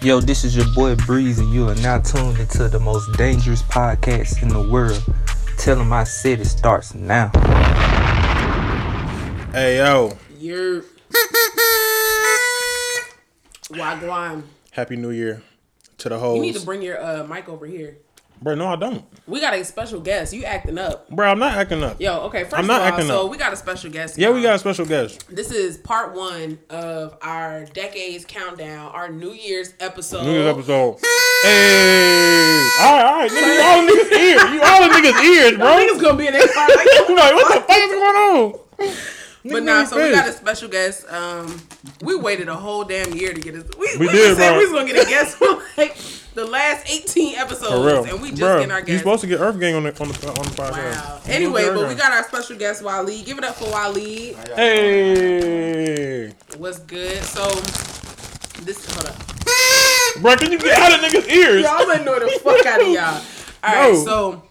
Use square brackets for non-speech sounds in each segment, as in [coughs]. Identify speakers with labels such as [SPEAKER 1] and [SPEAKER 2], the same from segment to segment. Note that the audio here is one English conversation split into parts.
[SPEAKER 1] Yo, this is your boy Breeze, and you are now tuned into the most dangerous podcast in the world. Tell him I said it starts now.
[SPEAKER 2] Hey yo,
[SPEAKER 3] You're Wagwan.
[SPEAKER 2] happy new year to the
[SPEAKER 3] You need to
[SPEAKER 2] hoes.
[SPEAKER 3] bring your uh, mic over here.
[SPEAKER 2] bro, no, I don't.
[SPEAKER 3] We got a special guest. You acting up.
[SPEAKER 2] Bro, I'm not acting up.
[SPEAKER 3] Yo, okay, first
[SPEAKER 2] I'm not
[SPEAKER 3] of all,
[SPEAKER 2] acting
[SPEAKER 3] so
[SPEAKER 2] up.
[SPEAKER 3] we got a special guest.
[SPEAKER 2] Yeah, we
[SPEAKER 3] y'all.
[SPEAKER 2] got a special guest.
[SPEAKER 3] this is part one of our decades countdown, our New Year's episode.
[SPEAKER 2] New Year's episode. Hey, all right, all right, nigga, you all in niggas' ear. You all in niggas' ears, bro.
[SPEAKER 3] Niggas gonna be in that
[SPEAKER 2] [laughs]
[SPEAKER 3] car like
[SPEAKER 2] I'm like, what the fuck is going on?
[SPEAKER 3] But
[SPEAKER 2] Nigga,
[SPEAKER 3] nah, so we got a
[SPEAKER 2] face.
[SPEAKER 3] special guest. Um, we waited a whole damn year to get this. We,
[SPEAKER 2] We
[SPEAKER 3] we,
[SPEAKER 2] did,
[SPEAKER 3] just said
[SPEAKER 2] bro.
[SPEAKER 3] we was gonna get a guest [laughs] for like the last eighteen episodes,
[SPEAKER 2] For real,
[SPEAKER 3] and we just
[SPEAKER 2] bro.
[SPEAKER 3] getting our
[SPEAKER 2] You
[SPEAKER 3] guest.
[SPEAKER 2] supposed to get Earth Gang on the on the on the podcast.
[SPEAKER 3] wow.
[SPEAKER 2] You supposed to get
[SPEAKER 3] Anyway,
[SPEAKER 2] Earth
[SPEAKER 3] but we
[SPEAKER 2] Gang.
[SPEAKER 3] got our special guest Waleed. Give it up for Waleed.
[SPEAKER 2] Hey,
[SPEAKER 3] What's good? So this hold up.
[SPEAKER 2] bro, can you get out of niggas' ears?
[SPEAKER 3] Y'all gonna know the fuck out of [laughs] y'all. Alright,
[SPEAKER 2] No.
[SPEAKER 3] so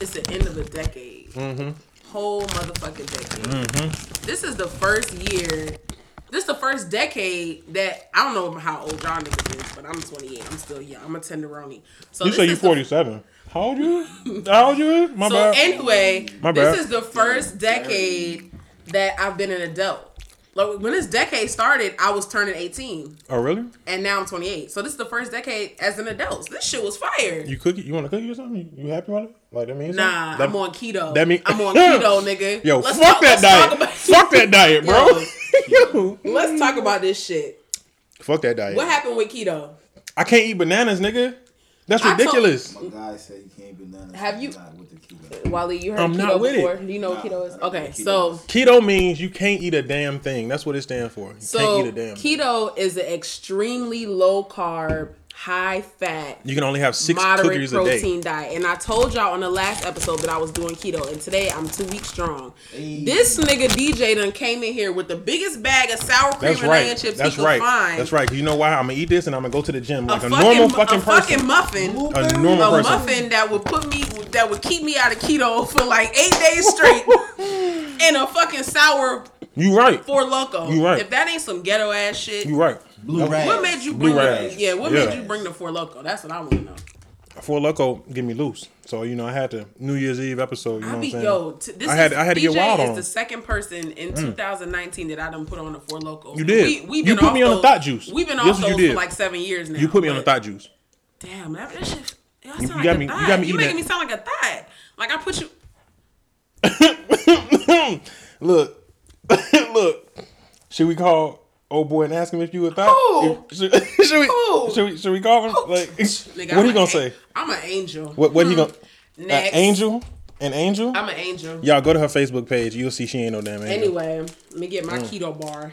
[SPEAKER 3] it's the end of the decade.
[SPEAKER 2] Mm-hmm.
[SPEAKER 3] Whole motherfucking decade. This is the first year. This is the first decade that I don't know how old y'all niggas is, but I'm 28. I'm still young. I'm a tenderoni. So
[SPEAKER 2] You
[SPEAKER 3] this
[SPEAKER 2] say you
[SPEAKER 3] is the-
[SPEAKER 2] 47. How old you? How old you? My
[SPEAKER 3] So
[SPEAKER 2] bad.
[SPEAKER 3] anyway,
[SPEAKER 2] My bad.
[SPEAKER 3] this is the first decade that I've been an adult. Like when this decade started, I was turning 18.
[SPEAKER 2] oh really?
[SPEAKER 3] and now I'm 28. So this is the first decade as an adult. This shit was fire.
[SPEAKER 2] You cookie? You want a cookie or something? You, you happy about it? Like that means
[SPEAKER 3] nah,
[SPEAKER 2] something?
[SPEAKER 3] I'm on keto.
[SPEAKER 2] that mean- [laughs]
[SPEAKER 3] I'm on keto, nigga.
[SPEAKER 2] That- Yo,
[SPEAKER 3] Let's
[SPEAKER 2] fuck
[SPEAKER 3] talk-
[SPEAKER 2] that
[SPEAKER 3] let's
[SPEAKER 2] diet.
[SPEAKER 3] talk about-
[SPEAKER 2] fuck that diet, bro. [laughs] Yo.
[SPEAKER 3] [laughs] Let's talk about this shit.
[SPEAKER 2] Fuck that diet.
[SPEAKER 3] What happened with keto?
[SPEAKER 2] I can't eat bananas, nigga. That's
[SPEAKER 3] I told-
[SPEAKER 2] ridiculous.
[SPEAKER 4] My guy said you can't be none.
[SPEAKER 3] Have you-
[SPEAKER 4] Not with the keto.
[SPEAKER 3] Wally, you heard
[SPEAKER 2] I'm
[SPEAKER 3] keto
[SPEAKER 2] not with
[SPEAKER 3] before.
[SPEAKER 2] it.
[SPEAKER 3] Do you know what
[SPEAKER 4] Nah,
[SPEAKER 3] keto is?
[SPEAKER 4] I don't know
[SPEAKER 3] Okay,
[SPEAKER 4] what keto
[SPEAKER 3] so
[SPEAKER 4] is.
[SPEAKER 2] Keto means you can't eat a damn thing. That's what it stands for. You
[SPEAKER 3] so
[SPEAKER 2] can't eat a damn. Thing.
[SPEAKER 3] keto is an extremely low carb, high fat,
[SPEAKER 2] You can only have six
[SPEAKER 3] moderate
[SPEAKER 2] cookies a day.
[SPEAKER 3] protein diet. And I told y'all on the last episode that I was doing keto, and today I'm two weeks strong. This nigga DJ done came in here with the biggest bag of sour cream
[SPEAKER 2] That's
[SPEAKER 3] and onion
[SPEAKER 2] right.
[SPEAKER 3] chips
[SPEAKER 2] That's
[SPEAKER 3] he could
[SPEAKER 2] right.
[SPEAKER 3] find.
[SPEAKER 2] That's right. You know why? I'm gonna eat this and I'm gonna go to the gym
[SPEAKER 3] A,
[SPEAKER 2] like a,
[SPEAKER 3] fucking,
[SPEAKER 2] normal fucking
[SPEAKER 3] a
[SPEAKER 2] person.
[SPEAKER 3] fucking muffin.
[SPEAKER 2] a normal
[SPEAKER 3] a
[SPEAKER 2] person.
[SPEAKER 3] muffin that would put me that would keep me out of keto for like eight
[SPEAKER 2] [laughs]
[SPEAKER 3] days straight and a fucking sour
[SPEAKER 2] You right.
[SPEAKER 3] four loco.
[SPEAKER 2] You right.
[SPEAKER 3] If that ain't some ghetto ass shit.
[SPEAKER 2] You right.
[SPEAKER 4] Blue rag.
[SPEAKER 3] What made you
[SPEAKER 2] Blue
[SPEAKER 3] bring the,
[SPEAKER 2] rags.
[SPEAKER 3] yeah, what
[SPEAKER 2] Yeah.
[SPEAKER 3] made you bring the four loco? That's what I wanna know.
[SPEAKER 2] Four Loco get me loose. So you know I had to New Year's Eve episode. You know
[SPEAKER 3] I
[SPEAKER 2] what I'm
[SPEAKER 3] be
[SPEAKER 2] saying?
[SPEAKER 3] yo. T- this
[SPEAKER 2] I had-
[SPEAKER 3] is,
[SPEAKER 2] I had to get
[SPEAKER 3] DJ
[SPEAKER 2] wild
[SPEAKER 3] is
[SPEAKER 2] on. Mm.
[SPEAKER 3] the second person in 2019 that I done put on the four loco.
[SPEAKER 2] You did.
[SPEAKER 3] We, we've
[SPEAKER 2] You
[SPEAKER 3] been
[SPEAKER 2] put
[SPEAKER 3] off
[SPEAKER 2] me on the
[SPEAKER 3] those-
[SPEAKER 2] thought juice.
[SPEAKER 3] We've been
[SPEAKER 2] Yes,
[SPEAKER 3] off
[SPEAKER 2] you
[SPEAKER 3] those
[SPEAKER 2] did.
[SPEAKER 3] for like seven years now.
[SPEAKER 2] you put me on the
[SPEAKER 3] but-
[SPEAKER 2] thought juice.
[SPEAKER 3] Damn, that, that shit. Y'all sound
[SPEAKER 2] You- you
[SPEAKER 3] like
[SPEAKER 2] got
[SPEAKER 3] a
[SPEAKER 2] me- you
[SPEAKER 3] thot.
[SPEAKER 2] got me eating
[SPEAKER 3] making
[SPEAKER 2] that.
[SPEAKER 3] me sound like a thot. Like I put you.
[SPEAKER 2] Hmm. look, [laughs] look. Should we call old boy and ask him if you a thought?
[SPEAKER 3] Who?
[SPEAKER 2] If- Should, should [laughs] we?
[SPEAKER 3] Who?
[SPEAKER 2] Should we? Should we call him? Like,
[SPEAKER 3] [laughs] Nigga,
[SPEAKER 2] what
[SPEAKER 3] I'm
[SPEAKER 2] he
[SPEAKER 3] an
[SPEAKER 2] gonna
[SPEAKER 3] a-
[SPEAKER 2] say?
[SPEAKER 3] I'm an angel.
[SPEAKER 2] What? What he gonna?
[SPEAKER 3] Next.
[SPEAKER 2] An angel? An angel?
[SPEAKER 3] I'm an angel.
[SPEAKER 2] Y'all go to her Facebook page. You'll see she ain't no damn angel.
[SPEAKER 3] Anyway, let me get my
[SPEAKER 2] Mm.
[SPEAKER 3] keto bar.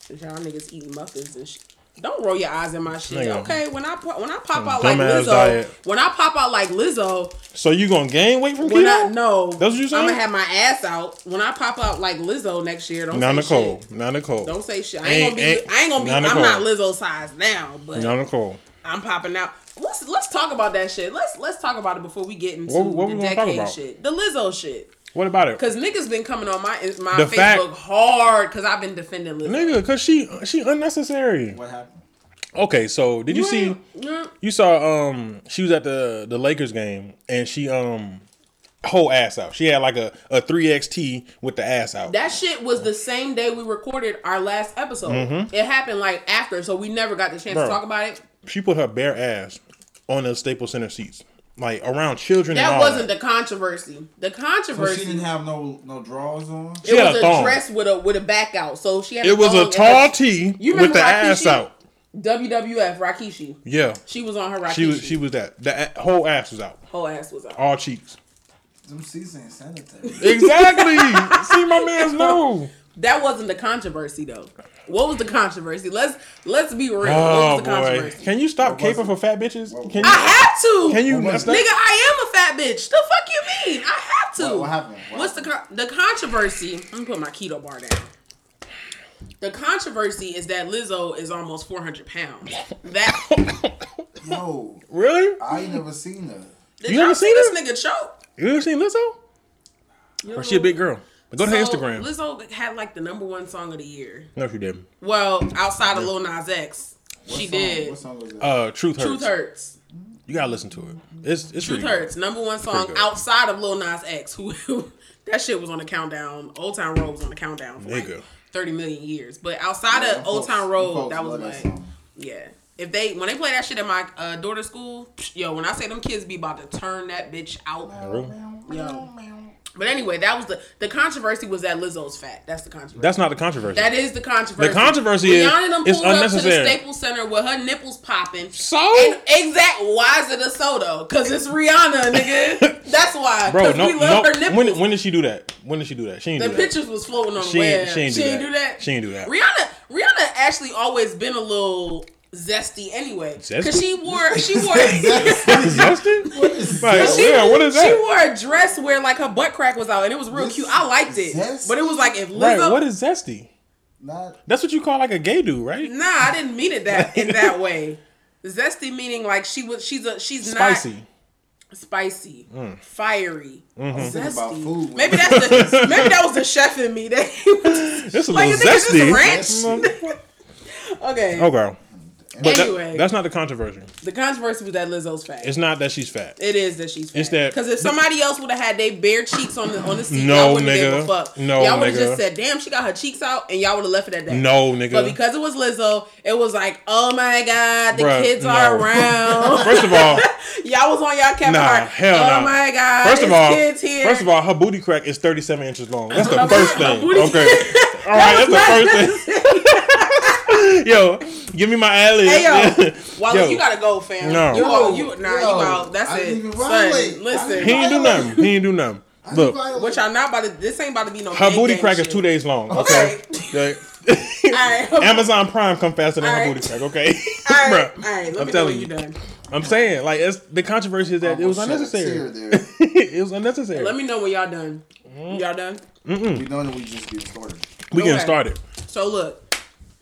[SPEAKER 3] Since y'all niggas eating muffins and shit. Don't roll your eyes in my shit.
[SPEAKER 2] Nigga.
[SPEAKER 3] Okay, when I po- when I pop
[SPEAKER 2] Some
[SPEAKER 3] out like
[SPEAKER 2] dumbass
[SPEAKER 3] Lizzo,
[SPEAKER 2] diet.
[SPEAKER 3] when I pop out like Lizzo,
[SPEAKER 2] So you gonna gain weight from
[SPEAKER 3] when I
[SPEAKER 2] keto?
[SPEAKER 3] no,
[SPEAKER 2] That's what you
[SPEAKER 3] I'm
[SPEAKER 2] saying?
[SPEAKER 3] gonna have my ass out. When I pop out like Lizzo next year, don't
[SPEAKER 2] Not
[SPEAKER 3] say
[SPEAKER 2] Nicole.
[SPEAKER 3] shit.
[SPEAKER 2] Not Nicole.
[SPEAKER 3] Don't say shit. I
[SPEAKER 2] Ain't-
[SPEAKER 3] ain't, gonna be. I ain't gonna be.
[SPEAKER 2] ain't- not
[SPEAKER 3] I'm not
[SPEAKER 2] Nicole.
[SPEAKER 3] Lizzo size now, but
[SPEAKER 2] Not Nicole.
[SPEAKER 3] I'm popping out. Let's let's talk about that shit. Let's let's talk about it before we get into
[SPEAKER 2] What- what
[SPEAKER 3] the
[SPEAKER 2] we gonna talk
[SPEAKER 3] decade
[SPEAKER 2] about?
[SPEAKER 3] shit, the Lizzo shit.
[SPEAKER 2] What about it?
[SPEAKER 3] Cause niggas been coming on my my
[SPEAKER 2] The
[SPEAKER 3] Facebook
[SPEAKER 2] fact-
[SPEAKER 3] hard because I've been defending Lizzo.
[SPEAKER 2] Nigga, cause she she unnecessary.
[SPEAKER 4] What happened?
[SPEAKER 2] Okay, so did you see?
[SPEAKER 3] Mm,
[SPEAKER 2] You saw um she was at the the Lakers game and she um whole ass out. She had like a a three XT with the ass out.
[SPEAKER 3] that shit was the same day we recorded our last episode.
[SPEAKER 2] Mm-hmm.
[SPEAKER 3] It happened like after, so we never got the chance
[SPEAKER 2] Bro.
[SPEAKER 3] to talk about it.
[SPEAKER 2] she put her bare ass on the Staples Center seats, like around children. and
[SPEAKER 3] That
[SPEAKER 2] all
[SPEAKER 3] wasn't
[SPEAKER 2] that.
[SPEAKER 3] the controversy. The
[SPEAKER 4] So she
[SPEAKER 3] controversy.
[SPEAKER 4] didn't have no no drawers on.
[SPEAKER 2] She
[SPEAKER 3] it
[SPEAKER 2] had
[SPEAKER 3] was
[SPEAKER 2] a
[SPEAKER 3] a
[SPEAKER 2] thong.
[SPEAKER 3] dress with a with a back out. So she had.
[SPEAKER 2] It was
[SPEAKER 3] thong
[SPEAKER 2] a
[SPEAKER 3] and
[SPEAKER 2] tall tee
[SPEAKER 3] You
[SPEAKER 2] with
[SPEAKER 3] remember
[SPEAKER 2] the
[SPEAKER 3] Rakishi?
[SPEAKER 2] ass out.
[SPEAKER 3] WWF Rakishi.
[SPEAKER 2] Yeah,
[SPEAKER 3] She was on her Rakishi.
[SPEAKER 2] she was she was that. The a- whole ass was out,
[SPEAKER 3] whole ass was out.
[SPEAKER 2] all cheeks.
[SPEAKER 4] Them seats ain't sanitary.
[SPEAKER 2] Exactly. [laughs] See my man's no.
[SPEAKER 3] That wasn't the controversy though. What was the controversy? Let's let's be
[SPEAKER 2] Oh
[SPEAKER 3] real. what was the
[SPEAKER 2] boy,
[SPEAKER 3] controversy?
[SPEAKER 2] can you stop
[SPEAKER 4] was
[SPEAKER 2] caping
[SPEAKER 4] it?
[SPEAKER 2] for fat bitches?
[SPEAKER 4] What-
[SPEAKER 2] Can
[SPEAKER 3] I
[SPEAKER 2] you?
[SPEAKER 3] have to.
[SPEAKER 2] Can you?
[SPEAKER 4] What was
[SPEAKER 3] Nigga, I am a fat bitch. The fuck you mean? I have to.
[SPEAKER 4] What- what happened? What
[SPEAKER 3] What's the con- the controversy? Let me put my keto bar down. The controversy is that Lizzo is almost 400 pounds.
[SPEAKER 2] [laughs]
[SPEAKER 3] That
[SPEAKER 4] Yo,
[SPEAKER 2] Really?
[SPEAKER 4] I ain't never seen her.
[SPEAKER 3] did
[SPEAKER 2] You
[SPEAKER 3] you all
[SPEAKER 2] ever
[SPEAKER 3] see
[SPEAKER 2] seen
[SPEAKER 3] this nigga choke?
[SPEAKER 2] You ever seen Lizzo? Or she a big girl? Go to her
[SPEAKER 3] So,
[SPEAKER 2] Instagram.
[SPEAKER 3] Lizzo had like the number one song of the year.
[SPEAKER 2] No, she didn't.
[SPEAKER 3] Well, outside of Lil Nas X.
[SPEAKER 4] What
[SPEAKER 3] She
[SPEAKER 4] song-
[SPEAKER 3] did.
[SPEAKER 4] What song was that?
[SPEAKER 2] Uh, Truth Hurts.
[SPEAKER 3] Truth Hurts.
[SPEAKER 2] You gotta listen to it. It's it's
[SPEAKER 3] Truth
[SPEAKER 2] really
[SPEAKER 3] Hurts. Number one song
[SPEAKER 2] Pretty good.
[SPEAKER 3] outside of Lil Nas X. [laughs] Who, who that shit was on the countdown. Old Town Road was on the countdown for
[SPEAKER 2] Nigga.
[SPEAKER 3] like thirty million years. But outside
[SPEAKER 4] Yeah,
[SPEAKER 3] of Old
[SPEAKER 4] folks-
[SPEAKER 3] Town Road,
[SPEAKER 4] folks
[SPEAKER 3] that was
[SPEAKER 4] love
[SPEAKER 3] like
[SPEAKER 4] song.
[SPEAKER 3] yeah. If they when they play that shit at my uh, daughter's school, psh, yo, when I say them kids be about to turn that bitch out, yo. But anyway, that was the the controversy was that Lizzo's fat. That's the controversy.
[SPEAKER 2] That's not the controversy.
[SPEAKER 3] That is the controversy.
[SPEAKER 2] The controversy is
[SPEAKER 3] Rihanna done
[SPEAKER 2] it's
[SPEAKER 3] pulled up to the
[SPEAKER 2] unnecessary.
[SPEAKER 3] Staples Center with her nipples popping.
[SPEAKER 2] so
[SPEAKER 3] And exact. Why is it a soda? Cause it's Rihanna, nigga.
[SPEAKER 2] [laughs]
[SPEAKER 3] That's why.
[SPEAKER 2] bro,
[SPEAKER 3] 'Cause
[SPEAKER 2] no,
[SPEAKER 3] we love
[SPEAKER 2] no.
[SPEAKER 3] her nipples.
[SPEAKER 2] When when did she do that? When did she do that? She ain't
[SPEAKER 3] the
[SPEAKER 2] do that.
[SPEAKER 3] pictures was floating on
[SPEAKER 2] She
[SPEAKER 3] the web.
[SPEAKER 2] ain't- she ain't do that. She ain't do that.
[SPEAKER 3] Rihanna. Rihanna actually always been a little zesty anyway.
[SPEAKER 2] Zesty?
[SPEAKER 3] Cause she wore she wore.
[SPEAKER 2] Is that
[SPEAKER 3] [laughs]
[SPEAKER 2] it? What is like,
[SPEAKER 3] She,
[SPEAKER 2] [laughs] yeah, what is
[SPEAKER 3] [laughs] She
[SPEAKER 2] that?
[SPEAKER 3] wore a dress where like her butt crack was out, and it was real
[SPEAKER 4] This
[SPEAKER 3] cute. I liked it,
[SPEAKER 4] zesty?
[SPEAKER 3] but it was like if
[SPEAKER 2] Right,
[SPEAKER 3] Lizzo,
[SPEAKER 2] what is zesty?
[SPEAKER 4] Not
[SPEAKER 2] That's what you call like a gay dude, right?
[SPEAKER 3] Nah, I didn't mean it that in
[SPEAKER 2] [laughs]
[SPEAKER 3] that way. Zesty meaning like she was she's a she's
[SPEAKER 2] Spicy. Mm. Mm-hmm.
[SPEAKER 3] not spicy, fiery,
[SPEAKER 4] thinking about
[SPEAKER 3] zesty.
[SPEAKER 4] food.
[SPEAKER 3] Maybe that's
[SPEAKER 4] [laughs]
[SPEAKER 3] the maybe that was the chef in me that he was
[SPEAKER 2] That's a little
[SPEAKER 3] Like, you think it's just
[SPEAKER 2] zesty. [laughs] okay.
[SPEAKER 3] okay.
[SPEAKER 2] Oh, But that-
[SPEAKER 3] Anyway.
[SPEAKER 2] that's not the controversy.
[SPEAKER 3] The controversy was that Lizzo's fat.
[SPEAKER 2] It's not that she's fat.
[SPEAKER 3] It is that she's fat.
[SPEAKER 2] It's that-
[SPEAKER 3] because if somebody else would have had their bare cheeks on the on the seat,
[SPEAKER 2] No,
[SPEAKER 3] y'all wouldn't have
[SPEAKER 2] nigga.
[SPEAKER 3] gave a fuck.
[SPEAKER 2] No,
[SPEAKER 3] y'all would have
[SPEAKER 2] nigga.
[SPEAKER 3] just said, "Damn, she got her cheeks out," and y'all would have left it at that.
[SPEAKER 2] No, nigga.
[SPEAKER 3] But because it was Lizzo, it was like, oh my god, the
[SPEAKER 2] Bruh,
[SPEAKER 3] kids are
[SPEAKER 2] no. [laughs]
[SPEAKER 3] around.
[SPEAKER 2] First of
[SPEAKER 3] [laughs]
[SPEAKER 2] all,
[SPEAKER 3] Y'all was on y'all Kevin
[SPEAKER 2] Nah,
[SPEAKER 3] Hart.
[SPEAKER 2] hell
[SPEAKER 3] oh
[SPEAKER 2] nah.
[SPEAKER 3] my god.
[SPEAKER 2] first of
[SPEAKER 3] it's
[SPEAKER 2] all,
[SPEAKER 3] kids here.
[SPEAKER 2] first of all, her booty crack is 37 inches long. That's the
[SPEAKER 3] Her
[SPEAKER 2] first
[SPEAKER 3] booty- her
[SPEAKER 2] thing.
[SPEAKER 3] booty-
[SPEAKER 2] Okay. [laughs] All right, that's the first
[SPEAKER 3] thing. [laughs]
[SPEAKER 2] thing. [laughs] Yo, give me my alley. [laughs]
[SPEAKER 3] Hey yo, Wally, you gotta go, fam.
[SPEAKER 2] No.
[SPEAKER 3] You
[SPEAKER 4] Yo,
[SPEAKER 3] out, you nah,
[SPEAKER 4] yo,
[SPEAKER 3] you out. That's
[SPEAKER 4] I
[SPEAKER 3] it.
[SPEAKER 4] didn't even
[SPEAKER 3] Son,
[SPEAKER 4] violate. I
[SPEAKER 3] listen,
[SPEAKER 2] He ain't do nothing. He ain't do nothing. Look,
[SPEAKER 3] what y'all not about to. This ain't about to be no.
[SPEAKER 2] her
[SPEAKER 3] gang
[SPEAKER 2] booty
[SPEAKER 3] gang
[SPEAKER 2] crack is
[SPEAKER 3] shit.
[SPEAKER 2] two days long.
[SPEAKER 3] [laughs]
[SPEAKER 2] Okay. [laughs]
[SPEAKER 3] Okay. All
[SPEAKER 2] Like,
[SPEAKER 3] right, all right,
[SPEAKER 2] Amazon Prime come faster than her
[SPEAKER 3] Alright.
[SPEAKER 2] booty crack. Okay. [laughs]
[SPEAKER 3] all right.
[SPEAKER 2] Bruh,
[SPEAKER 3] Let
[SPEAKER 2] I'm
[SPEAKER 3] me know
[SPEAKER 2] telling
[SPEAKER 3] when you
[SPEAKER 2] you.
[SPEAKER 3] done.
[SPEAKER 2] I'm saying like it's, the controversy is that it was unnecessary. [laughs] it was unnecessary.
[SPEAKER 3] Let me know when y'all done.
[SPEAKER 2] Mm-hmm.
[SPEAKER 3] Y'all done.
[SPEAKER 4] we know that we just get started.
[SPEAKER 2] we getting
[SPEAKER 3] Okay.
[SPEAKER 2] started.
[SPEAKER 3] So look,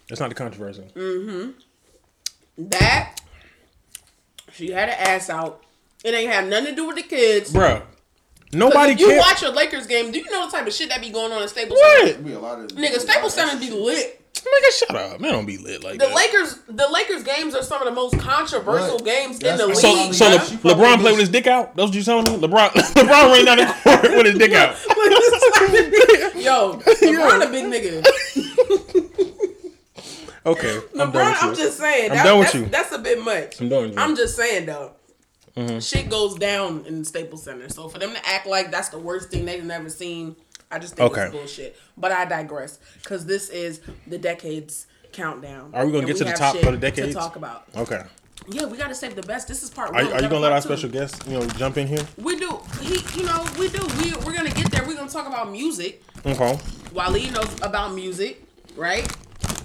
[SPEAKER 2] That's not the controversy.
[SPEAKER 3] Mm. that she had her ass out. It ain't have nothing to do with the kids.
[SPEAKER 2] Bruh.
[SPEAKER 3] 'Cause
[SPEAKER 2] Nobody
[SPEAKER 3] if you
[SPEAKER 2] cares.
[SPEAKER 3] watch a Lakers game, do you know the type of shit that be going on in Staples?
[SPEAKER 2] what?
[SPEAKER 3] Center?
[SPEAKER 4] It'd be a lot of
[SPEAKER 3] Nigga, Staples Center be lit.
[SPEAKER 2] Nigga, shut up. Man, don't be lit like
[SPEAKER 3] The
[SPEAKER 2] that.
[SPEAKER 3] Lakers, the Lakers games are some of the most controversial
[SPEAKER 4] What?
[SPEAKER 3] games in
[SPEAKER 4] That's-
[SPEAKER 3] the league.
[SPEAKER 4] Lakers-
[SPEAKER 2] so, so
[SPEAKER 3] bruh.
[SPEAKER 2] Le-
[SPEAKER 3] [laughs]
[SPEAKER 4] She probably
[SPEAKER 2] LeBron played
[SPEAKER 4] just-
[SPEAKER 2] with his dick out. Those you telling me? LeBron, [laughs] LeBron ran down the court with his dick out.
[SPEAKER 3] Yo, LeBron a big nigga.
[SPEAKER 2] [laughs] Okay, I'm
[SPEAKER 3] LeBron,
[SPEAKER 2] done
[SPEAKER 3] I'm
[SPEAKER 2] with you.
[SPEAKER 3] just saying.
[SPEAKER 2] I'm
[SPEAKER 3] that-
[SPEAKER 2] done with
[SPEAKER 3] that's,
[SPEAKER 2] you.
[SPEAKER 3] That's a bit much.
[SPEAKER 2] I'm done with you. Mm-hmm.
[SPEAKER 3] I'm just saying though. Shit goes down in Staples Center, so for them to act like that's the worst thing they've never seen, I just think
[SPEAKER 2] Okay.
[SPEAKER 3] it's bullshit. But I digress, because this is the decades countdown.
[SPEAKER 2] Are we gonna
[SPEAKER 3] and
[SPEAKER 2] get to the
[SPEAKER 3] have
[SPEAKER 2] top
[SPEAKER 3] shit
[SPEAKER 2] of the decades?
[SPEAKER 3] To talk about.
[SPEAKER 2] Okay.
[SPEAKER 3] Yeah, we gotta save the best. This is part
[SPEAKER 2] Are,
[SPEAKER 3] one.
[SPEAKER 2] are
[SPEAKER 3] We
[SPEAKER 2] you
[SPEAKER 3] got a
[SPEAKER 2] gonna let
[SPEAKER 3] part
[SPEAKER 2] our
[SPEAKER 3] two.
[SPEAKER 2] special guest, you know, jump in here?
[SPEAKER 3] We do. He, you know, we do. We we're gonna get there. We're gonna talk about music.
[SPEAKER 2] Okay.
[SPEAKER 3] Waleed knows about music, right?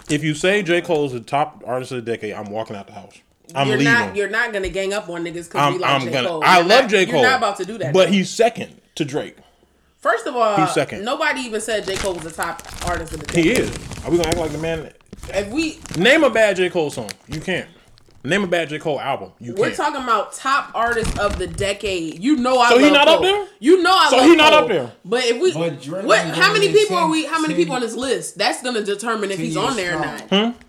[SPEAKER 2] If you say J Cole is the top artist of the decade, I'm walking out the house. I'm
[SPEAKER 3] you're
[SPEAKER 2] leaving.
[SPEAKER 3] not you're not gonna gang up on niggas because we
[SPEAKER 2] I'm,
[SPEAKER 3] like
[SPEAKER 2] I'm
[SPEAKER 3] J.
[SPEAKER 2] gonna.
[SPEAKER 3] Cole.
[SPEAKER 2] I
[SPEAKER 3] You're
[SPEAKER 2] love
[SPEAKER 3] not-
[SPEAKER 2] J Cole.
[SPEAKER 3] You're not about to do that.
[SPEAKER 2] But
[SPEAKER 3] though.
[SPEAKER 2] he's second to Drake.
[SPEAKER 3] first of all,
[SPEAKER 2] he's second.
[SPEAKER 3] nobody even said J Cole was the top artist of the day.
[SPEAKER 2] He is. Are we gonna act like the man?
[SPEAKER 3] If we
[SPEAKER 2] Name a bad J Cole song. You can't. Name a bad J Cole album. You
[SPEAKER 3] we're
[SPEAKER 2] can't.
[SPEAKER 3] talking about top artists of the decade, you know I.
[SPEAKER 2] So he
[SPEAKER 3] love
[SPEAKER 2] not up
[SPEAKER 3] Cole.
[SPEAKER 2] there?
[SPEAKER 3] You know I.
[SPEAKER 2] So
[SPEAKER 3] love
[SPEAKER 2] he not
[SPEAKER 3] Cole.
[SPEAKER 2] up there?
[SPEAKER 3] But if we,
[SPEAKER 4] But Drake
[SPEAKER 3] what?
[SPEAKER 4] been
[SPEAKER 3] How many
[SPEAKER 4] going
[SPEAKER 3] people are we? How many
[SPEAKER 4] ten-
[SPEAKER 3] people on this list? That's gonna determine if he's on there or not.
[SPEAKER 4] Drake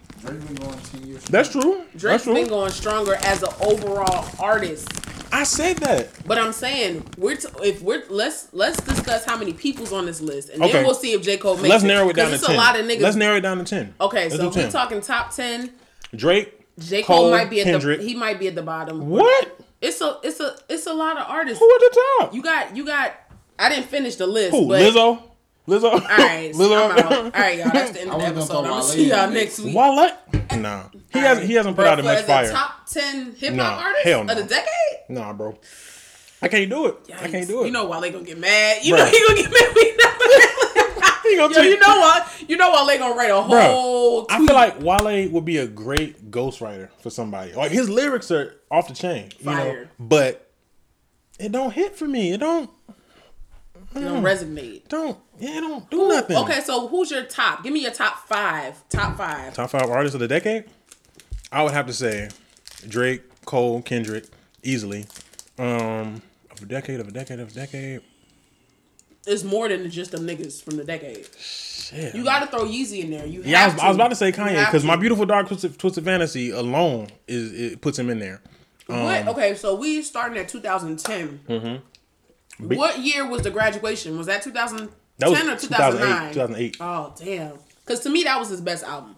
[SPEAKER 4] been going ten years.
[SPEAKER 2] That's true. That's
[SPEAKER 3] Drake's
[SPEAKER 2] true.
[SPEAKER 3] been going stronger as an overall artist.
[SPEAKER 2] I said that.
[SPEAKER 3] But I'm saying we're t- if we're let's let's discuss how many people's on this list, and
[SPEAKER 2] Okay.
[SPEAKER 3] then we'll see if J Cole makes
[SPEAKER 2] Let's
[SPEAKER 3] it.
[SPEAKER 2] narrow it down
[SPEAKER 3] 'Cause
[SPEAKER 2] to
[SPEAKER 3] it's
[SPEAKER 2] ten.
[SPEAKER 3] a lot of niggas.
[SPEAKER 2] Let's narrow it down to ten.
[SPEAKER 3] okay,
[SPEAKER 2] Let's
[SPEAKER 3] so
[SPEAKER 2] do
[SPEAKER 3] if we're
[SPEAKER 2] 10.
[SPEAKER 3] talking top ten,
[SPEAKER 2] Drake,
[SPEAKER 3] J Cole,
[SPEAKER 2] Cole,
[SPEAKER 3] might be at
[SPEAKER 2] Kendrick.
[SPEAKER 3] the he might be at the bottom.
[SPEAKER 2] what?
[SPEAKER 3] It's a it's a it's a lot of artists.
[SPEAKER 2] Who at the top?
[SPEAKER 3] You got you got. I didn't finish the list.
[SPEAKER 2] Who?
[SPEAKER 3] But,
[SPEAKER 2] Lizzo. Lizzo. All
[SPEAKER 3] All
[SPEAKER 2] [laughs]
[SPEAKER 3] right,
[SPEAKER 2] Lizzo.
[SPEAKER 3] I'm out. All right, y'all. That's the end
[SPEAKER 4] [laughs] I
[SPEAKER 3] of the episode.
[SPEAKER 4] wasn't gonna throw
[SPEAKER 3] I'm gonna
[SPEAKER 4] Wale
[SPEAKER 3] see y'all
[SPEAKER 4] in the
[SPEAKER 3] next week.
[SPEAKER 2] Wallet? Nah. He hasn't. He hasn't put
[SPEAKER 3] Bro,
[SPEAKER 2] out as
[SPEAKER 3] for
[SPEAKER 2] much
[SPEAKER 3] the
[SPEAKER 2] fire.
[SPEAKER 3] Top ten hip hop
[SPEAKER 2] Nah,
[SPEAKER 3] artists
[SPEAKER 2] hell no.
[SPEAKER 3] of the decade.
[SPEAKER 2] Nah, bro. I can't do it. I can't do it.
[SPEAKER 3] You know Wale gonna get mad. You
[SPEAKER 2] Bruh.
[SPEAKER 3] know he gonna get mad.
[SPEAKER 2] [laughs]
[SPEAKER 3] We [laughs] know.
[SPEAKER 2] He gonna
[SPEAKER 3] Yo,
[SPEAKER 2] tweet-
[SPEAKER 3] you know Oh, what? You know Wale gonna write a
[SPEAKER 2] Bruh,
[SPEAKER 3] whole. Tweet.
[SPEAKER 2] I feel like Wale would be a great ghostwriter for somebody. Like his lyrics are off the chain, you know.
[SPEAKER 3] Fire.
[SPEAKER 2] But it don't hit for me. It don't.
[SPEAKER 3] it don't resonate.
[SPEAKER 2] Don't. Yeah. It don't do nothing.
[SPEAKER 3] Okay, so who's your top? Give me your top five. Top five.
[SPEAKER 2] Top five artists of the decade. I would have to say Drake, Cole, Kendrick, easily. Um, of a decade, of a decade, of a decade.
[SPEAKER 3] It's more than just them niggas from the decade.
[SPEAKER 2] Shit.
[SPEAKER 3] You got to throw Yeezy in there. You
[SPEAKER 2] yeah, I
[SPEAKER 3] have
[SPEAKER 2] was, I was about to say
[SPEAKER 3] You
[SPEAKER 2] Kanye
[SPEAKER 3] have
[SPEAKER 2] because my
[SPEAKER 3] to.
[SPEAKER 2] beautiful dark twisted, twisted fantasy alone is it puts him in there. Um,
[SPEAKER 3] what? Okay, so we starting at 2010. What year was the graduation? Was that 2010
[SPEAKER 2] Mm-hmm. That was
[SPEAKER 3] or
[SPEAKER 2] 2008.
[SPEAKER 3] 2009?
[SPEAKER 2] 2008.
[SPEAKER 3] Oh damn! Because to me that was his best album.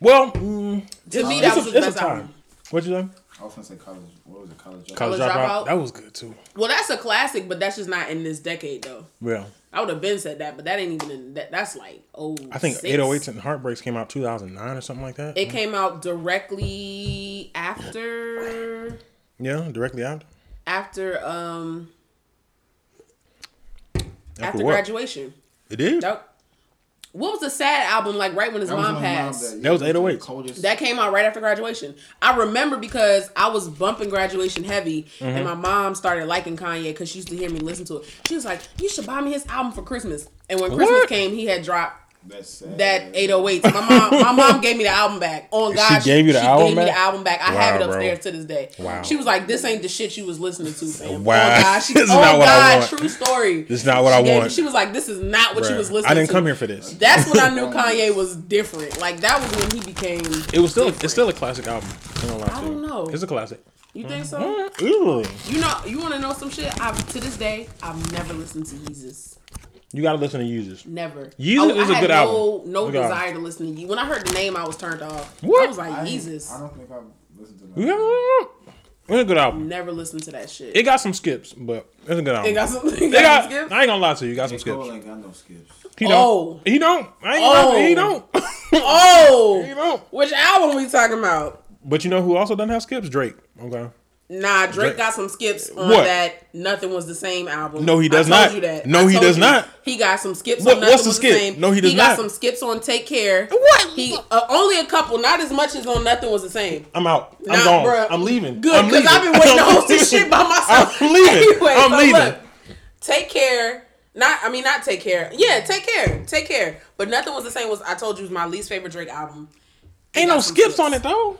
[SPEAKER 2] Well, mm,
[SPEAKER 3] To me
[SPEAKER 2] it's
[SPEAKER 3] that
[SPEAKER 2] a-
[SPEAKER 3] was his
[SPEAKER 2] it's a
[SPEAKER 3] best
[SPEAKER 2] time.
[SPEAKER 3] album.
[SPEAKER 2] what you say?
[SPEAKER 4] I was gonna say college. What was it? College.
[SPEAKER 2] College
[SPEAKER 4] Dropout?
[SPEAKER 3] College
[SPEAKER 2] dropout.
[SPEAKER 3] Dropout.
[SPEAKER 2] That was good too.
[SPEAKER 3] Well, that's a classic, but that's just not in this decade though.
[SPEAKER 2] Yeah,
[SPEAKER 3] I would have been said that, but that ain't even in that. That's like oh.
[SPEAKER 2] I think
[SPEAKER 3] six.
[SPEAKER 2] 808s and Heartbreaks came out 2009 or something like that.
[SPEAKER 3] It came out directly after
[SPEAKER 2] yeah, directly after.
[SPEAKER 3] after um
[SPEAKER 2] After,
[SPEAKER 3] after
[SPEAKER 2] what?
[SPEAKER 3] graduation.
[SPEAKER 2] It did.
[SPEAKER 3] That- what was the sad album like right when his
[SPEAKER 4] That was
[SPEAKER 3] mom
[SPEAKER 4] when my
[SPEAKER 3] passed?
[SPEAKER 4] died.
[SPEAKER 2] That was
[SPEAKER 4] Yeah, it
[SPEAKER 2] 808.
[SPEAKER 4] the coldest-
[SPEAKER 3] That came out right after graduation. I remember because I was bumping graduation heavy,
[SPEAKER 2] Mm-hmm.
[SPEAKER 3] and my mom started liking Kanye because she used to hear me listen to it. She was like, "You should buy me his album for Christmas." And when Christmas
[SPEAKER 2] What?
[SPEAKER 3] came, he had dropped
[SPEAKER 4] That's sad.
[SPEAKER 3] that 808. My
[SPEAKER 2] [laughs]
[SPEAKER 3] mom, my mom gave me the album back. On God,
[SPEAKER 2] gave you the album
[SPEAKER 3] me
[SPEAKER 2] back?
[SPEAKER 3] the album back. I
[SPEAKER 2] Wow,
[SPEAKER 3] have it
[SPEAKER 2] bro.
[SPEAKER 3] upstairs to this day.
[SPEAKER 2] Wow.
[SPEAKER 3] She was like, "This ain't the shit you was listening to, fam."
[SPEAKER 2] Wow.
[SPEAKER 3] On God, she,
[SPEAKER 2] [laughs] This is
[SPEAKER 3] on
[SPEAKER 2] not what I
[SPEAKER 3] God,
[SPEAKER 2] want.
[SPEAKER 3] true story.
[SPEAKER 2] This is not what I
[SPEAKER 3] gave-
[SPEAKER 2] want.
[SPEAKER 3] She was like, "This is not what you
[SPEAKER 2] Bruh.
[SPEAKER 3] was listening."
[SPEAKER 2] I didn't
[SPEAKER 3] to.
[SPEAKER 2] come here for this.
[SPEAKER 3] That's when I
[SPEAKER 2] [laughs]
[SPEAKER 3] knew Kanye was different. Like that was when he became.
[SPEAKER 2] It was still
[SPEAKER 3] different.
[SPEAKER 2] it's still a classic album. I, don't,
[SPEAKER 3] I don't know. Mm,
[SPEAKER 2] It's a classic.
[SPEAKER 3] You think
[SPEAKER 2] Mm-hmm.
[SPEAKER 3] so?
[SPEAKER 2] Easily.
[SPEAKER 3] You know, you want to know some shit? I've to this day, I've never listened to Yeezus.
[SPEAKER 2] You gotta listen to users.
[SPEAKER 3] Never.
[SPEAKER 2] Yeezus
[SPEAKER 3] I- I
[SPEAKER 2] is a
[SPEAKER 3] had
[SPEAKER 2] good
[SPEAKER 3] no,
[SPEAKER 2] album.
[SPEAKER 3] No
[SPEAKER 2] Good album.
[SPEAKER 3] desire to listen to Yeezus. When I heard the name, I was turned off.
[SPEAKER 2] What?
[SPEAKER 3] I was like
[SPEAKER 4] I,
[SPEAKER 3] Yeezus.
[SPEAKER 4] I don't think I've listened to that.
[SPEAKER 2] Yeah. mm, It's a good album.
[SPEAKER 3] never listened to that shit.
[SPEAKER 2] It got some skips, but it's a good album.
[SPEAKER 3] They got some. They
[SPEAKER 2] They
[SPEAKER 3] [laughs] got
[SPEAKER 2] got-
[SPEAKER 3] some skips?
[SPEAKER 2] I ain't gonna lie to you. Got some
[SPEAKER 4] J.
[SPEAKER 2] skips.
[SPEAKER 4] Cole ain't got no skips.
[SPEAKER 2] He
[SPEAKER 3] Oh.
[SPEAKER 2] don't. He don't. I ain't
[SPEAKER 3] Oh.
[SPEAKER 2] gonna lie to you, He don't. [laughs] he
[SPEAKER 3] Oh,
[SPEAKER 2] don't.
[SPEAKER 3] which album we talking about?
[SPEAKER 2] But you know who also doesn't have skips? Drake. Okay.
[SPEAKER 3] Nah, Drake,
[SPEAKER 2] Drake-
[SPEAKER 3] got some skips on
[SPEAKER 2] What?
[SPEAKER 3] that. Nothing was the same album.
[SPEAKER 2] No, he
[SPEAKER 3] I
[SPEAKER 2] does
[SPEAKER 3] told
[SPEAKER 2] not.
[SPEAKER 3] you that.
[SPEAKER 2] No,
[SPEAKER 3] I
[SPEAKER 2] he
[SPEAKER 3] told
[SPEAKER 2] does
[SPEAKER 3] you.
[SPEAKER 2] not.
[SPEAKER 3] He got some skips.
[SPEAKER 2] What-
[SPEAKER 3] on Nothing
[SPEAKER 2] what's the
[SPEAKER 3] was
[SPEAKER 2] skip?
[SPEAKER 3] The same.
[SPEAKER 2] No, he does
[SPEAKER 3] He got
[SPEAKER 2] not.
[SPEAKER 3] some skips on Take Care.
[SPEAKER 2] What?
[SPEAKER 3] He uh, only a couple, not as much as on Nothing was the same.
[SPEAKER 2] I'm out. I'm
[SPEAKER 3] Nah,
[SPEAKER 2] gone.
[SPEAKER 3] bruh.
[SPEAKER 2] I'm leaving.
[SPEAKER 3] Good,
[SPEAKER 2] I'm
[SPEAKER 3] because I've
[SPEAKER 2] leaving. [laughs]
[SPEAKER 3] been waiting to
[SPEAKER 2] I'm
[SPEAKER 3] host this
[SPEAKER 2] leaving.
[SPEAKER 3] shit by myself.
[SPEAKER 2] I'm [laughs] leaving.
[SPEAKER 3] [laughs] Anyway,
[SPEAKER 2] I'm
[SPEAKER 3] so
[SPEAKER 2] leaving.
[SPEAKER 3] look, take care. Not, I mean, not take care. Yeah, take care. Take care. But nothing was the same. Was I told you was my least favorite Drake album. He
[SPEAKER 2] Ain't
[SPEAKER 3] got
[SPEAKER 2] no
[SPEAKER 3] some
[SPEAKER 2] skips on it though.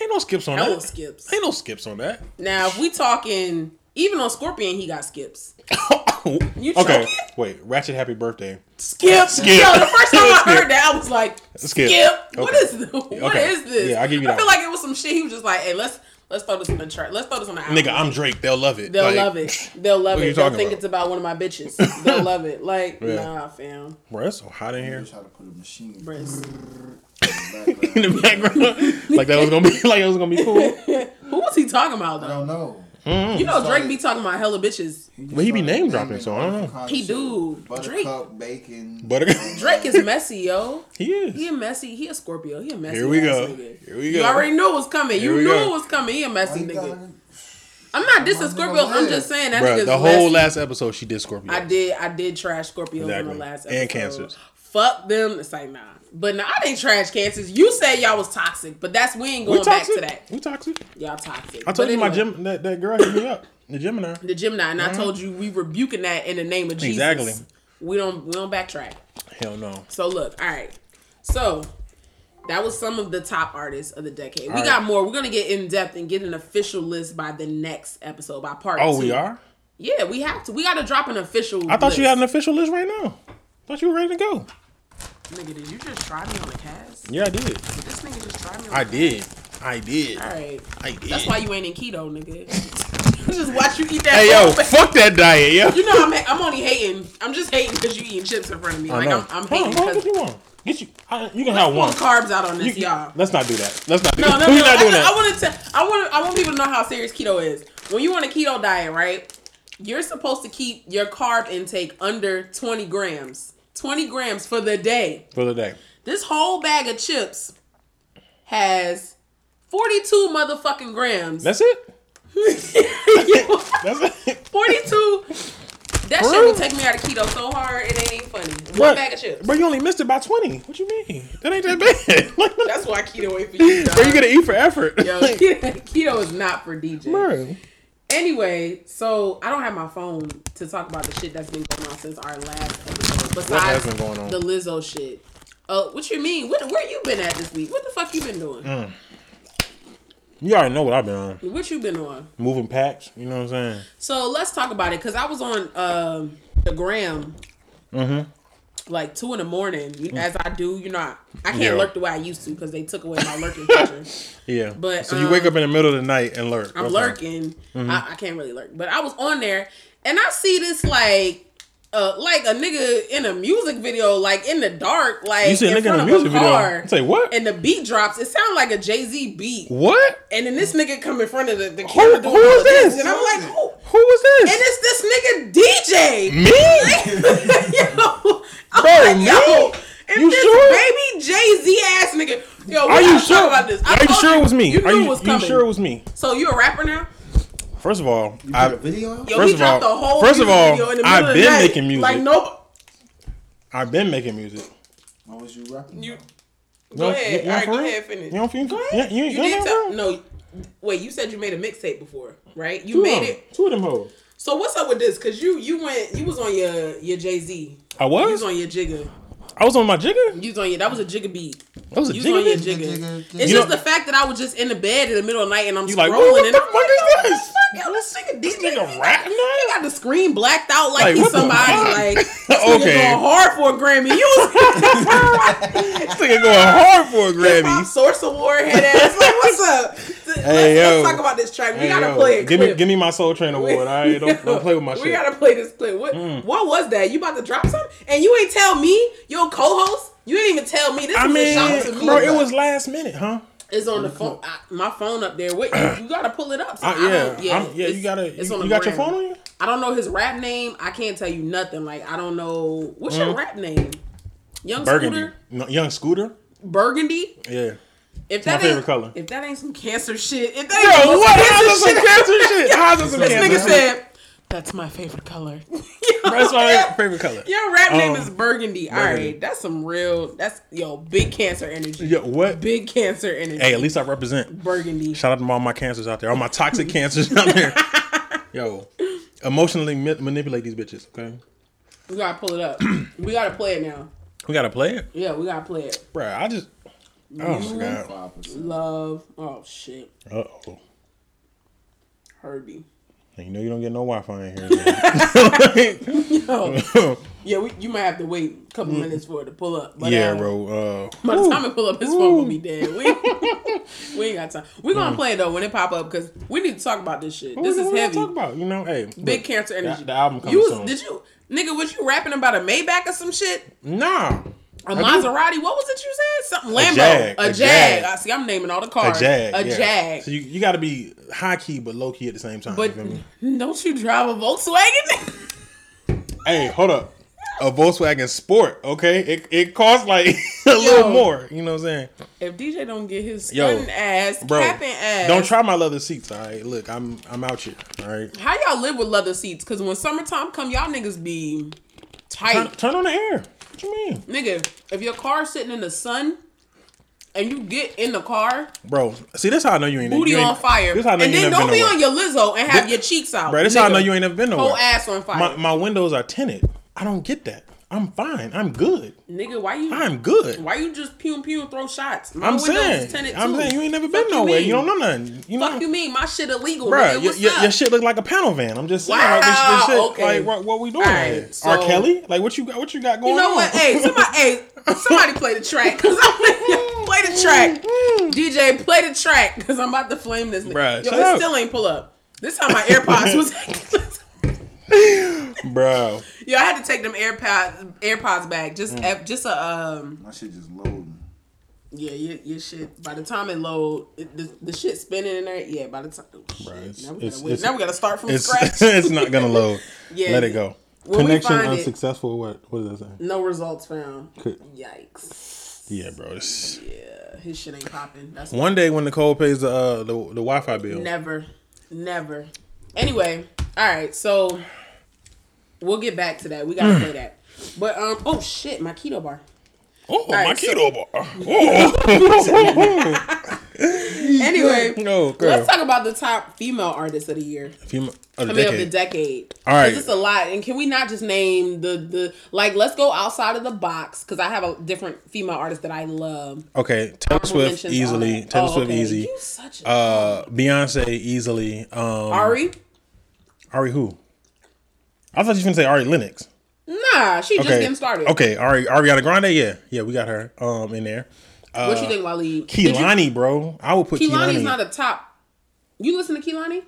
[SPEAKER 2] Ain't no skips on
[SPEAKER 3] Hella
[SPEAKER 2] that.
[SPEAKER 3] skips.
[SPEAKER 2] Ain't no skips on that.
[SPEAKER 3] Now, if we talking, even on Scorpion, he got skips.
[SPEAKER 2] [coughs]
[SPEAKER 3] You
[SPEAKER 2] okay.
[SPEAKER 3] joking?
[SPEAKER 2] Wait. Ratchet Happy Birthday.
[SPEAKER 3] Skip.
[SPEAKER 2] Skip.
[SPEAKER 3] Yo, the first time I
[SPEAKER 2] Skip.
[SPEAKER 3] heard that, I was like,
[SPEAKER 2] Skip.
[SPEAKER 3] Skip. What
[SPEAKER 2] Okay.
[SPEAKER 3] is this? What
[SPEAKER 2] Okay.
[SPEAKER 3] is this?
[SPEAKER 2] Yeah, I give you
[SPEAKER 3] I
[SPEAKER 2] that
[SPEAKER 3] feel
[SPEAKER 2] one.
[SPEAKER 3] like it was some shit. He was just like, hey, let's let's throw this on the track. Let's throw this on the album.
[SPEAKER 2] Nigga, I'm Drake. They'll love it.
[SPEAKER 3] They'll
[SPEAKER 2] Like, [laughs]
[SPEAKER 3] love it. They'll love
[SPEAKER 2] what you
[SPEAKER 3] it. They'll
[SPEAKER 2] talking
[SPEAKER 3] think
[SPEAKER 2] about?
[SPEAKER 3] it's about one of my
[SPEAKER 2] [laughs]
[SPEAKER 3] bitches. They'll love it. Like, nah, fam.
[SPEAKER 2] Bro, it's so hot in
[SPEAKER 3] [laughs]
[SPEAKER 4] I
[SPEAKER 2] here.
[SPEAKER 4] wish I'd have put a machine gun in
[SPEAKER 3] Briss.
[SPEAKER 4] the
[SPEAKER 2] In [laughs] the
[SPEAKER 4] background.
[SPEAKER 2] background, like that was gonna be, [laughs] like it was gonna be cool.
[SPEAKER 3] [laughs] Who was he talking about
[SPEAKER 4] I
[SPEAKER 3] though?
[SPEAKER 4] don't know.
[SPEAKER 2] Hmm.
[SPEAKER 3] You know,
[SPEAKER 4] Sorry.
[SPEAKER 3] Drake be talking about hella bitches.
[SPEAKER 4] just
[SPEAKER 2] Well, he be
[SPEAKER 4] started
[SPEAKER 2] name dropping,
[SPEAKER 4] naming
[SPEAKER 2] so I don't
[SPEAKER 4] all
[SPEAKER 2] know.
[SPEAKER 4] kinds
[SPEAKER 3] He
[SPEAKER 4] of
[SPEAKER 3] do.
[SPEAKER 4] shit.
[SPEAKER 3] Drake-
[SPEAKER 4] Buttercup, bacon.
[SPEAKER 2] Buttercup.
[SPEAKER 3] [laughs] Drake is messy, yo.
[SPEAKER 2] He is.
[SPEAKER 3] He a messy. He a Scorpio. He a messy.
[SPEAKER 2] Here we
[SPEAKER 3] ass
[SPEAKER 2] go.
[SPEAKER 3] Nigga.
[SPEAKER 2] Here we
[SPEAKER 3] You
[SPEAKER 2] go.
[SPEAKER 3] already knew it was coming.
[SPEAKER 2] Here
[SPEAKER 3] you
[SPEAKER 2] we
[SPEAKER 3] knew
[SPEAKER 2] go.
[SPEAKER 3] it was coming. He a messy
[SPEAKER 4] Why you
[SPEAKER 3] nigga.
[SPEAKER 4] gotta-
[SPEAKER 3] I'm not dissing
[SPEAKER 4] nigga
[SPEAKER 3] Scorpio. I'm
[SPEAKER 4] mad.
[SPEAKER 3] just saying that
[SPEAKER 2] Bro,
[SPEAKER 3] nigga's
[SPEAKER 2] the whole
[SPEAKER 3] messy.
[SPEAKER 2] last episode she did Scorpio.
[SPEAKER 3] I did. I did trash Scorpios
[SPEAKER 2] Exactly.
[SPEAKER 3] on the last
[SPEAKER 2] And
[SPEAKER 3] episode.
[SPEAKER 2] cancers.
[SPEAKER 3] Fuck them. It's like nah. But nah, I didn't trash cancers. You said y'all was toxic, but that's we ain't
[SPEAKER 2] We
[SPEAKER 3] going back
[SPEAKER 2] toxic.
[SPEAKER 3] to that.
[SPEAKER 2] We toxic.
[SPEAKER 3] Y'all
[SPEAKER 2] I
[SPEAKER 3] toxic. But
[SPEAKER 2] told you my
[SPEAKER 3] anyway,
[SPEAKER 2] Gem that, that girl hit me up. The Gemini.
[SPEAKER 3] the Gemini, and I told you we rebuking that in the name of Jesus.
[SPEAKER 2] Exactly.
[SPEAKER 3] We don't we don't backtrack.
[SPEAKER 2] Hell no.
[SPEAKER 3] So look, all right. So that was some of the top artists of the decade. we
[SPEAKER 2] right.
[SPEAKER 3] got more. We're gonna get in depth and get an official list by the next episode by part.
[SPEAKER 2] Oh,
[SPEAKER 3] two.
[SPEAKER 2] we are.
[SPEAKER 3] Yeah, we have to. We got to drop an official.
[SPEAKER 2] I thought you had an official list right now. Thought you were ready to go.
[SPEAKER 3] Nigga, did you just try me on the cast?
[SPEAKER 2] Yeah, I did.
[SPEAKER 3] This nigga just tried me. on
[SPEAKER 2] I
[SPEAKER 3] the
[SPEAKER 2] did. I did.
[SPEAKER 3] cast? All right.
[SPEAKER 2] I did.
[SPEAKER 3] That's why you ain't in keto, nigga. [laughs] just watch you eat that.
[SPEAKER 2] Hey yo,
[SPEAKER 3] whole-
[SPEAKER 2] fuck that diet, yo.
[SPEAKER 3] You know I'm I'm only hating. I'm just hating because you eating chips in front of me.
[SPEAKER 2] I
[SPEAKER 3] Like
[SPEAKER 2] know.
[SPEAKER 3] I'm, I'm
[SPEAKER 2] Hold
[SPEAKER 3] hating
[SPEAKER 2] on, hold on,
[SPEAKER 3] because
[SPEAKER 2] get you one. Get you. I, you can have
[SPEAKER 3] pulling
[SPEAKER 2] one.
[SPEAKER 3] carbs out on
[SPEAKER 2] You-
[SPEAKER 3] this,
[SPEAKER 2] you-
[SPEAKER 3] y'all.
[SPEAKER 2] Let's not do that. Let's not. Do
[SPEAKER 3] No,
[SPEAKER 2] that.
[SPEAKER 3] no,
[SPEAKER 2] [laughs] We're
[SPEAKER 3] no.
[SPEAKER 2] not
[SPEAKER 3] I,
[SPEAKER 2] doing
[SPEAKER 3] ju- I
[SPEAKER 2] that.
[SPEAKER 3] want to. I want. I want people to know how serious keto is. When you on a keto diet, right? You're supposed to keep your carb intake under 20 grams. 20 grams for the day.
[SPEAKER 2] For the day.
[SPEAKER 3] This whole bag of chips has 42 motherfucking grams. [laughs]
[SPEAKER 2] That's it.
[SPEAKER 3] Forty-two.
[SPEAKER 2] That's it.
[SPEAKER 3] That shit will take me out of keto so hard it ain't even funny.
[SPEAKER 2] [laughs]
[SPEAKER 3] One
[SPEAKER 2] But-
[SPEAKER 3] bag of chips.
[SPEAKER 2] But you only missed it by twenty. What you mean? That ain't that bad. [laughs] like,
[SPEAKER 3] That's why
[SPEAKER 2] [laughs]
[SPEAKER 3] keto ain't for you.
[SPEAKER 2] bro, you
[SPEAKER 3] dog.
[SPEAKER 2] gonna eat for effort.
[SPEAKER 3] Yo,
[SPEAKER 2] [laughs] Like,
[SPEAKER 3] [laughs] keto is not for DJ.
[SPEAKER 2] bro.
[SPEAKER 3] Anyway, so I don't have my phone to talk about the shit that's been going on since our last episode.
[SPEAKER 2] has
[SPEAKER 3] Besides
[SPEAKER 2] been going on?
[SPEAKER 3] the Lizzo shit. Uh, what you mean? What, where you been at this week? What the fuck you been doing?
[SPEAKER 2] Mm. You already know what I've been on.
[SPEAKER 3] What you been on?
[SPEAKER 2] Moving packs. You know what I'm saying? Mm-hmm.
[SPEAKER 3] So let's talk about it because I was on um the gram like two in the morning you- as I do. You know, I, I can't
[SPEAKER 2] Mm. Yeah.
[SPEAKER 3] lurk the way I used to because they took away my
[SPEAKER 2] [laughs]
[SPEAKER 3] lurking feature.
[SPEAKER 2] Yeah.
[SPEAKER 3] But,
[SPEAKER 2] so you wake
[SPEAKER 3] um,
[SPEAKER 2] up in the middle of the night and lurk.
[SPEAKER 3] I'm
[SPEAKER 2] Okay. Mm-hmm.
[SPEAKER 3] lurking. I, I can't really lurk, but I was on there and I see this like. Uh, like a nigga in a music video, like in the dark, like
[SPEAKER 2] You see a
[SPEAKER 3] in
[SPEAKER 2] nigga in
[SPEAKER 3] front
[SPEAKER 2] a
[SPEAKER 3] of
[SPEAKER 2] music video.
[SPEAKER 3] car,
[SPEAKER 2] I Say what?
[SPEAKER 3] and the beat drops. It sounded like a Jay Z beat,
[SPEAKER 2] what?
[SPEAKER 3] and then this nigga come in front of the, the camera. doing
[SPEAKER 2] who
[SPEAKER 3] all
[SPEAKER 2] is this?
[SPEAKER 3] And I'm like, who?
[SPEAKER 2] Who was
[SPEAKER 3] And
[SPEAKER 2] this?
[SPEAKER 3] it's this nigga DJ.
[SPEAKER 2] Me?
[SPEAKER 3] [laughs] yo, I'm
[SPEAKER 2] Bro,
[SPEAKER 3] like, yo,
[SPEAKER 2] me?
[SPEAKER 3] if
[SPEAKER 2] You sure?
[SPEAKER 3] this baby Jay Z ass nigga, yo, we
[SPEAKER 2] Are you
[SPEAKER 3] gotta talk
[SPEAKER 2] sure?
[SPEAKER 3] About this. I
[SPEAKER 2] Are you
[SPEAKER 3] told
[SPEAKER 2] sure it was me?
[SPEAKER 3] You knew
[SPEAKER 2] Are you,
[SPEAKER 3] it was
[SPEAKER 2] you
[SPEAKER 3] coming.
[SPEAKER 2] sure it was me?
[SPEAKER 3] So you a rapper now?
[SPEAKER 2] First of all,
[SPEAKER 4] You put a
[SPEAKER 2] I
[SPEAKER 4] video out?
[SPEAKER 3] Yo,
[SPEAKER 2] First
[SPEAKER 3] he
[SPEAKER 2] of
[SPEAKER 3] dropped
[SPEAKER 2] all-
[SPEAKER 3] a whole
[SPEAKER 2] first of
[SPEAKER 3] music
[SPEAKER 2] all,
[SPEAKER 3] video in the
[SPEAKER 2] I've
[SPEAKER 3] middle of
[SPEAKER 2] been
[SPEAKER 3] the night.
[SPEAKER 2] making music.
[SPEAKER 3] Like no,
[SPEAKER 2] I've been making music.
[SPEAKER 4] Why was you rapping?
[SPEAKER 3] you go
[SPEAKER 2] No,
[SPEAKER 3] ahead.
[SPEAKER 2] you-
[SPEAKER 3] All
[SPEAKER 2] you
[SPEAKER 3] right,
[SPEAKER 2] for
[SPEAKER 3] go
[SPEAKER 2] real?
[SPEAKER 3] ahead, finish.
[SPEAKER 2] You don't feel
[SPEAKER 3] Go
[SPEAKER 2] you,
[SPEAKER 3] ahead.
[SPEAKER 2] you,
[SPEAKER 3] You,
[SPEAKER 2] ain't done
[SPEAKER 3] did
[SPEAKER 2] that,
[SPEAKER 3] tell
[SPEAKER 2] bro?
[SPEAKER 3] no. Wait, you said you made a mixtape before, right? You
[SPEAKER 2] Two of
[SPEAKER 3] made
[SPEAKER 2] them.
[SPEAKER 3] it.
[SPEAKER 2] Two of them hoes.
[SPEAKER 3] So what's up with this? Cause you you went you was on your your Jay Z.
[SPEAKER 2] I
[SPEAKER 3] You
[SPEAKER 2] was?
[SPEAKER 3] was on your Jigga.
[SPEAKER 2] I was on my jigger?
[SPEAKER 3] You was on your that was a Jigga beat.
[SPEAKER 2] That was a
[SPEAKER 3] You was on your
[SPEAKER 2] jigger? bitch?
[SPEAKER 3] Jigga.
[SPEAKER 4] Jigga, jigga.
[SPEAKER 3] It's
[SPEAKER 2] You
[SPEAKER 3] just
[SPEAKER 2] know-
[SPEAKER 3] the fact that I was just in the bed in the middle of the night and I'm
[SPEAKER 2] You
[SPEAKER 3] scrolling
[SPEAKER 2] like, what
[SPEAKER 3] and
[SPEAKER 2] the
[SPEAKER 3] I'm
[SPEAKER 2] fuck is this?
[SPEAKER 3] like, yo, this nigga this
[SPEAKER 2] nigga
[SPEAKER 3] nigga
[SPEAKER 2] rap
[SPEAKER 3] rapping. You got the screen blacked out like,
[SPEAKER 2] Like,
[SPEAKER 3] he's
[SPEAKER 2] what the
[SPEAKER 3] somebody
[SPEAKER 2] fuck? [laughs]
[SPEAKER 3] like this nigga
[SPEAKER 2] Okay.
[SPEAKER 3] going hard for a Grammy. You was
[SPEAKER 2] This
[SPEAKER 3] [laughs]
[SPEAKER 2] nigga going hard for a
[SPEAKER 3] Pop
[SPEAKER 2] Grammy.
[SPEAKER 3] Source Award head ass. Like, what's up? Let's,
[SPEAKER 2] Hey, yo.
[SPEAKER 3] let's talk about this track. We
[SPEAKER 2] Hey,
[SPEAKER 3] gotta
[SPEAKER 2] yo,
[SPEAKER 3] play it.
[SPEAKER 2] give me, give me my Soul Train
[SPEAKER 3] We- [laughs]
[SPEAKER 2] award. All right, don't, don't play with my
[SPEAKER 3] we
[SPEAKER 2] shit. Mm.
[SPEAKER 3] gotta play this clip. What what was that? You about to drop something? And you ain't tell me, your co-host, you didn't even tell me. This
[SPEAKER 2] I
[SPEAKER 3] is a shock to
[SPEAKER 2] mean,
[SPEAKER 3] me.
[SPEAKER 2] bro, it was last minute, huh?
[SPEAKER 3] it's on the phone. I, my phone up there. Wait, you gotta pull it up. So
[SPEAKER 2] I,
[SPEAKER 3] I
[SPEAKER 2] Uh, yeah,
[SPEAKER 3] don't-
[SPEAKER 2] yeah, I'm, yeah. You
[SPEAKER 3] it's-
[SPEAKER 2] gotta.
[SPEAKER 3] it's
[SPEAKER 2] you
[SPEAKER 3] on
[SPEAKER 2] you
[SPEAKER 3] the
[SPEAKER 2] got your
[SPEAKER 3] gram.
[SPEAKER 2] phone on you?
[SPEAKER 3] I don't know his rap name. I can't tell you nothing. Like I don't know what's your
[SPEAKER 2] Mm-hmm.
[SPEAKER 3] rap name. Young
[SPEAKER 2] Burgundy,
[SPEAKER 3] Scooter,
[SPEAKER 2] no, young Scooter.
[SPEAKER 3] Burgundy.
[SPEAKER 2] Yeah.
[SPEAKER 3] If
[SPEAKER 2] my
[SPEAKER 3] that
[SPEAKER 2] favorite
[SPEAKER 3] ain't
[SPEAKER 2] color.
[SPEAKER 3] if that ain't some cancer shit, if that ain't
[SPEAKER 2] Yo,
[SPEAKER 3] some
[SPEAKER 2] what? How's
[SPEAKER 3] cancer
[SPEAKER 2] that some
[SPEAKER 3] shit, [laughs]
[SPEAKER 2] cancer shit? How's that some
[SPEAKER 3] this
[SPEAKER 2] cancer
[SPEAKER 3] nigga
[SPEAKER 2] shit?
[SPEAKER 3] said, "That's my favorite color." [laughs]
[SPEAKER 2] [laughs] That's my favorite color.
[SPEAKER 3] Your rap name
[SPEAKER 2] Um,
[SPEAKER 3] is Burgundy. All
[SPEAKER 2] Burgundy.
[SPEAKER 3] right, that's some real. That's yo big cancer energy.
[SPEAKER 2] Yo, what?
[SPEAKER 3] Big cancer energy.
[SPEAKER 2] Hey, at least I represent.
[SPEAKER 3] Burgundy.
[SPEAKER 2] Shout out to all my cancers out there, all my toxic cancers out [laughs] there. Yo, emotionally ma- manipulate these bitches. Okay,
[SPEAKER 3] We gotta pull it up. we gotta play it now.
[SPEAKER 2] we gotta play it,
[SPEAKER 3] Yeah, we gotta play it.
[SPEAKER 2] bro. I just. Oh
[SPEAKER 3] Mm-hmm.
[SPEAKER 2] my god.
[SPEAKER 4] 5%.
[SPEAKER 3] Love. Oh shit,
[SPEAKER 2] Uh oh.
[SPEAKER 3] Herbie. [laughs]
[SPEAKER 2] You know you don't get no Wi-Fi in [laughs] here.
[SPEAKER 3] Yo,
[SPEAKER 2] man.
[SPEAKER 3] Oh.
[SPEAKER 2] [laughs]
[SPEAKER 3] yeah, we, you might have to wait a couple minutes for it to pull up. But,
[SPEAKER 2] Mm. yeah,
[SPEAKER 3] um,
[SPEAKER 2] bro. Uh,
[SPEAKER 3] By the time it pull up, his phone will be dead. We,
[SPEAKER 2] [laughs]
[SPEAKER 3] we ain't got time. We gonna play it though when it pop up because we need to talk about this shit.
[SPEAKER 2] Mm.
[SPEAKER 3] This
[SPEAKER 2] what-
[SPEAKER 3] is
[SPEAKER 2] what
[SPEAKER 3] heavy.
[SPEAKER 2] Talk about you know, hey,
[SPEAKER 3] Big
[SPEAKER 2] look,
[SPEAKER 3] cancer energy.
[SPEAKER 2] The, the album coming
[SPEAKER 3] you was,
[SPEAKER 2] soon.
[SPEAKER 3] Did you, nigga? Was you rapping about a Maybach or some shit?
[SPEAKER 2] Nah,
[SPEAKER 3] A
[SPEAKER 2] do.
[SPEAKER 3] Maserati? What was it you said? Something Lambo? A Jag?
[SPEAKER 2] Jag,
[SPEAKER 3] I
[SPEAKER 2] a Jag.
[SPEAKER 3] see, I'm naming all the
[SPEAKER 2] a
[SPEAKER 3] cars.
[SPEAKER 2] jag.
[SPEAKER 3] A
[SPEAKER 2] yeah.
[SPEAKER 3] Jag.
[SPEAKER 2] So you, you got to be high key but low key at the same time.
[SPEAKER 3] but
[SPEAKER 2] you feel me?
[SPEAKER 3] don't you drive a Volkswagen? [laughs]
[SPEAKER 2] hey, hold up, a Volkswagen Sport. Okay, it it costs like [laughs] a little more. You know what I'm saying,
[SPEAKER 3] if DJ don't get his
[SPEAKER 2] Yo,
[SPEAKER 3] stunting ass,
[SPEAKER 2] bro?
[SPEAKER 3] capping ass,
[SPEAKER 2] Don't try my leather seats. All right, look, I'm I'm out here. All right,
[SPEAKER 3] How y'all live with leather seats? Cause when summertime come, y'all niggas be
[SPEAKER 2] turn,
[SPEAKER 3] tight.
[SPEAKER 2] turn on the air. What you mean,
[SPEAKER 3] Nigga, if your car's sitting in the sun and you get in the car,
[SPEAKER 2] bro? See, this how I know you ain't
[SPEAKER 3] booty
[SPEAKER 2] you ain't-
[SPEAKER 3] on fire,
[SPEAKER 2] This how I
[SPEAKER 3] and
[SPEAKER 2] know you
[SPEAKER 3] then
[SPEAKER 2] ain't
[SPEAKER 3] don't
[SPEAKER 2] never
[SPEAKER 3] be
[SPEAKER 2] been
[SPEAKER 3] on
[SPEAKER 2] nowhere.
[SPEAKER 3] your Lizzo and have your cheeks out.
[SPEAKER 2] Bro, this how I
[SPEAKER 3] nigga.
[SPEAKER 2] know you ain't never been nowhere.
[SPEAKER 3] Whole ass on fire.
[SPEAKER 2] My my windows are tinted. I don't get that. I'm fine. I'm good.
[SPEAKER 3] Nigga, why you
[SPEAKER 2] I'm good.
[SPEAKER 3] Why you just pew pew and throw shots? My
[SPEAKER 2] I'm
[SPEAKER 3] windows
[SPEAKER 2] saying,
[SPEAKER 3] is tinted
[SPEAKER 2] I'm
[SPEAKER 3] too.
[SPEAKER 2] saying you ain't never been
[SPEAKER 3] Fuck
[SPEAKER 2] nowhere. You,
[SPEAKER 3] mean?
[SPEAKER 2] don't know nothing. You
[SPEAKER 3] Fuck
[SPEAKER 2] know,
[SPEAKER 3] you mean my shit illegal,
[SPEAKER 2] Bruh,
[SPEAKER 3] nigga.
[SPEAKER 2] your,
[SPEAKER 3] What's
[SPEAKER 2] your,
[SPEAKER 3] up?
[SPEAKER 2] your shit look like a panel van. I'm just saying, like, this,
[SPEAKER 3] Wow,
[SPEAKER 2] this shit,
[SPEAKER 3] okay.
[SPEAKER 2] like what, what we doing?
[SPEAKER 3] Alright,
[SPEAKER 2] here?
[SPEAKER 3] so-
[SPEAKER 2] R. Kelly, like what you got? What you got going?
[SPEAKER 3] you know what?
[SPEAKER 2] on?
[SPEAKER 3] Hey, somebody, hey, somebody play the track. Cause I'm play the track. DJ, play the track. Cause I'm about to flame this. nigga.
[SPEAKER 2] Bruh,
[SPEAKER 3] Yo,
[SPEAKER 2] shut
[SPEAKER 3] it
[SPEAKER 2] up.
[SPEAKER 3] still ain't pull up. This time my AirPods was. [laughs]
[SPEAKER 2] bro.
[SPEAKER 3] Yo, I had to take them AirPods AirPods back. Just
[SPEAKER 2] Mm.
[SPEAKER 3] a- just a um.
[SPEAKER 4] My shit just loading.
[SPEAKER 3] Yeah, your, your shit. By the time it load, it, the, the shit spinning in there. Yeah, by the time. Oh, shit.
[SPEAKER 2] it's-
[SPEAKER 3] now, we
[SPEAKER 2] it's-
[SPEAKER 3] gotta wait.
[SPEAKER 2] it's-
[SPEAKER 3] now we gotta start
[SPEAKER 2] [laughs]
[SPEAKER 3] from
[SPEAKER 2] It's
[SPEAKER 3] scratch.
[SPEAKER 2] it's not gonna load.
[SPEAKER 3] Yeah.
[SPEAKER 2] Let it go.
[SPEAKER 3] When we
[SPEAKER 2] Connection
[SPEAKER 3] find it-
[SPEAKER 2] unsuccessful. What what does that
[SPEAKER 3] No results found.
[SPEAKER 2] say?
[SPEAKER 3] Yikes.
[SPEAKER 2] Yeah, bro. It's...
[SPEAKER 3] Yeah, his shit ain't popping. That's
[SPEAKER 2] One day when Nicole pays the uh, the, the Wi-Fi bill,
[SPEAKER 3] never, never. Anyway, all right. So we'll get back to that. We
[SPEAKER 2] Hmm.
[SPEAKER 3] gotta play that. But um, oh shit, my keto bar.
[SPEAKER 2] oh
[SPEAKER 3] right,
[SPEAKER 2] my
[SPEAKER 3] so-
[SPEAKER 2] keto bar.
[SPEAKER 3] [laughs]
[SPEAKER 2] Oh. [laughs]
[SPEAKER 3] Anyway,
[SPEAKER 2] No, girl.
[SPEAKER 3] let's talk about the top female artists of the year.
[SPEAKER 2] Female of the
[SPEAKER 3] I mean, of the
[SPEAKER 2] decade.
[SPEAKER 3] decade.
[SPEAKER 2] All right.
[SPEAKER 3] 'Cause It's a lot, and can we not just name the the like? Let's go outside of the box because I have a different female artist that I love.
[SPEAKER 2] Okay, Taylor Swift
[SPEAKER 3] Mentions
[SPEAKER 2] easily.
[SPEAKER 3] are-
[SPEAKER 2] Taylor
[SPEAKER 3] oh,
[SPEAKER 2] Swift
[SPEAKER 3] okay.
[SPEAKER 2] easy.
[SPEAKER 3] You such a
[SPEAKER 2] Uh, Beyonce easily. Um,
[SPEAKER 3] Ari.
[SPEAKER 2] Ari who? I thought you were gonna say Ari Lennox.
[SPEAKER 3] Nah, she just
[SPEAKER 2] Okay.
[SPEAKER 3] getting started.
[SPEAKER 2] Okay, Ari, Ariana Grande, yeah, yeah, we got her um in there. Uh,
[SPEAKER 3] what you think, Waleed? Did you-
[SPEAKER 2] Kehlani, bro, I would put Kehlani.
[SPEAKER 3] Keelani's not a top. You listen to Keelani?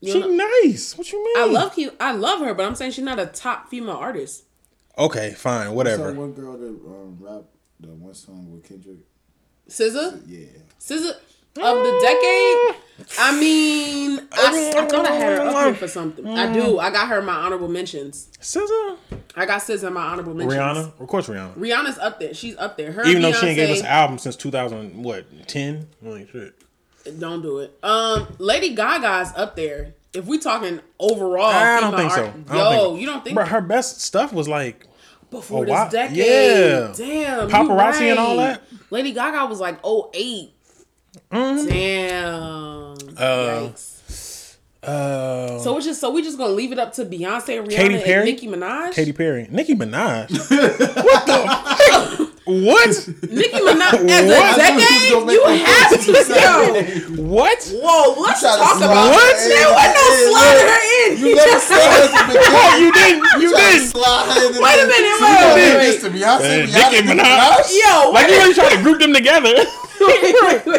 [SPEAKER 3] You
[SPEAKER 2] She
[SPEAKER 3] don't know-
[SPEAKER 2] nice. What you mean?
[SPEAKER 3] I love Ke- I love her, but I'm saying she's not a top female artist.
[SPEAKER 2] Okay, fine,
[SPEAKER 4] So
[SPEAKER 2] whatever.
[SPEAKER 4] one girl that um, rapped the one song with Kendrick.
[SPEAKER 3] SZA,
[SPEAKER 4] Yeah.
[SPEAKER 3] SZA of
[SPEAKER 2] Mm.
[SPEAKER 3] the decade. I mean, I, I thought I had her up here for something. I
[SPEAKER 2] Mm.
[SPEAKER 3] do. I got her in my honorable mentions.
[SPEAKER 2] SZA,
[SPEAKER 3] I got SZA in my honorable mentions.
[SPEAKER 2] Rihanna, of course Rihanna.
[SPEAKER 3] Rihanna's up there. She's up there. Her
[SPEAKER 2] Even
[SPEAKER 3] Beyonce,
[SPEAKER 2] though she ain't gave us an album since 2000, what 10? Like shit.
[SPEAKER 3] Don't do it. Um, Lady Gaga's up there. If we talking overall,
[SPEAKER 2] I don't
[SPEAKER 3] female
[SPEAKER 2] think so.
[SPEAKER 3] art-
[SPEAKER 2] I don't
[SPEAKER 3] Yo,
[SPEAKER 2] think so.
[SPEAKER 3] you don't think
[SPEAKER 2] Bro, her best stuff was like
[SPEAKER 3] before
[SPEAKER 2] Oh,
[SPEAKER 3] this
[SPEAKER 2] wow.
[SPEAKER 3] decade.
[SPEAKER 2] Yeah.
[SPEAKER 3] Damn. you
[SPEAKER 2] Paparazzi and all that?
[SPEAKER 3] Lady Gaga was like 8
[SPEAKER 2] Mm-hmm.
[SPEAKER 3] Damn. Yikes.
[SPEAKER 2] uh
[SPEAKER 3] So it's just so we just gonna leave it up to Beyonce, Rihanna,
[SPEAKER 2] Katy Perry?
[SPEAKER 3] and Nicki Minaj.
[SPEAKER 2] Katy Perry, Nicki [laughs] Minaj. what the? Heck? [laughs]
[SPEAKER 3] Nicki Minaj as a
[SPEAKER 2] What?
[SPEAKER 3] decade, you have to.
[SPEAKER 4] [laughs]
[SPEAKER 3] Yo.
[SPEAKER 2] What? What?
[SPEAKER 3] Whoa, let's
[SPEAKER 4] tried to
[SPEAKER 3] talk
[SPEAKER 4] slide
[SPEAKER 3] about
[SPEAKER 2] her
[SPEAKER 3] what?
[SPEAKER 2] in.
[SPEAKER 3] There wasn't no
[SPEAKER 4] Yeah,
[SPEAKER 3] slaughter
[SPEAKER 4] yeah.
[SPEAKER 3] her in.
[SPEAKER 4] You never said that
[SPEAKER 2] Oh, you didn't. You didn't.
[SPEAKER 4] Wait
[SPEAKER 3] Wait a minute, wait, wait, wait.
[SPEAKER 4] Mr. Beyonce,
[SPEAKER 2] Uh, Nicki Minaj.
[SPEAKER 3] [laughs] Yo,
[SPEAKER 2] Like you ain't trying to group them together.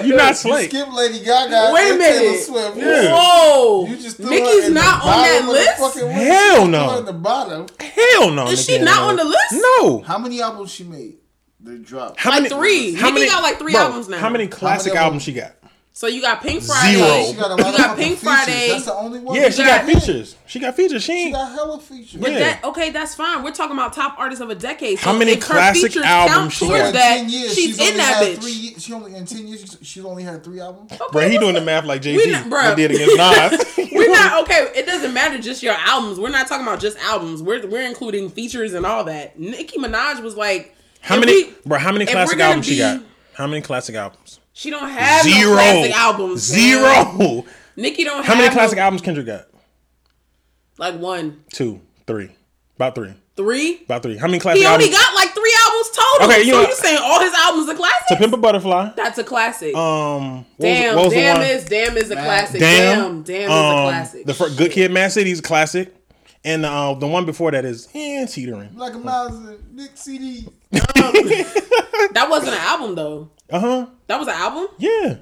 [SPEAKER 2] You're not slick.
[SPEAKER 4] Skip Lady Gaga.
[SPEAKER 3] Wait a
[SPEAKER 4] and Taylor
[SPEAKER 3] minute.
[SPEAKER 4] Swift.
[SPEAKER 2] Yeah.
[SPEAKER 3] Whoa.
[SPEAKER 4] You just threw her
[SPEAKER 3] Nicki's
[SPEAKER 4] in the
[SPEAKER 3] not on that
[SPEAKER 4] bottom of the
[SPEAKER 3] list?
[SPEAKER 4] fucking list.
[SPEAKER 2] Hell
[SPEAKER 4] You threw
[SPEAKER 2] no.
[SPEAKER 4] her At the bottom.
[SPEAKER 2] Hell no.
[SPEAKER 3] Is
[SPEAKER 2] Nicki
[SPEAKER 3] she not
[SPEAKER 2] Minaj.
[SPEAKER 3] on the list?
[SPEAKER 2] No.
[SPEAKER 4] How many albums she made? They dropped.
[SPEAKER 2] How
[SPEAKER 3] Like three. Nicki got like three albums now.
[SPEAKER 2] How many classic
[SPEAKER 4] albums?
[SPEAKER 2] albums she got?
[SPEAKER 3] So you got Pink Friday.
[SPEAKER 2] Zero.
[SPEAKER 4] She got a lot
[SPEAKER 3] You
[SPEAKER 4] of
[SPEAKER 3] got
[SPEAKER 4] fucking
[SPEAKER 3] Pink
[SPEAKER 4] features.
[SPEAKER 3] Friday.
[SPEAKER 4] That's the only one.
[SPEAKER 2] Yeah, she got
[SPEAKER 3] got-
[SPEAKER 2] features. She got features. She
[SPEAKER 4] She
[SPEAKER 2] ain't.
[SPEAKER 4] got hella features.
[SPEAKER 2] Yeah.
[SPEAKER 3] That, okay, that's fine. We're talking about top artists of a decade. So
[SPEAKER 2] How many
[SPEAKER 3] if her
[SPEAKER 2] classic
[SPEAKER 3] features
[SPEAKER 2] albums
[SPEAKER 3] count
[SPEAKER 2] she
[SPEAKER 3] towards
[SPEAKER 2] got?
[SPEAKER 3] that,
[SPEAKER 4] In 10 years,
[SPEAKER 3] she's,
[SPEAKER 4] she's
[SPEAKER 3] in
[SPEAKER 4] only
[SPEAKER 3] that
[SPEAKER 4] had
[SPEAKER 3] bitch. Oh.
[SPEAKER 4] Three, ye- she only in ten years, she's- she's only had three albums.
[SPEAKER 2] Bro, he doing the math like Jay
[SPEAKER 3] we
[SPEAKER 2] Z.
[SPEAKER 3] not- bruh.
[SPEAKER 2] did against
[SPEAKER 3] [laughs]
[SPEAKER 2] Nas.
[SPEAKER 3] We're not okay. It doesn't matter just your albums. We're not talking about just albums. We're we're including features and all that. Nicki Minaj was like,
[SPEAKER 2] [laughs] How
[SPEAKER 3] if
[SPEAKER 2] many?
[SPEAKER 3] we-
[SPEAKER 2] bro, how many
[SPEAKER 3] if we're
[SPEAKER 2] classic
[SPEAKER 3] gonna
[SPEAKER 2] albums she
[SPEAKER 3] be-
[SPEAKER 2] got? How many classic albums?
[SPEAKER 3] She don't have
[SPEAKER 2] Zero.
[SPEAKER 3] no classic albums.
[SPEAKER 2] Zero.
[SPEAKER 3] man. Nicki don't.
[SPEAKER 2] How
[SPEAKER 3] have
[SPEAKER 2] many
[SPEAKER 3] no-
[SPEAKER 2] classic albums Kendrick got?
[SPEAKER 3] Like one,
[SPEAKER 2] Two, three, about three,
[SPEAKER 3] three.
[SPEAKER 2] about three. How many classic
[SPEAKER 3] He
[SPEAKER 2] albums?
[SPEAKER 3] only got like three albums total.
[SPEAKER 2] Okay, you
[SPEAKER 3] so
[SPEAKER 2] know-
[SPEAKER 3] you saying all his albums are classics?
[SPEAKER 2] to Pimp a Butterfly.
[SPEAKER 3] That's a classic.
[SPEAKER 2] Um, what was-
[SPEAKER 3] damn,
[SPEAKER 2] what was the
[SPEAKER 3] damn
[SPEAKER 2] one?
[SPEAKER 3] is damn is a classic.
[SPEAKER 2] Damn,
[SPEAKER 3] Damn, damn,
[SPEAKER 2] um,
[SPEAKER 3] is a classic.
[SPEAKER 2] The fir- Good Kid, Mad City is a classic, and uh, the one before that is eh, teetering.
[SPEAKER 4] Like a mouse and Nick CD.
[SPEAKER 3] that wasn't an album though.
[SPEAKER 2] Uh huh.
[SPEAKER 3] That was an album.
[SPEAKER 2] Yeah,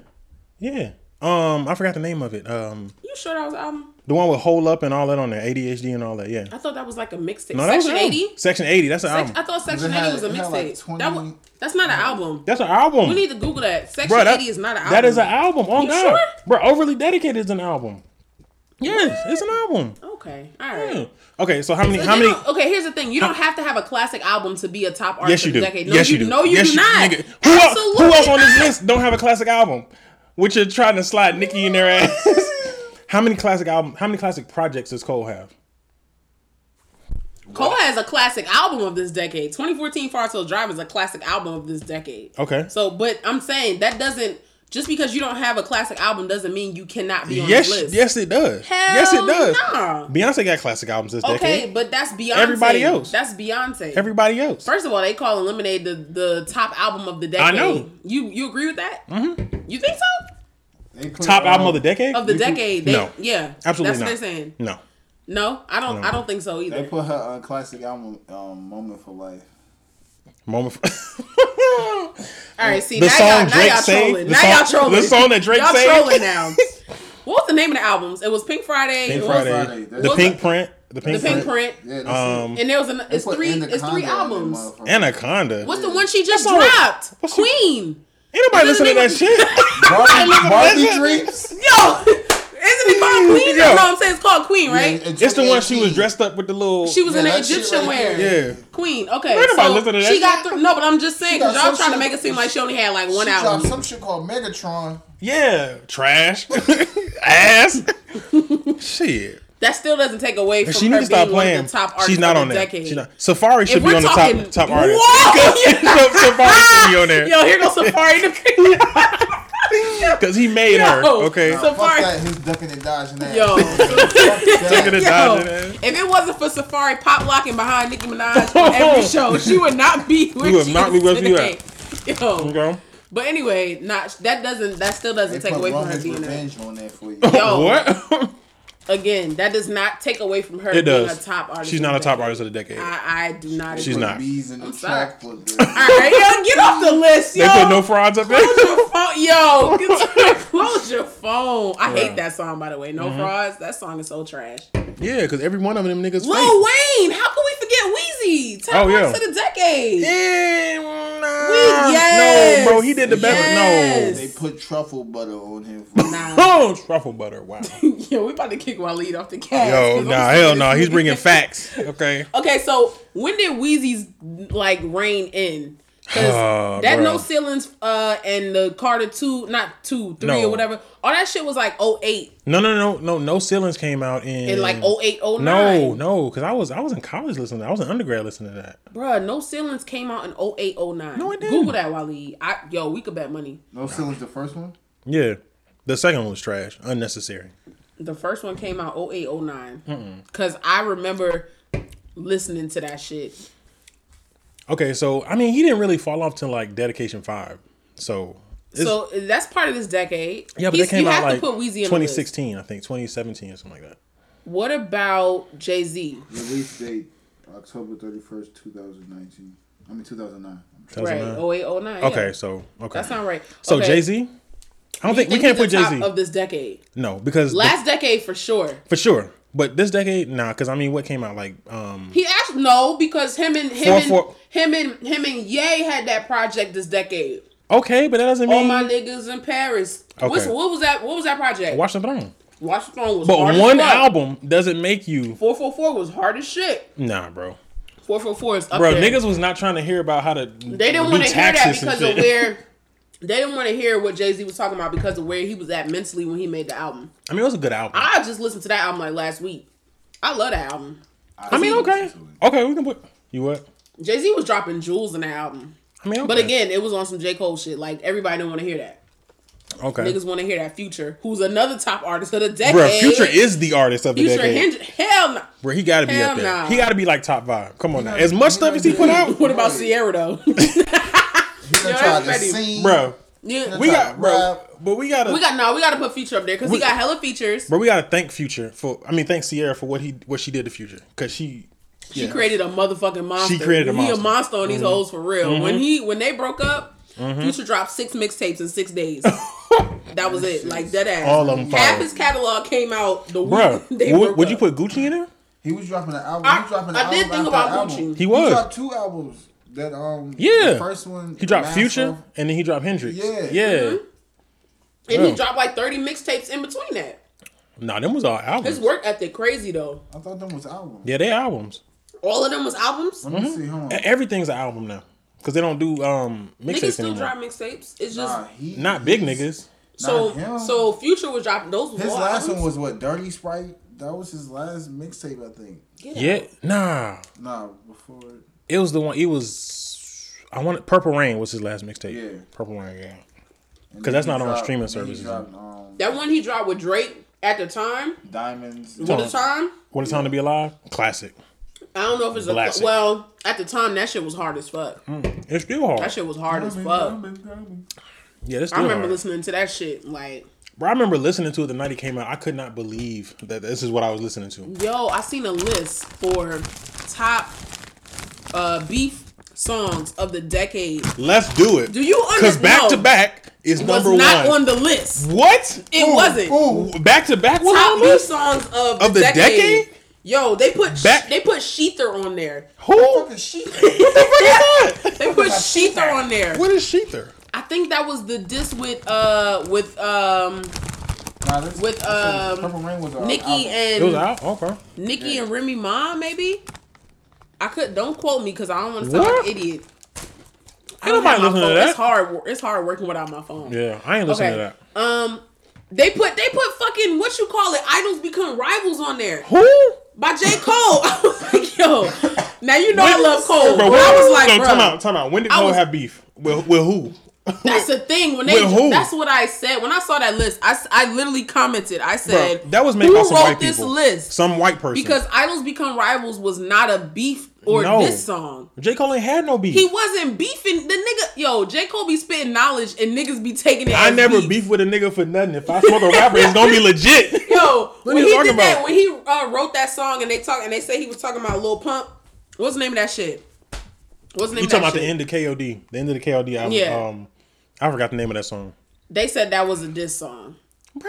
[SPEAKER 2] yeah. Um, I forgot the name of it. Um,
[SPEAKER 3] You sure that was an album?
[SPEAKER 2] the one with Hole Up and all that on there, ADHD and all that. Yeah.
[SPEAKER 3] I thought that was like a mixtape.
[SPEAKER 2] No, that was
[SPEAKER 3] Section
[SPEAKER 2] an album.
[SPEAKER 3] eighty.
[SPEAKER 2] Section eighty. That's an
[SPEAKER 3] Sec-
[SPEAKER 2] album.
[SPEAKER 3] I thought Section
[SPEAKER 4] It had-
[SPEAKER 3] eighty was a
[SPEAKER 4] it had,
[SPEAKER 3] mixtape.
[SPEAKER 4] like, 20
[SPEAKER 3] that was, that's not an album.
[SPEAKER 2] That's an album.
[SPEAKER 3] We need to Google that. Section
[SPEAKER 2] Bruh, that-
[SPEAKER 3] eighty is not an album.
[SPEAKER 2] That is an album. Oh
[SPEAKER 3] You
[SPEAKER 2] God,
[SPEAKER 3] sure?
[SPEAKER 2] bro, overly dedicated is an album. Yes, it's an album.
[SPEAKER 3] Okay, all right.
[SPEAKER 2] Yeah. Okay, so how many?
[SPEAKER 3] So
[SPEAKER 2] Hmm. how
[SPEAKER 3] you
[SPEAKER 2] many?
[SPEAKER 3] don't- Okay, here's the thing. You don't have to have a classic album to be a top
[SPEAKER 2] Yes,
[SPEAKER 3] artist.
[SPEAKER 2] you
[SPEAKER 3] of the
[SPEAKER 2] do.
[SPEAKER 3] Decade. No,
[SPEAKER 2] yes,
[SPEAKER 3] you,
[SPEAKER 2] you, do.
[SPEAKER 3] No, you
[SPEAKER 2] yes,
[SPEAKER 3] do not.
[SPEAKER 2] nigga. Who else? Who else on this
[SPEAKER 3] Absolutely
[SPEAKER 2] list don't have a classic album? Which you're trying to slide Nicki in their ass. [laughs] how many classic album? How many classic projects does Cole have?
[SPEAKER 3] not. Cole has a classic album of this decade. 2014 Far Till Drive is a classic album of this decade.
[SPEAKER 2] Okay.
[SPEAKER 3] So, but I'm saying that doesn't just because you don't have a classic album doesn't mean you cannot be on
[SPEAKER 2] yes,
[SPEAKER 3] the list.
[SPEAKER 2] yes, it does.
[SPEAKER 3] Hell
[SPEAKER 2] yes, it does.
[SPEAKER 3] nah.
[SPEAKER 2] Beyonce got classic albums this
[SPEAKER 3] Okay,
[SPEAKER 2] decade.
[SPEAKER 3] but that's Beyonce.
[SPEAKER 2] Everybody else.
[SPEAKER 3] That's Beyonce.
[SPEAKER 2] Everybody else.
[SPEAKER 3] First of all, they call Lemonade the, the top album of the decade.
[SPEAKER 2] I know.
[SPEAKER 3] You you agree with that? Mm-hmm. You think so?
[SPEAKER 4] They put,
[SPEAKER 2] Top album
[SPEAKER 4] um,
[SPEAKER 2] of the decade.
[SPEAKER 3] Of the
[SPEAKER 4] You think-
[SPEAKER 3] decade, they,
[SPEAKER 2] No.
[SPEAKER 3] yeah,
[SPEAKER 2] Absolutely
[SPEAKER 3] That's
[SPEAKER 2] not.
[SPEAKER 3] what they're saying.
[SPEAKER 2] No.
[SPEAKER 3] No, I don't. I don't think so either.
[SPEAKER 4] They put her uh, classic album, um, Moment for Life.
[SPEAKER 2] Moment. For-
[SPEAKER 3] All right, see
[SPEAKER 2] The
[SPEAKER 3] now,
[SPEAKER 2] song
[SPEAKER 3] y'all, now
[SPEAKER 2] Drake
[SPEAKER 3] y'all
[SPEAKER 2] saved-
[SPEAKER 3] trolling.
[SPEAKER 2] the
[SPEAKER 3] Now
[SPEAKER 2] song-
[SPEAKER 3] y'all trolling.
[SPEAKER 2] the song that Drake
[SPEAKER 3] y'all
[SPEAKER 2] saved.
[SPEAKER 3] trolling now. what was the name of the albums? It was Pink Friday.
[SPEAKER 2] Pink
[SPEAKER 3] it
[SPEAKER 2] Friday.
[SPEAKER 3] Was,
[SPEAKER 4] Friday.
[SPEAKER 2] The
[SPEAKER 4] What
[SPEAKER 2] Pink Print. The Pink,
[SPEAKER 3] the Pink Print.
[SPEAKER 4] Yeah, that's
[SPEAKER 2] Um,
[SPEAKER 4] it.
[SPEAKER 3] And there was an.
[SPEAKER 4] They
[SPEAKER 3] It's
[SPEAKER 4] put
[SPEAKER 3] three.
[SPEAKER 4] Anaconda
[SPEAKER 3] It's three
[SPEAKER 4] in that
[SPEAKER 3] albums.
[SPEAKER 4] motherfucker.
[SPEAKER 2] Anaconda.
[SPEAKER 3] What's the one she just
[SPEAKER 2] all right.
[SPEAKER 3] dropped?
[SPEAKER 2] What's the-
[SPEAKER 3] Queen.
[SPEAKER 2] Ain't nobody
[SPEAKER 3] Isn't
[SPEAKER 2] listening to that shit.
[SPEAKER 4] Barbie, Barbie
[SPEAKER 2] listen.
[SPEAKER 4] Dreams. [laughs]
[SPEAKER 3] Yo, isn't it called Queen?
[SPEAKER 2] Yo.
[SPEAKER 3] No, I'm saying it's called Queen, right?
[SPEAKER 4] Yeah, in
[SPEAKER 2] It's the one she was
[SPEAKER 4] 2018.
[SPEAKER 2] dressed up with the little.
[SPEAKER 3] She was in
[SPEAKER 4] Yeah,
[SPEAKER 3] the
[SPEAKER 4] that shit
[SPEAKER 3] Egyptian
[SPEAKER 4] right
[SPEAKER 3] wear.
[SPEAKER 4] there.
[SPEAKER 2] Yeah.
[SPEAKER 3] Queen. Okay.
[SPEAKER 2] Ain't nobody
[SPEAKER 3] so
[SPEAKER 2] listening to that
[SPEAKER 3] she got through. No, but I'm just saying because
[SPEAKER 4] got
[SPEAKER 3] y'all
[SPEAKER 4] some
[SPEAKER 3] trying to
[SPEAKER 4] shit-
[SPEAKER 3] make it seem like she only had like one
[SPEAKER 4] She dropped
[SPEAKER 3] album.
[SPEAKER 4] some shit called Megatron.
[SPEAKER 2] Yeah. Trash. [laughs] Ass. Shit.
[SPEAKER 3] That still doesn't take away from
[SPEAKER 2] She
[SPEAKER 3] her
[SPEAKER 2] need to
[SPEAKER 3] being
[SPEAKER 2] stop
[SPEAKER 3] one
[SPEAKER 2] playing.
[SPEAKER 3] of the top artists
[SPEAKER 2] She's not
[SPEAKER 3] of
[SPEAKER 2] on
[SPEAKER 3] the
[SPEAKER 2] there.
[SPEAKER 3] decade.
[SPEAKER 2] She's not. Safari should be on the top top artist. [laughs]
[SPEAKER 3] [laughs] Whoa!
[SPEAKER 2] Safari should be on there
[SPEAKER 3] Yo, here goes Safari.
[SPEAKER 2] [laughs] because he made her.
[SPEAKER 3] Yo.
[SPEAKER 2] Okay.
[SPEAKER 3] So-
[SPEAKER 4] Fuck
[SPEAKER 3] Safari.
[SPEAKER 4] that, his ducking and dodging ass.
[SPEAKER 3] Yo.
[SPEAKER 4] Fuck [laughs] that.
[SPEAKER 2] Ducking and
[SPEAKER 3] Yo,
[SPEAKER 2] dodging ass.
[SPEAKER 3] if it wasn't for Safari pop locking behind
[SPEAKER 2] [laughs]
[SPEAKER 3] Nicki Minaj on every show, she would not be where
[SPEAKER 2] We would
[SPEAKER 3] she
[SPEAKER 2] not be
[SPEAKER 3] is
[SPEAKER 2] where she
[SPEAKER 3] today. [laughs] Yo,
[SPEAKER 2] Okay.
[SPEAKER 3] but anyway, not that doesn't that still doesn't
[SPEAKER 4] They
[SPEAKER 3] take away
[SPEAKER 4] put
[SPEAKER 3] from her
[SPEAKER 4] Roman's
[SPEAKER 2] [laughs]
[SPEAKER 3] being there.
[SPEAKER 4] Revenge on there for you.
[SPEAKER 3] Yo,
[SPEAKER 2] What?
[SPEAKER 3] Again, that does not take away from her
[SPEAKER 2] It
[SPEAKER 3] being
[SPEAKER 2] does.
[SPEAKER 3] a top artist.
[SPEAKER 2] She's
[SPEAKER 3] of
[SPEAKER 2] not
[SPEAKER 3] the
[SPEAKER 2] a top
[SPEAKER 3] decade.
[SPEAKER 2] artist of the decade.
[SPEAKER 3] I, I do not.
[SPEAKER 2] She's
[SPEAKER 3] agree.
[SPEAKER 2] not.
[SPEAKER 4] Bees in the
[SPEAKER 3] I'm
[SPEAKER 4] trap for
[SPEAKER 3] All
[SPEAKER 4] this.
[SPEAKER 3] right, yo, get off the list, yo.
[SPEAKER 2] they put no frauds up there.
[SPEAKER 3] Close your phone, yo.
[SPEAKER 2] [laughs]
[SPEAKER 3] get- Close your phone. I hate that song, by the way. No
[SPEAKER 2] Mm-hmm.
[SPEAKER 3] frauds. That song is so trash.
[SPEAKER 2] yeah, because every one of them niggas. fake.
[SPEAKER 3] Lil Wayne. How can we forget Wheezy? Top
[SPEAKER 2] Oh, yeah.
[SPEAKER 3] artist of the decade.
[SPEAKER 2] Yeah, nah.
[SPEAKER 3] yes.
[SPEAKER 2] No, bro, he did the best.
[SPEAKER 3] Yes.
[SPEAKER 4] They put truffle butter on him.
[SPEAKER 2] [laughs]
[SPEAKER 4] For
[SPEAKER 2] No.
[SPEAKER 3] Nah.
[SPEAKER 2] Oh, truffle butter.
[SPEAKER 3] [laughs]
[SPEAKER 2] Wow.
[SPEAKER 3] yo, we about to kick Waleed off the cast.
[SPEAKER 2] Yo,
[SPEAKER 3] 'cause I'm
[SPEAKER 2] nah,
[SPEAKER 3] sick of
[SPEAKER 2] hell
[SPEAKER 3] this
[SPEAKER 2] no. He's
[SPEAKER 3] nigga.
[SPEAKER 2] bringing [laughs] facts. Okay.
[SPEAKER 3] [laughs] Okay, so when did Wheezy's like reign in? 'Cause
[SPEAKER 2] Ah, [sighs]
[SPEAKER 3] that
[SPEAKER 2] bruh.
[SPEAKER 3] no ceilings uh and the Carter two, not two, three
[SPEAKER 2] No.
[SPEAKER 3] or whatever. All that shit was like 08
[SPEAKER 2] No, no, no, no. No ceilings came out in
[SPEAKER 3] and like 08, 09.
[SPEAKER 2] No, no, because I was I was in college listening. to that. I was an undergrad listening to that.
[SPEAKER 3] Bruh, no ceilings came out in 08, 09.
[SPEAKER 2] No, it didn't.
[SPEAKER 3] Google that, Waleed. I yo, we could bet money.
[SPEAKER 4] no ceilings, the first one.
[SPEAKER 2] Yeah, the second one was trash, unnecessary.
[SPEAKER 3] The first one came out 08, 09. Cause I remember listening to that shit.
[SPEAKER 2] Okay, so I mean, he didn't really fall off till like Dedication Five. So it's-
[SPEAKER 3] so that's part of this decade.
[SPEAKER 2] yeah, but
[SPEAKER 3] He's-
[SPEAKER 2] that came
[SPEAKER 3] you
[SPEAKER 2] out
[SPEAKER 3] have
[SPEAKER 2] like
[SPEAKER 3] to put Wheezy in the list.
[SPEAKER 2] 2016, I think 2017 or something like that.
[SPEAKER 3] What about Jay Z?
[SPEAKER 4] Release date October thirty first, two thousand nineteen. I mean two thousand nine.
[SPEAKER 3] Right, Oh,
[SPEAKER 2] 2009.
[SPEAKER 3] 08, 09.
[SPEAKER 2] Okay,
[SPEAKER 3] yeah.
[SPEAKER 2] so okay,
[SPEAKER 3] That's not right.
[SPEAKER 2] So
[SPEAKER 3] Okay.
[SPEAKER 2] Jay Z, I don't think,
[SPEAKER 3] Think
[SPEAKER 2] we can't put
[SPEAKER 3] he's the
[SPEAKER 2] Jay
[SPEAKER 3] top
[SPEAKER 2] Z.
[SPEAKER 3] of this decade.
[SPEAKER 2] no, because the-
[SPEAKER 3] Last decade for sure.
[SPEAKER 2] for sure. But this decade, nah, because I mean, what came out like um
[SPEAKER 3] He actually no because him and him
[SPEAKER 2] Four, four-
[SPEAKER 3] and him and him and Ye had that project this decade.
[SPEAKER 2] okay, but that doesn't
[SPEAKER 3] All
[SPEAKER 2] mean
[SPEAKER 3] Oh my niggas in Paris. What's,
[SPEAKER 2] Okay.
[SPEAKER 3] what was that? What was that project? Watch,
[SPEAKER 2] Watch the Throne.
[SPEAKER 3] the Throne was
[SPEAKER 2] But
[SPEAKER 3] hard
[SPEAKER 2] one
[SPEAKER 3] as fuck.
[SPEAKER 2] album doesn't make you
[SPEAKER 3] 444 was hard as shit.
[SPEAKER 2] nah, bro.
[SPEAKER 3] 444 is up
[SPEAKER 2] Bro,
[SPEAKER 3] there.
[SPEAKER 2] niggas was not trying to hear about how to
[SPEAKER 3] they didn't want to hear that because of where they didn't want to hear what Jay Z was talking about because of where he was at mentally when he made the album.
[SPEAKER 2] [laughs] I mean, it was a good album. I,
[SPEAKER 3] I just listened to that album like last week. I love that album.
[SPEAKER 2] mean, okay, okay, we can put you what?
[SPEAKER 3] Jay Z was dropping jewels in that album.
[SPEAKER 2] I mean, okay.
[SPEAKER 3] But again, it was on some J. Cole shit. Like everybody didn't want to hear that.
[SPEAKER 2] okay,
[SPEAKER 3] Niggas want to hear that Future, who's another top artist of the decade.
[SPEAKER 2] bro, Future is the artist of the
[SPEAKER 3] Future
[SPEAKER 2] decade.
[SPEAKER 3] Hendrix. Hell no.
[SPEAKER 2] bro, he got to be
[SPEAKER 3] Hell
[SPEAKER 2] up there.
[SPEAKER 3] nah.
[SPEAKER 2] He got to be like top five. Come on now, as much stuff as he put out,
[SPEAKER 3] [laughs] What about
[SPEAKER 2] [laughs]
[SPEAKER 3] Sierra though?
[SPEAKER 4] He's gonna
[SPEAKER 3] Yo,
[SPEAKER 4] try to
[SPEAKER 3] everybody-
[SPEAKER 4] sing.
[SPEAKER 2] bro.
[SPEAKER 3] yeah,
[SPEAKER 2] We
[SPEAKER 3] we,
[SPEAKER 2] got bro,
[SPEAKER 4] Rap.
[SPEAKER 2] but we got to
[SPEAKER 3] got no. We got to put Future up there because he
[SPEAKER 2] We-
[SPEAKER 3] got hella features.
[SPEAKER 2] But we gotta thank Future for. I mean, thank Sierra for what he what she did to Future because she.
[SPEAKER 3] She created a motherfucking monster.
[SPEAKER 2] She created a
[SPEAKER 3] He
[SPEAKER 2] monster. Mm-hmm.
[SPEAKER 3] a monster on these hoes for real. When he when they broke up, Future dropped six mixtapes in
[SPEAKER 2] [laughs]
[SPEAKER 3] six days. that was it. Like dead ass.
[SPEAKER 2] All of 'em
[SPEAKER 3] Half
[SPEAKER 2] fire.
[SPEAKER 3] his catalog came out the
[SPEAKER 2] Bro,
[SPEAKER 3] week [laughs] they
[SPEAKER 2] would,
[SPEAKER 3] broke
[SPEAKER 2] would you
[SPEAKER 3] up.
[SPEAKER 2] put Gucci in there?
[SPEAKER 4] He was dropping an album.
[SPEAKER 3] I-
[SPEAKER 4] he was dropping an
[SPEAKER 3] I
[SPEAKER 4] album
[SPEAKER 3] did think
[SPEAKER 4] after
[SPEAKER 3] about
[SPEAKER 4] album.
[SPEAKER 3] Gucci.
[SPEAKER 2] He was.
[SPEAKER 4] He dropped two albums. That um.
[SPEAKER 2] Yeah.
[SPEAKER 4] The first one.
[SPEAKER 2] He dropped
[SPEAKER 4] Mask
[SPEAKER 2] Future
[SPEAKER 4] Off.
[SPEAKER 2] and then he dropped Hendrix.
[SPEAKER 4] Yeah.
[SPEAKER 2] Yeah.
[SPEAKER 3] Mm-hmm. And he
[SPEAKER 2] Yeah.
[SPEAKER 3] dropped like thirty mixtapes in between that.
[SPEAKER 2] Nah, them was all albums.
[SPEAKER 3] His work ethic crazy though.
[SPEAKER 4] I thought them was albums.
[SPEAKER 2] Yeah, they albums.
[SPEAKER 3] All of them was albums.
[SPEAKER 4] Let me see. Hold
[SPEAKER 2] E-
[SPEAKER 4] on.
[SPEAKER 2] Everything's an album now because they don't do um
[SPEAKER 3] Niggas
[SPEAKER 2] mixtapes
[SPEAKER 3] still
[SPEAKER 2] anymore.
[SPEAKER 3] drop mixtapes. It's just
[SPEAKER 4] Nah, he-
[SPEAKER 2] Not big
[SPEAKER 4] he's-
[SPEAKER 2] niggas.
[SPEAKER 3] so
[SPEAKER 4] him.
[SPEAKER 3] so Future was dropping those. Was
[SPEAKER 4] His
[SPEAKER 3] all
[SPEAKER 4] last one
[SPEAKER 3] albums.
[SPEAKER 4] was what? Dirty Sprite. That was his last mixtape, I think.
[SPEAKER 3] Get out.
[SPEAKER 2] Yeah, nah,
[SPEAKER 4] Nah, before.
[SPEAKER 2] it was the one. It was I wanted Purple Rain was his last mixtape.
[SPEAKER 4] Yeah.
[SPEAKER 2] Purple Rain. Yeah.
[SPEAKER 4] and
[SPEAKER 2] 'Cause
[SPEAKER 4] then
[SPEAKER 2] that's
[SPEAKER 4] he
[SPEAKER 2] not on
[SPEAKER 4] dropped-
[SPEAKER 2] streaming
[SPEAKER 4] then he
[SPEAKER 2] services.
[SPEAKER 4] dropped, um,
[SPEAKER 3] That one he dropped with Drake at the time.
[SPEAKER 4] Diamonds.
[SPEAKER 3] At the
[SPEAKER 2] Oh.
[SPEAKER 3] time,
[SPEAKER 2] What a time to be alive. Classic.
[SPEAKER 3] I don't know if it's
[SPEAKER 2] Classic.
[SPEAKER 3] a well. At the time, that shit was hard as fuck.
[SPEAKER 2] It's still hard.
[SPEAKER 3] That shit was hard as
[SPEAKER 4] Diamonds,
[SPEAKER 3] fuck.
[SPEAKER 4] diamonds, diamonds.
[SPEAKER 2] yeah, it's still
[SPEAKER 3] I remember
[SPEAKER 2] hard.
[SPEAKER 3] listening to that shit like,
[SPEAKER 2] Bro, I remember listening to it the night it came out. I could not believe that this is what I was listening to.
[SPEAKER 3] yo, I seen a list for top uh beef songs of the decade.
[SPEAKER 2] Let's do it.
[SPEAKER 3] Do you
[SPEAKER 2] Because
[SPEAKER 3] understand?
[SPEAKER 2] back to back is
[SPEAKER 3] was
[SPEAKER 2] number
[SPEAKER 3] not
[SPEAKER 2] one.
[SPEAKER 3] on the list.
[SPEAKER 2] What?
[SPEAKER 3] It wasn't.
[SPEAKER 4] Ooh,
[SPEAKER 2] Back to back was
[SPEAKER 3] top
[SPEAKER 2] on
[SPEAKER 3] beef
[SPEAKER 2] this?
[SPEAKER 3] songs of,
[SPEAKER 2] Of the decade?
[SPEAKER 3] Yo, they put
[SPEAKER 2] Back-
[SPEAKER 3] they put Sheether on there.
[SPEAKER 2] Who?
[SPEAKER 4] fucking shit.
[SPEAKER 3] They put Sheether on there.
[SPEAKER 2] What is Sheether?
[SPEAKER 3] I think that was the diss with uh with um
[SPEAKER 4] [laughs] Nah, this-
[SPEAKER 3] With,
[SPEAKER 4] this was-
[SPEAKER 3] um,
[SPEAKER 4] Purple Rain was a
[SPEAKER 3] Nikki
[SPEAKER 4] album.
[SPEAKER 2] Oh, It was
[SPEAKER 3] and
[SPEAKER 2] out? Okay.
[SPEAKER 3] Nikki and Remy Ma maybe. I could don't quote me because I don't want to sound
[SPEAKER 2] What?
[SPEAKER 3] like an idiot. I
[SPEAKER 2] Ain't
[SPEAKER 3] don't
[SPEAKER 2] nobody
[SPEAKER 3] have my
[SPEAKER 2] listening to
[SPEAKER 3] phone.
[SPEAKER 2] that.
[SPEAKER 3] It's hard. wor- It's hard working without my phone.
[SPEAKER 2] Yeah, I ain't listening
[SPEAKER 3] Okay.
[SPEAKER 2] to that.
[SPEAKER 3] Um, they put they put fucking what you call it idols become rivals on there.
[SPEAKER 2] Who?
[SPEAKER 3] by J. Cole. [laughs] I was like, yo, now you know I
[SPEAKER 2] When-
[SPEAKER 3] love Cole.
[SPEAKER 2] Bro,
[SPEAKER 3] but I was
[SPEAKER 2] when-
[SPEAKER 3] like,
[SPEAKER 2] no,
[SPEAKER 3] bro,
[SPEAKER 2] time out, time out. When did
[SPEAKER 3] I
[SPEAKER 2] Cole
[SPEAKER 3] was-
[SPEAKER 2] have beef? With, with who? [laughs]
[SPEAKER 3] that's the thing. When they,
[SPEAKER 2] With who?
[SPEAKER 3] that's what I said. When I saw that list, I, s- I literally commented.
[SPEAKER 2] Bro,
[SPEAKER 3] I said,
[SPEAKER 2] that was made
[SPEAKER 3] who
[SPEAKER 2] by some
[SPEAKER 3] wrote
[SPEAKER 2] white
[SPEAKER 3] this
[SPEAKER 2] people.
[SPEAKER 3] list?
[SPEAKER 2] Some white person.
[SPEAKER 3] because Idols Become Rivals was not a beef or
[SPEAKER 2] No.
[SPEAKER 3] this song.
[SPEAKER 2] J. Cole ain't had no beef.
[SPEAKER 3] He wasn't beefing the nigga. Yo, J. Cole be spitting knowledge and niggas be taking it.
[SPEAKER 2] I
[SPEAKER 3] as [laughs]
[SPEAKER 2] never beef with a nigga for nothing. If I smoke a rapper, it's gonna be legit.
[SPEAKER 3] Yo,
[SPEAKER 2] What
[SPEAKER 3] when
[SPEAKER 2] are
[SPEAKER 3] he
[SPEAKER 2] you
[SPEAKER 3] did
[SPEAKER 2] talking
[SPEAKER 3] that,
[SPEAKER 2] about?
[SPEAKER 3] when he uh, wrote that song and they talk and they say he was talking about Lil Pump. What's the name of that shit? What's the name
[SPEAKER 2] You talking
[SPEAKER 3] of that
[SPEAKER 2] about the
[SPEAKER 3] shit?
[SPEAKER 2] end of KOD? The end of the KOD album.
[SPEAKER 3] Yeah.
[SPEAKER 2] Um, I forgot the name of that song.
[SPEAKER 3] They said that was a diss song.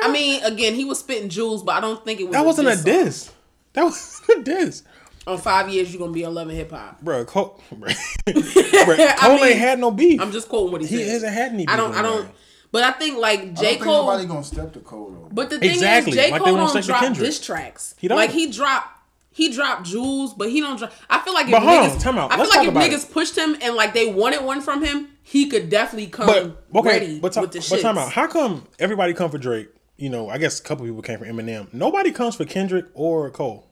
[SPEAKER 3] I mean, again, he was spitting jewels, but I don't think it was.
[SPEAKER 2] That wasn't a
[SPEAKER 3] song.
[SPEAKER 2] diss. That was [laughs] a diss,
[SPEAKER 3] On five years, you're gonna be on Love and Hip Hop.
[SPEAKER 2] bro. [laughs] Cole,
[SPEAKER 3] [laughs]
[SPEAKER 2] bro. Bro, Cole
[SPEAKER 3] mean,
[SPEAKER 2] ain't had no beef.
[SPEAKER 3] I'm just quoting what he,
[SPEAKER 2] he
[SPEAKER 3] said.
[SPEAKER 2] hasn't had any. Beef
[SPEAKER 3] I don't. I
[SPEAKER 2] with
[SPEAKER 3] don't.
[SPEAKER 2] nobody.
[SPEAKER 3] But I think like
[SPEAKER 4] I don't
[SPEAKER 3] J
[SPEAKER 4] think
[SPEAKER 3] Cole.
[SPEAKER 4] nobody gonna step to Cole though.
[SPEAKER 3] But the thing
[SPEAKER 2] Exactly,
[SPEAKER 3] is, J.
[SPEAKER 2] like they
[SPEAKER 3] Cole
[SPEAKER 2] won't
[SPEAKER 3] don't
[SPEAKER 2] stick to
[SPEAKER 3] drop
[SPEAKER 2] Kendrick.
[SPEAKER 3] diss tracks.
[SPEAKER 2] He don't.
[SPEAKER 3] Like he dropped he dropped jewels, but he don't drop I feel like if
[SPEAKER 2] But hold on,
[SPEAKER 3] niggas,
[SPEAKER 2] time out.
[SPEAKER 3] I feel
[SPEAKER 2] Let's
[SPEAKER 3] like
[SPEAKER 2] talk
[SPEAKER 3] if
[SPEAKER 2] about
[SPEAKER 3] niggas pushed him and like they wanted one from him, he could definitely come
[SPEAKER 2] But okay,
[SPEAKER 3] ready
[SPEAKER 2] but, ti-
[SPEAKER 3] with the
[SPEAKER 2] but
[SPEAKER 3] shit.
[SPEAKER 2] time out. How come everybody come for Drake? You know, I guess a couple people came for Eminem. Nobody comes for Kendrick or Cole.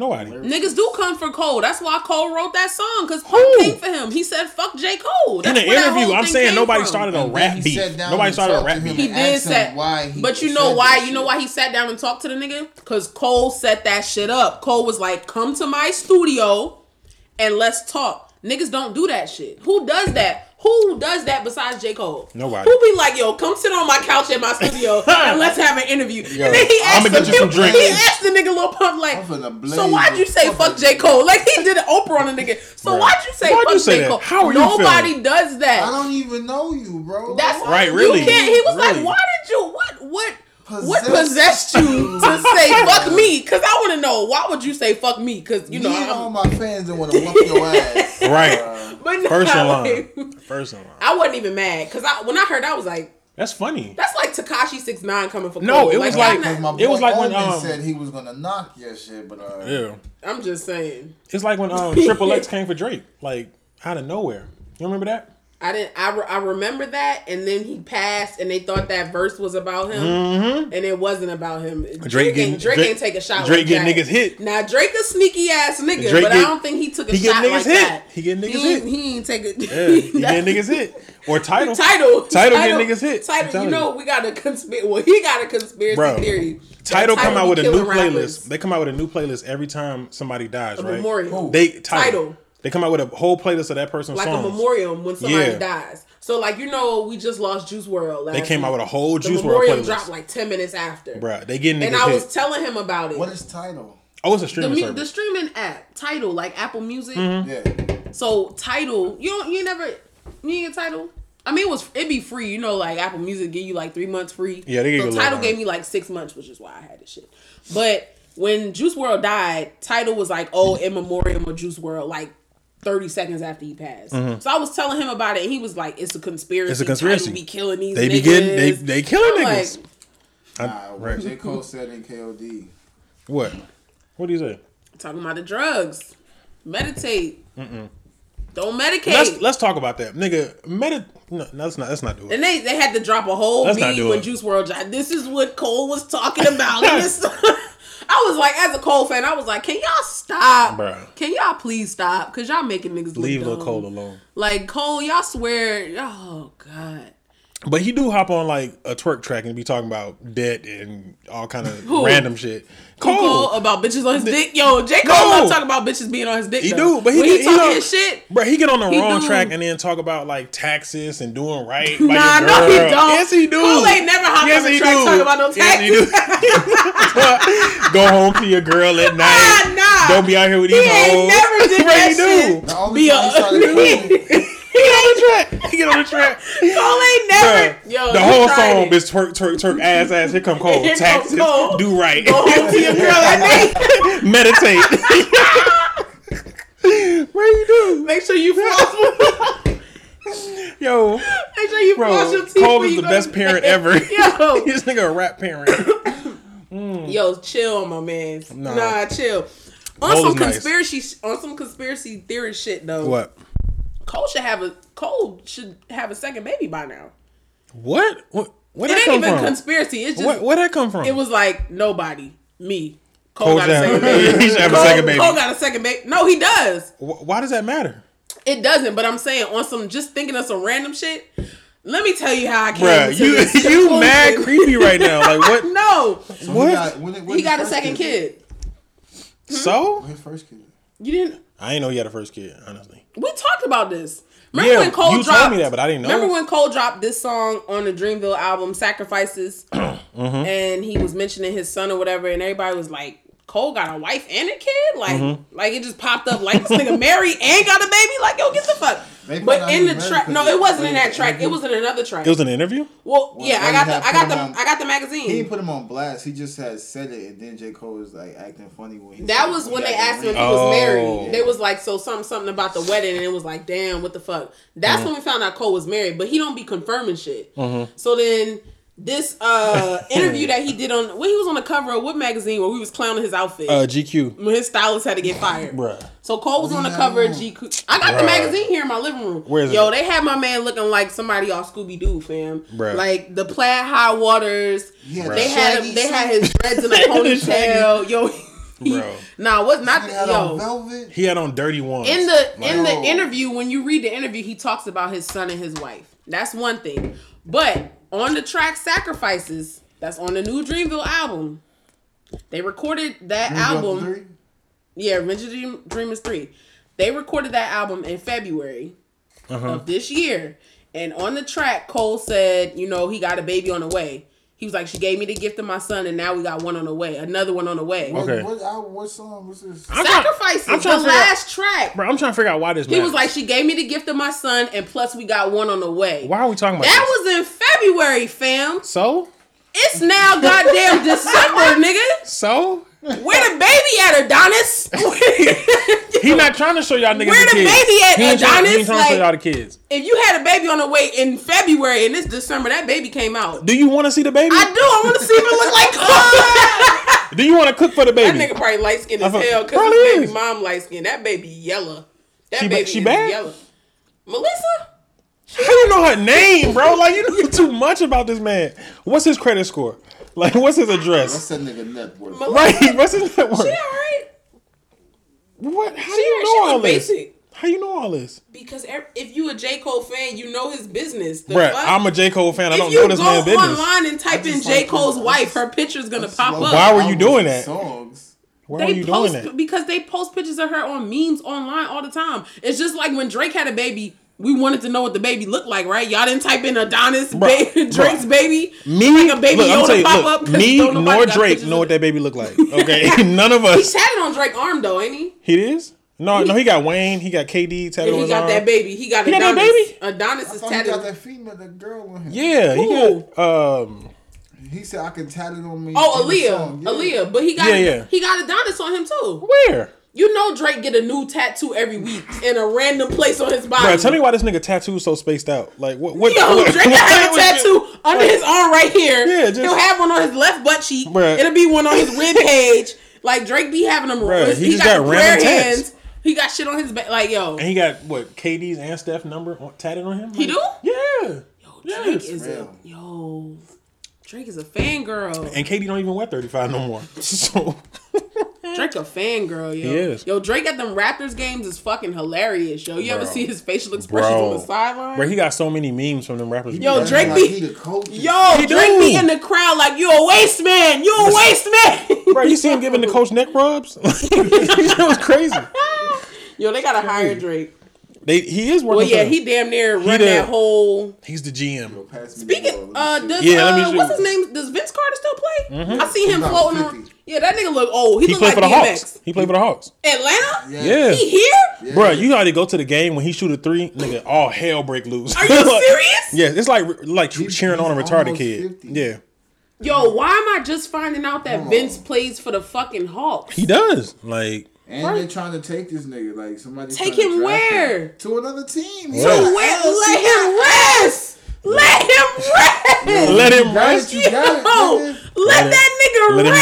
[SPEAKER 2] Nobody.
[SPEAKER 3] Niggas do come for Cole. That's why Cole wrote that song because
[SPEAKER 2] Who?
[SPEAKER 3] Cole came for him. He said, "Fuck J. Cole."
[SPEAKER 2] In
[SPEAKER 3] That's
[SPEAKER 2] the
[SPEAKER 3] where that
[SPEAKER 2] interview,
[SPEAKER 3] whole
[SPEAKER 2] I'm
[SPEAKER 3] thing
[SPEAKER 2] saying
[SPEAKER 3] came
[SPEAKER 2] nobody
[SPEAKER 3] from.
[SPEAKER 2] started a
[SPEAKER 4] And then
[SPEAKER 2] rap
[SPEAKER 4] he
[SPEAKER 2] beef.
[SPEAKER 4] sat down
[SPEAKER 2] Nobody
[SPEAKER 4] and
[SPEAKER 2] started a
[SPEAKER 4] talked to
[SPEAKER 2] rap
[SPEAKER 4] him.
[SPEAKER 2] beef.
[SPEAKER 3] He
[SPEAKER 4] and
[SPEAKER 3] did
[SPEAKER 4] asked him
[SPEAKER 3] set,
[SPEAKER 4] why he
[SPEAKER 3] but you
[SPEAKER 4] said
[SPEAKER 3] know
[SPEAKER 4] that
[SPEAKER 3] why?
[SPEAKER 4] shit.
[SPEAKER 3] You know why he sat down and talked to the nigga? Cause Cole set that shit up. Cole was like, "Come to my studio, and let's talk." Niggas don't do that shit. Who does that? Who does that besides J. Cole?
[SPEAKER 2] Nobody.
[SPEAKER 3] Who be like, yo, come sit on my couch at my
[SPEAKER 2] [laughs]
[SPEAKER 3] studio and let's have an interview. and then he asked
[SPEAKER 2] I'ma get
[SPEAKER 3] the
[SPEAKER 2] you some
[SPEAKER 3] nigga-
[SPEAKER 2] drinks.
[SPEAKER 3] He asked the nigga Lil Pump like,
[SPEAKER 4] I'm finna blaze
[SPEAKER 3] so why'd you
[SPEAKER 4] the
[SPEAKER 3] say
[SPEAKER 4] fuck
[SPEAKER 3] fuck
[SPEAKER 4] out
[SPEAKER 3] J. Cole? Like he did an Oprah on the nigga. So
[SPEAKER 2] Bruh.
[SPEAKER 3] why'd you say
[SPEAKER 2] Why'd
[SPEAKER 3] fuck
[SPEAKER 2] you say
[SPEAKER 3] J.
[SPEAKER 2] that?
[SPEAKER 3] Cole?
[SPEAKER 2] How are you
[SPEAKER 3] Nobody
[SPEAKER 2] feeling?
[SPEAKER 3] does that.
[SPEAKER 4] I don't even know you, bro.
[SPEAKER 3] That's
[SPEAKER 4] Like,
[SPEAKER 2] Right,
[SPEAKER 3] you
[SPEAKER 2] really.
[SPEAKER 3] can't- He was
[SPEAKER 2] Really.
[SPEAKER 3] like, "Why did you? What? What? What
[SPEAKER 4] Possessed
[SPEAKER 3] possessed you to say fuck
[SPEAKER 4] [laughs]
[SPEAKER 3] me?" Because I want to know why would you say fuck me? Because you know,
[SPEAKER 4] me and all
[SPEAKER 3] I'm,
[SPEAKER 4] my fans want to
[SPEAKER 2] [laughs]
[SPEAKER 4] whoop your ass.
[SPEAKER 2] Right.
[SPEAKER 3] but no,
[SPEAKER 2] First in
[SPEAKER 3] like,
[SPEAKER 2] line. First in line.
[SPEAKER 3] I wasn't even mad because I when I heard that, I was like,
[SPEAKER 2] That's funny.
[SPEAKER 3] "That's like Takashi six nine coming for
[SPEAKER 2] No,
[SPEAKER 3] Cole.
[SPEAKER 2] it was
[SPEAKER 3] I'm,
[SPEAKER 2] like-
[SPEAKER 4] Because my
[SPEAKER 2] It was
[SPEAKER 4] boy
[SPEAKER 2] like when,
[SPEAKER 4] Omen
[SPEAKER 2] um,
[SPEAKER 4] said he was gonna knock your shit, but uh,
[SPEAKER 2] Yeah.
[SPEAKER 3] I'm just saying
[SPEAKER 2] It's like when
[SPEAKER 3] [laughs]
[SPEAKER 2] um, Triple X came for Drake, like out of nowhere. You remember that?
[SPEAKER 3] I didn't I, re- I remember that and then he passed and they thought that verse was about him and it wasn't about him. Drake,
[SPEAKER 2] getting-
[SPEAKER 3] ain't, Drake,
[SPEAKER 2] Mm-hmm. Drake-
[SPEAKER 3] ain't take a shot.
[SPEAKER 2] Drake
[SPEAKER 3] like
[SPEAKER 2] getting
[SPEAKER 3] that.
[SPEAKER 2] niggas hit.
[SPEAKER 3] Now Drake a sneaky ass nigga,
[SPEAKER 2] Drake get-
[SPEAKER 3] but I don't think he took a
[SPEAKER 2] he get
[SPEAKER 3] shot
[SPEAKER 2] niggas
[SPEAKER 3] like
[SPEAKER 2] hit.
[SPEAKER 3] that.
[SPEAKER 2] He get niggas
[SPEAKER 3] he, ain't-
[SPEAKER 2] hit.
[SPEAKER 3] He ain't take a
[SPEAKER 2] Yeah.
[SPEAKER 3] [laughs]
[SPEAKER 2] You get niggas hit or title.
[SPEAKER 3] Title,
[SPEAKER 2] Title get niggas hit. I'm
[SPEAKER 3] Title,
[SPEAKER 2] telling
[SPEAKER 3] you know we got a conspiracy. Well, he got a conspiracy
[SPEAKER 2] Bro.
[SPEAKER 3] theory. that
[SPEAKER 2] Title come out
[SPEAKER 3] be
[SPEAKER 2] with a new
[SPEAKER 3] killing
[SPEAKER 2] playlist.
[SPEAKER 3] rappers.
[SPEAKER 2] They come out with a new playlist every time somebody dies,
[SPEAKER 3] A
[SPEAKER 2] right?
[SPEAKER 3] memorial.
[SPEAKER 2] They title.
[SPEAKER 3] Title.
[SPEAKER 2] They come out with a whole playlist of that person's
[SPEAKER 3] like
[SPEAKER 2] songs.
[SPEAKER 3] a memorial when somebody
[SPEAKER 2] Yeah.
[SPEAKER 3] dies. So like you know we just lost Juice World. Last
[SPEAKER 2] They came out
[SPEAKER 3] week.
[SPEAKER 2] with a whole
[SPEAKER 3] The
[SPEAKER 2] Juice WRLD
[SPEAKER 3] memorial
[SPEAKER 2] playlist.
[SPEAKER 3] dropped like ten minutes after.
[SPEAKER 2] Bruh, they getting niggas
[SPEAKER 3] and I
[SPEAKER 2] hit.
[SPEAKER 3] was telling him about it.
[SPEAKER 4] what is title?
[SPEAKER 2] oh, it's a
[SPEAKER 3] the,
[SPEAKER 2] streaming
[SPEAKER 3] mu- the
[SPEAKER 2] service. Mm-hmm.
[SPEAKER 3] streaming app title like Apple Music.
[SPEAKER 4] Yeah,
[SPEAKER 3] So title, you don't, you never you ain't get title. I mean, it was it'd be free, you know, like Apple Music give you like three months free.
[SPEAKER 2] Yeah, they give you a
[SPEAKER 3] so
[SPEAKER 2] little
[SPEAKER 3] title
[SPEAKER 2] while.
[SPEAKER 3] gave me like six months, which is why I had this shit. But when Juice World died, title was like, oh, in memoriam of Juice World, like. 30 seconds after he passed. So I was telling him about it and he was like, It's a conspiracy.
[SPEAKER 2] Mm-hmm. It's a conspiracy.
[SPEAKER 3] Tidal be killing these
[SPEAKER 2] They
[SPEAKER 3] niggas.
[SPEAKER 2] be getting- they- they killing
[SPEAKER 3] I'm
[SPEAKER 2] niggas.
[SPEAKER 3] Like,
[SPEAKER 4] nah, what
[SPEAKER 2] right.
[SPEAKER 4] J Cole said in KOD.
[SPEAKER 2] What? What do you say?
[SPEAKER 3] talking about the drugs. Meditate. Don't medicate.
[SPEAKER 2] Let's let's talk about that, nigga. Medi- no, no, let's not. Let's not do it.
[SPEAKER 3] And they, they had to drop a whole
[SPEAKER 2] Let's not
[SPEAKER 3] beat
[SPEAKER 2] do
[SPEAKER 3] when
[SPEAKER 2] it.
[SPEAKER 3] Juice World died. This is what Cole
[SPEAKER 2] [laughs]
[SPEAKER 3] was talking about. This- [laughs] I was like, as a Cole fan, I was like, can y'all stop?
[SPEAKER 2] Bruh.
[SPEAKER 3] Can y'all please stop? Cause y'all making niggas look
[SPEAKER 2] Leave Lil
[SPEAKER 3] dumb.
[SPEAKER 2] Cole alone.
[SPEAKER 3] Like Cole, y'all swear, oh god.
[SPEAKER 2] But he do hop on like a twerk track and be talking about debt and all kind of
[SPEAKER 3] [laughs] Who? uh,
[SPEAKER 2] random shit. Cole.
[SPEAKER 3] Cole about bitches on his dick. Yo, J. Cole
[SPEAKER 2] No.
[SPEAKER 3] love talking about bitches being on his dick.
[SPEAKER 2] He
[SPEAKER 3] though.
[SPEAKER 2] do, but he
[SPEAKER 3] when
[SPEAKER 2] get-
[SPEAKER 3] he
[SPEAKER 2] he
[SPEAKER 3] talking
[SPEAKER 2] don't-
[SPEAKER 3] his shit. [laughs]
[SPEAKER 2] Bro, he get on the
[SPEAKER 3] He
[SPEAKER 2] wrong
[SPEAKER 3] do.
[SPEAKER 2] track and then talk about like taxes and doing right. By
[SPEAKER 3] [laughs] Nah,
[SPEAKER 2] your
[SPEAKER 3] no, he
[SPEAKER 2] girl.
[SPEAKER 3] don't.
[SPEAKER 2] Yes, he do.
[SPEAKER 3] Cole ain't never hopped on the track talking about no
[SPEAKER 2] Yes, he do. [laughs] Go home to your girl
[SPEAKER 3] [laughs]
[SPEAKER 2] at night.
[SPEAKER 3] Ah, nah.
[SPEAKER 2] Don't be out here with
[SPEAKER 3] He
[SPEAKER 2] these
[SPEAKER 3] ain't
[SPEAKER 2] hoes.
[SPEAKER 3] never
[SPEAKER 2] [laughs]
[SPEAKER 3] did
[SPEAKER 2] Bro, he
[SPEAKER 3] that shit.
[SPEAKER 2] do.
[SPEAKER 4] The only
[SPEAKER 3] Be
[SPEAKER 4] time he
[SPEAKER 3] a- [laughs]
[SPEAKER 4] started [laughs] doing it-
[SPEAKER 2] He get on the track. He get on the track.
[SPEAKER 3] Cole ain't never.
[SPEAKER 2] Bruh,
[SPEAKER 3] [laughs] Yo,
[SPEAKER 2] the
[SPEAKER 3] he
[SPEAKER 2] whole
[SPEAKER 3] tried
[SPEAKER 2] song
[SPEAKER 3] it.
[SPEAKER 2] is twerk, twerk, twerk, ass, ass. Here
[SPEAKER 3] [laughs]
[SPEAKER 2] come Cole.
[SPEAKER 3] Here come
[SPEAKER 2] Taxes,
[SPEAKER 3] Cole.
[SPEAKER 2] do right,
[SPEAKER 3] Go home to your
[SPEAKER 2] [laughs]
[SPEAKER 3] girl at night.
[SPEAKER 2] meditate.
[SPEAKER 3] [laughs]
[SPEAKER 2] Where you do?
[SPEAKER 3] [laughs] Make sure you
[SPEAKER 2] [laughs]
[SPEAKER 3] floss.
[SPEAKER 2] Yo,
[SPEAKER 3] Make sure you floss your
[SPEAKER 2] bro,
[SPEAKER 3] teeth.
[SPEAKER 2] Cole
[SPEAKER 3] when
[SPEAKER 2] is
[SPEAKER 3] you
[SPEAKER 2] the
[SPEAKER 3] go
[SPEAKER 2] best
[SPEAKER 3] to
[SPEAKER 2] parent
[SPEAKER 3] bed.
[SPEAKER 2] ever.
[SPEAKER 3] [laughs]
[SPEAKER 2] [laughs]
[SPEAKER 3] Yo,
[SPEAKER 2] this nigga a rap parent.
[SPEAKER 3] yo, chill, my man.
[SPEAKER 2] No.
[SPEAKER 3] Nah, chill. On
[SPEAKER 2] Cole
[SPEAKER 3] some
[SPEAKER 2] is nice.
[SPEAKER 3] conspiracy, on some conspiracy theory shit though.
[SPEAKER 2] What?
[SPEAKER 3] Cole should have a Cole should have a second baby by now.
[SPEAKER 2] What? What? Where
[SPEAKER 3] It
[SPEAKER 2] that
[SPEAKER 3] ain't
[SPEAKER 2] come
[SPEAKER 3] even
[SPEAKER 2] from?
[SPEAKER 3] conspiracy. It's just
[SPEAKER 2] What? Where that come from?
[SPEAKER 3] it was like nobody, me. Cole,
[SPEAKER 2] Cole
[SPEAKER 3] got a
[SPEAKER 2] should have-
[SPEAKER 3] second baby.
[SPEAKER 2] he should have a
[SPEAKER 3] Cole-
[SPEAKER 2] second [laughs] baby.
[SPEAKER 3] Cole got a second baby. No, he does.
[SPEAKER 2] Wh- Why does that matter?
[SPEAKER 3] It doesn't, but I'm saying on some just thinking of some random shit. Let me tell you how I came.
[SPEAKER 2] Bruh,
[SPEAKER 3] to
[SPEAKER 2] [laughs] you
[SPEAKER 3] this
[SPEAKER 2] you mad
[SPEAKER 3] conclusion.
[SPEAKER 2] creepy right now. Like
[SPEAKER 3] [laughs]
[SPEAKER 2] what?
[SPEAKER 3] No,
[SPEAKER 4] So
[SPEAKER 2] What?
[SPEAKER 4] He got, when, it- when
[SPEAKER 3] he
[SPEAKER 4] his
[SPEAKER 3] got a
[SPEAKER 4] first
[SPEAKER 3] second kid.
[SPEAKER 2] So
[SPEAKER 4] His first kid.
[SPEAKER 3] You didn't.
[SPEAKER 2] I ain't know you had a first kid, honestly.
[SPEAKER 3] We talked about this. Remember
[SPEAKER 2] Yeah,
[SPEAKER 3] when Cole
[SPEAKER 2] you told
[SPEAKER 3] dropped,
[SPEAKER 2] me that, but I didn't know.
[SPEAKER 3] Remember when Cole dropped this song on the Dreamville
[SPEAKER 2] [clears throat]
[SPEAKER 3] album, Sacrifices,
[SPEAKER 2] Mm-hmm.
[SPEAKER 3] and he was mentioning his son or whatever, and everybody was like, "Cole got a wife and a kid." Like,
[SPEAKER 2] Mm-hmm.
[SPEAKER 3] like it just popped up. Like this
[SPEAKER 2] [laughs]
[SPEAKER 3] nigga married and got a baby. Like, yo, get the fuck.
[SPEAKER 4] They might
[SPEAKER 3] But
[SPEAKER 4] not
[SPEAKER 3] in the
[SPEAKER 4] be married
[SPEAKER 3] track,
[SPEAKER 4] 'cause
[SPEAKER 3] no,
[SPEAKER 4] they-
[SPEAKER 3] it wasn't in
[SPEAKER 4] they- Mm-hmm.
[SPEAKER 3] that track.
[SPEAKER 4] they-
[SPEAKER 3] It was in another track.
[SPEAKER 2] It was an interview.
[SPEAKER 3] well, yeah,
[SPEAKER 4] Why
[SPEAKER 3] I
[SPEAKER 4] you
[SPEAKER 3] got
[SPEAKER 4] have
[SPEAKER 3] the, I got
[SPEAKER 4] put
[SPEAKER 3] the,
[SPEAKER 4] him on-
[SPEAKER 3] I got the
[SPEAKER 4] He didn't
[SPEAKER 3] magazine.
[SPEAKER 4] put him on blast. He just had said it, and then J Cole was like acting funny when he
[SPEAKER 3] That
[SPEAKER 4] said
[SPEAKER 3] was
[SPEAKER 4] he
[SPEAKER 3] when
[SPEAKER 4] got
[SPEAKER 3] they
[SPEAKER 4] the
[SPEAKER 3] asked him if
[SPEAKER 4] ring.
[SPEAKER 3] he was
[SPEAKER 2] Oh.
[SPEAKER 3] married. They was like, so something something about the wedding, and it was like, damn, what the fuck?
[SPEAKER 2] Mm.
[SPEAKER 3] That's when we found out Cole was married, but he don't be confirming shit.
[SPEAKER 2] Mm-hmm.
[SPEAKER 3] So then this
[SPEAKER 2] [laughs]
[SPEAKER 3] uh interview that he did on when he was on the cover of what magazine where we was clowning his outfit
[SPEAKER 2] Uh, GQ.
[SPEAKER 3] when his stylist had to get fired.
[SPEAKER 2] Bruh.
[SPEAKER 3] So Cole was on the cover
[SPEAKER 4] Oh,
[SPEAKER 3] of GQ. I got the
[SPEAKER 2] Bruh.
[SPEAKER 3] magazine here in my living room.
[SPEAKER 2] Where is
[SPEAKER 3] Yo,
[SPEAKER 2] it?
[SPEAKER 3] they had my man looking like somebody off Scooby Doo, fam.
[SPEAKER 2] Bruh.
[SPEAKER 3] Like the plaid high waters.
[SPEAKER 4] He had
[SPEAKER 3] They
[SPEAKER 4] the
[SPEAKER 3] had
[SPEAKER 4] shaggy
[SPEAKER 3] him, they
[SPEAKER 4] suit.
[SPEAKER 3] had his dreads
[SPEAKER 4] [laughs]
[SPEAKER 3] in a
[SPEAKER 2] Shaggy.
[SPEAKER 3] ponytail. Yo, he,
[SPEAKER 2] Bro.
[SPEAKER 3] nah, what's not
[SPEAKER 4] He
[SPEAKER 3] the,
[SPEAKER 4] had on
[SPEAKER 3] yo.
[SPEAKER 4] velvet.
[SPEAKER 2] He had on dirty ones.
[SPEAKER 3] In the in the
[SPEAKER 4] Yo.
[SPEAKER 3] interview, when you read the interview, he talks about his son and his wife. That's one thing. But on the track "Sacrifices," that's on the new Dreamville album. They recorded that album.
[SPEAKER 4] Three.
[SPEAKER 3] Yeah, Revenge of the Dream- Dreamers 3. They recorded that album in February
[SPEAKER 2] Uh-huh.
[SPEAKER 3] of this year. And on the track, Cole said, you know, he got a baby on the way. He was like, she gave me the gift of my son, and now we got one on the way, another one on the way.
[SPEAKER 4] What,
[SPEAKER 2] Okay.
[SPEAKER 4] what, al- what song was this?
[SPEAKER 2] I'm trying-
[SPEAKER 3] Sacrifices,
[SPEAKER 2] I'm trying
[SPEAKER 3] the
[SPEAKER 2] to figure out-
[SPEAKER 3] last track.
[SPEAKER 2] Bro, I'm trying to figure out why this.
[SPEAKER 3] He was
[SPEAKER 2] matters.
[SPEAKER 3] like, she gave me the gift of my son, and plus we got one on the way.
[SPEAKER 2] "Why are we talking about
[SPEAKER 3] That
[SPEAKER 2] this?
[SPEAKER 3] was in February, fam.
[SPEAKER 2] so
[SPEAKER 3] It's
[SPEAKER 2] [laughs]
[SPEAKER 3] now goddamn December, nigga.
[SPEAKER 2] so."
[SPEAKER 3] Where the baby at,
[SPEAKER 2] [laughs]
[SPEAKER 3] Adonis? [laughs]
[SPEAKER 2] He not trying to show y'all niggas
[SPEAKER 3] Where
[SPEAKER 2] the
[SPEAKER 3] the
[SPEAKER 2] kids.
[SPEAKER 3] baby at,
[SPEAKER 2] he ain't trying, he
[SPEAKER 3] Adonis?
[SPEAKER 2] ain't trying to show
[SPEAKER 3] Like-
[SPEAKER 2] y'all the kids.
[SPEAKER 3] if you had a baby on the way in February and it's December, that baby came out.
[SPEAKER 2] Do you want to see the baby?
[SPEAKER 3] I do. I want to see if it look like
[SPEAKER 2] [laughs]
[SPEAKER 3] Cole.
[SPEAKER 2] do you want to cook for the baby?
[SPEAKER 3] that nigga probably light skinned as
[SPEAKER 2] I thought-
[SPEAKER 3] hell because
[SPEAKER 2] Probably
[SPEAKER 3] his baby
[SPEAKER 2] is.
[SPEAKER 3] mom light skinned. That baby yellow. That
[SPEAKER 2] She ba-
[SPEAKER 3] baby
[SPEAKER 2] she
[SPEAKER 3] is
[SPEAKER 2] bad?
[SPEAKER 3] yellow. Melissa.
[SPEAKER 2] How you know her name, bro? Like you know too much about this man. What's his credit score? Like what's his
[SPEAKER 4] That's
[SPEAKER 2] address?
[SPEAKER 4] that nigga net worth.
[SPEAKER 3] Melissa.
[SPEAKER 2] Right? What's his net worth?
[SPEAKER 3] She all right.
[SPEAKER 2] What? How do
[SPEAKER 3] She,
[SPEAKER 2] you
[SPEAKER 3] she
[SPEAKER 2] know all
[SPEAKER 3] was
[SPEAKER 2] this?
[SPEAKER 3] basic.
[SPEAKER 2] How you know all this,
[SPEAKER 3] Because ev- if you a J Cole fan, you know his business. The
[SPEAKER 2] Bruh,
[SPEAKER 3] fuck?
[SPEAKER 2] I'm a J Cole fan. I
[SPEAKER 3] if
[SPEAKER 2] don't
[SPEAKER 3] you
[SPEAKER 2] know
[SPEAKER 3] go
[SPEAKER 2] this man's business.
[SPEAKER 3] online and type in
[SPEAKER 4] just
[SPEAKER 3] J
[SPEAKER 4] like-
[SPEAKER 3] Cole's
[SPEAKER 4] I
[SPEAKER 3] wife,
[SPEAKER 4] just-
[SPEAKER 3] her picture's gonna pop up.
[SPEAKER 2] Why were you doing that?
[SPEAKER 4] Songs.
[SPEAKER 2] Why
[SPEAKER 3] They
[SPEAKER 2] are you doing
[SPEAKER 3] post
[SPEAKER 2] that?
[SPEAKER 3] because they post pictures of her on memes online all the time. It's just like when Drake had a baby, we wanted to know what the baby looked like, right? Y'all didn't type in Adonis
[SPEAKER 2] Bruh,
[SPEAKER 3] ba- [laughs] Drake's
[SPEAKER 2] bruh.
[SPEAKER 3] baby,
[SPEAKER 2] Me,
[SPEAKER 3] like a baby
[SPEAKER 2] look, I'm
[SPEAKER 3] Yoda
[SPEAKER 2] tell you,
[SPEAKER 3] pop
[SPEAKER 2] look,
[SPEAKER 3] up. 'cause
[SPEAKER 2] me
[SPEAKER 3] [laughs] don't nobody
[SPEAKER 2] nor
[SPEAKER 3] got
[SPEAKER 2] Drake
[SPEAKER 3] pictures
[SPEAKER 2] know
[SPEAKER 3] of
[SPEAKER 2] what
[SPEAKER 3] it.
[SPEAKER 2] that baby look like. Okay, [laughs] none of
[SPEAKER 3] He
[SPEAKER 2] us.
[SPEAKER 3] tatted on Drake arm though, ain't he?
[SPEAKER 2] He is. No, no, he got Wayne. He got KD tatted
[SPEAKER 3] And
[SPEAKER 2] on
[SPEAKER 3] he
[SPEAKER 2] his
[SPEAKER 3] got
[SPEAKER 2] arm.
[SPEAKER 3] that baby. He got
[SPEAKER 2] He got that
[SPEAKER 3] Adonis.
[SPEAKER 2] baby?
[SPEAKER 3] Adonis is
[SPEAKER 4] I thought Oh, he got
[SPEAKER 3] tatted.
[SPEAKER 4] that female, that girl on him.
[SPEAKER 2] Yeah, he
[SPEAKER 3] Who?
[SPEAKER 2] got um
[SPEAKER 4] He said I can tat it on me.
[SPEAKER 3] Oh,
[SPEAKER 4] in the
[SPEAKER 3] Aaliyah,
[SPEAKER 4] song." Yeah.
[SPEAKER 3] Aaliyah, but he got
[SPEAKER 2] Yeah, yeah.
[SPEAKER 3] he got Adonis on him too.
[SPEAKER 2] where?
[SPEAKER 3] You know Drake get a new tattoo every week in a random place on his body.
[SPEAKER 2] Bro, tell me why this nigga tattoo's so spaced out. Like what what
[SPEAKER 3] Um, [laughs] Yo,
[SPEAKER 2] what,
[SPEAKER 3] Drake will have a tattoo under his arm right here.
[SPEAKER 2] Yeah, just-
[SPEAKER 3] He'll have one on his left butt cheek.
[SPEAKER 2] Bruh.
[SPEAKER 3] It'll be one on his
[SPEAKER 2] [laughs]
[SPEAKER 3] rib cage. Like Drake be having them.
[SPEAKER 2] Bruh,
[SPEAKER 3] he,
[SPEAKER 2] he just
[SPEAKER 3] got,
[SPEAKER 2] got
[SPEAKER 3] prayer
[SPEAKER 2] random tats.
[SPEAKER 3] hands. He got shit on his back. Like yo,
[SPEAKER 2] And he got what KD's and Steph number on, tatted on him?
[SPEAKER 3] He do?
[SPEAKER 2] Yeah.
[SPEAKER 3] Drake
[SPEAKER 2] yes.
[SPEAKER 3] is
[SPEAKER 4] real.
[SPEAKER 3] a yo. Drake is a fangirl.
[SPEAKER 2] And KD don't even wear 35 no more. [laughs] So
[SPEAKER 3] Drake a fangirl, yo.
[SPEAKER 2] is.
[SPEAKER 3] Yo, Drake at them Raptors games is fucking hilarious, yo. You ever
[SPEAKER 2] Bro.
[SPEAKER 3] see his facial expressions
[SPEAKER 2] Bro.
[SPEAKER 3] on the sideline?
[SPEAKER 2] Bro, he got so many memes from them rappers.
[SPEAKER 3] Yo,
[SPEAKER 4] That's
[SPEAKER 3] Drake
[SPEAKER 4] like
[SPEAKER 3] be-
[SPEAKER 4] he the coach.
[SPEAKER 3] yo,
[SPEAKER 2] He
[SPEAKER 3] Drake
[SPEAKER 2] do.
[SPEAKER 3] be in the crowd like you a waste man. You a waste man.
[SPEAKER 2] Bro, you see him giving the coach neck rubs? [laughs] that was crazy.
[SPEAKER 3] [laughs] yo, they gotta hire Drake.
[SPEAKER 2] They, he is working.
[SPEAKER 3] Well, yeah,
[SPEAKER 2] for them.
[SPEAKER 3] he damn near run
[SPEAKER 2] did.
[SPEAKER 3] that whole.
[SPEAKER 2] he's the GM.
[SPEAKER 4] Pass me the
[SPEAKER 3] Speaking,
[SPEAKER 4] ball.
[SPEAKER 3] uh,
[SPEAKER 4] Shit.
[SPEAKER 3] does
[SPEAKER 2] Yeah, let me
[SPEAKER 3] uh,
[SPEAKER 2] see.
[SPEAKER 3] what's his name? Does Vince Carter still play? I see him
[SPEAKER 4] He's about
[SPEAKER 3] floating on.
[SPEAKER 4] 50.
[SPEAKER 3] Yeah, that nigga look old. He,
[SPEAKER 2] He
[SPEAKER 3] look
[SPEAKER 2] played
[SPEAKER 3] like
[SPEAKER 2] for the Hawks.
[SPEAKER 3] DMX.
[SPEAKER 2] He played for the Hawks.
[SPEAKER 3] Atlanta?
[SPEAKER 2] Yeah.
[SPEAKER 3] He here?
[SPEAKER 2] Bro, you know how they go to the game when he shoot a three, nigga, all hell break loose. [laughs]
[SPEAKER 3] Are you serious?
[SPEAKER 2] Yeah, it's like like cheering
[SPEAKER 4] he's
[SPEAKER 2] on a retarded
[SPEAKER 4] almost
[SPEAKER 2] kid.
[SPEAKER 4] 50.
[SPEAKER 2] Yeah,
[SPEAKER 3] Yo, why am I just finding out that Vince plays for the fucking Hawks?
[SPEAKER 2] he does. Like
[SPEAKER 4] and they're trying to take this nigga. Like somebody
[SPEAKER 3] Take
[SPEAKER 4] trying to
[SPEAKER 3] him
[SPEAKER 4] draft
[SPEAKER 3] where?
[SPEAKER 4] him to another team.
[SPEAKER 2] Where?
[SPEAKER 3] Yo, wait, let him rest. Let him rest.
[SPEAKER 2] let him
[SPEAKER 4] You got
[SPEAKER 2] rest.
[SPEAKER 4] it, You got
[SPEAKER 3] Yo,
[SPEAKER 4] it, nigga.
[SPEAKER 3] let
[SPEAKER 2] Let
[SPEAKER 3] that nigga
[SPEAKER 2] let him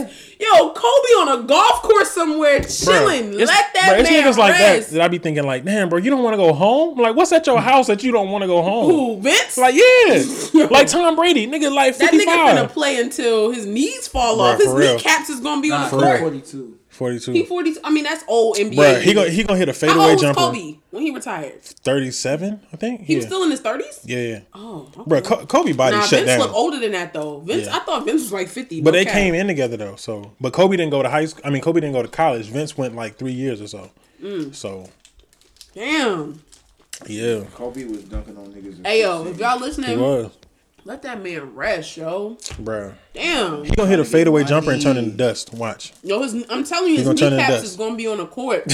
[SPEAKER 3] rest. Yo, Kobe on a golf course somewhere
[SPEAKER 2] Bruh,
[SPEAKER 3] chilling.
[SPEAKER 2] it's-
[SPEAKER 3] Let that
[SPEAKER 2] bruh, it's
[SPEAKER 3] man
[SPEAKER 2] niggas like that
[SPEAKER 3] rest.
[SPEAKER 2] that I be thinking like, damn, bro, you don't want to go home. Like, what's at your house that you don't want to go home?
[SPEAKER 3] Who, Vince?
[SPEAKER 2] Like,
[SPEAKER 3] [laughs]
[SPEAKER 2] yeah, like Tom Brady, nigga, like
[SPEAKER 3] that nigga finna
[SPEAKER 2] 55.
[SPEAKER 3] play until his knees fall
[SPEAKER 2] Bruh,
[SPEAKER 3] off. His
[SPEAKER 2] for real.
[SPEAKER 3] kneecaps is gonna be on the
[SPEAKER 2] for real.
[SPEAKER 3] court.
[SPEAKER 4] Forty-two.
[SPEAKER 2] 42.
[SPEAKER 3] He forty. I mean, that's old NBA.
[SPEAKER 2] Bruh, he gonna he gonna hit a
[SPEAKER 3] How
[SPEAKER 2] fadeaway
[SPEAKER 3] old was
[SPEAKER 2] jumper.
[SPEAKER 3] Kobe when he retired?
[SPEAKER 2] 37, I think.
[SPEAKER 3] He
[SPEAKER 2] yeah.
[SPEAKER 3] was still in his thirties.
[SPEAKER 2] yeah, yeah.
[SPEAKER 3] Oh, okay.
[SPEAKER 2] Bro, Co- Kobe body
[SPEAKER 3] nah,
[SPEAKER 2] shut
[SPEAKER 3] Vince
[SPEAKER 2] down.
[SPEAKER 3] looked older than that though. Vince,
[SPEAKER 2] Yeah.
[SPEAKER 3] I thought Vince was like fifty.
[SPEAKER 2] But they came in together though. So, but Kobe didn't go to high school. I mean, Kobe
[SPEAKER 3] Mm.
[SPEAKER 2] didn't go to college. Vince went like three years or so. So
[SPEAKER 3] Damn.
[SPEAKER 2] Yeah,
[SPEAKER 4] Kobe was dunking on niggas. in
[SPEAKER 3] Ayo,
[SPEAKER 4] 16.
[SPEAKER 3] if y'all
[SPEAKER 2] he
[SPEAKER 3] listening,
[SPEAKER 2] was,
[SPEAKER 3] let that man rest, yo.
[SPEAKER 2] bro.
[SPEAKER 3] Damn.
[SPEAKER 2] He gonna hit a fadeaway jumper and turn into dust.
[SPEAKER 3] [laughs]
[SPEAKER 2] Watch.
[SPEAKER 3] Yo, his, I'm telling you, his
[SPEAKER 2] gonna turn in
[SPEAKER 3] kneecaps
[SPEAKER 2] dust.
[SPEAKER 3] is gonna be on
[SPEAKER 2] [laughs]
[SPEAKER 3] the court.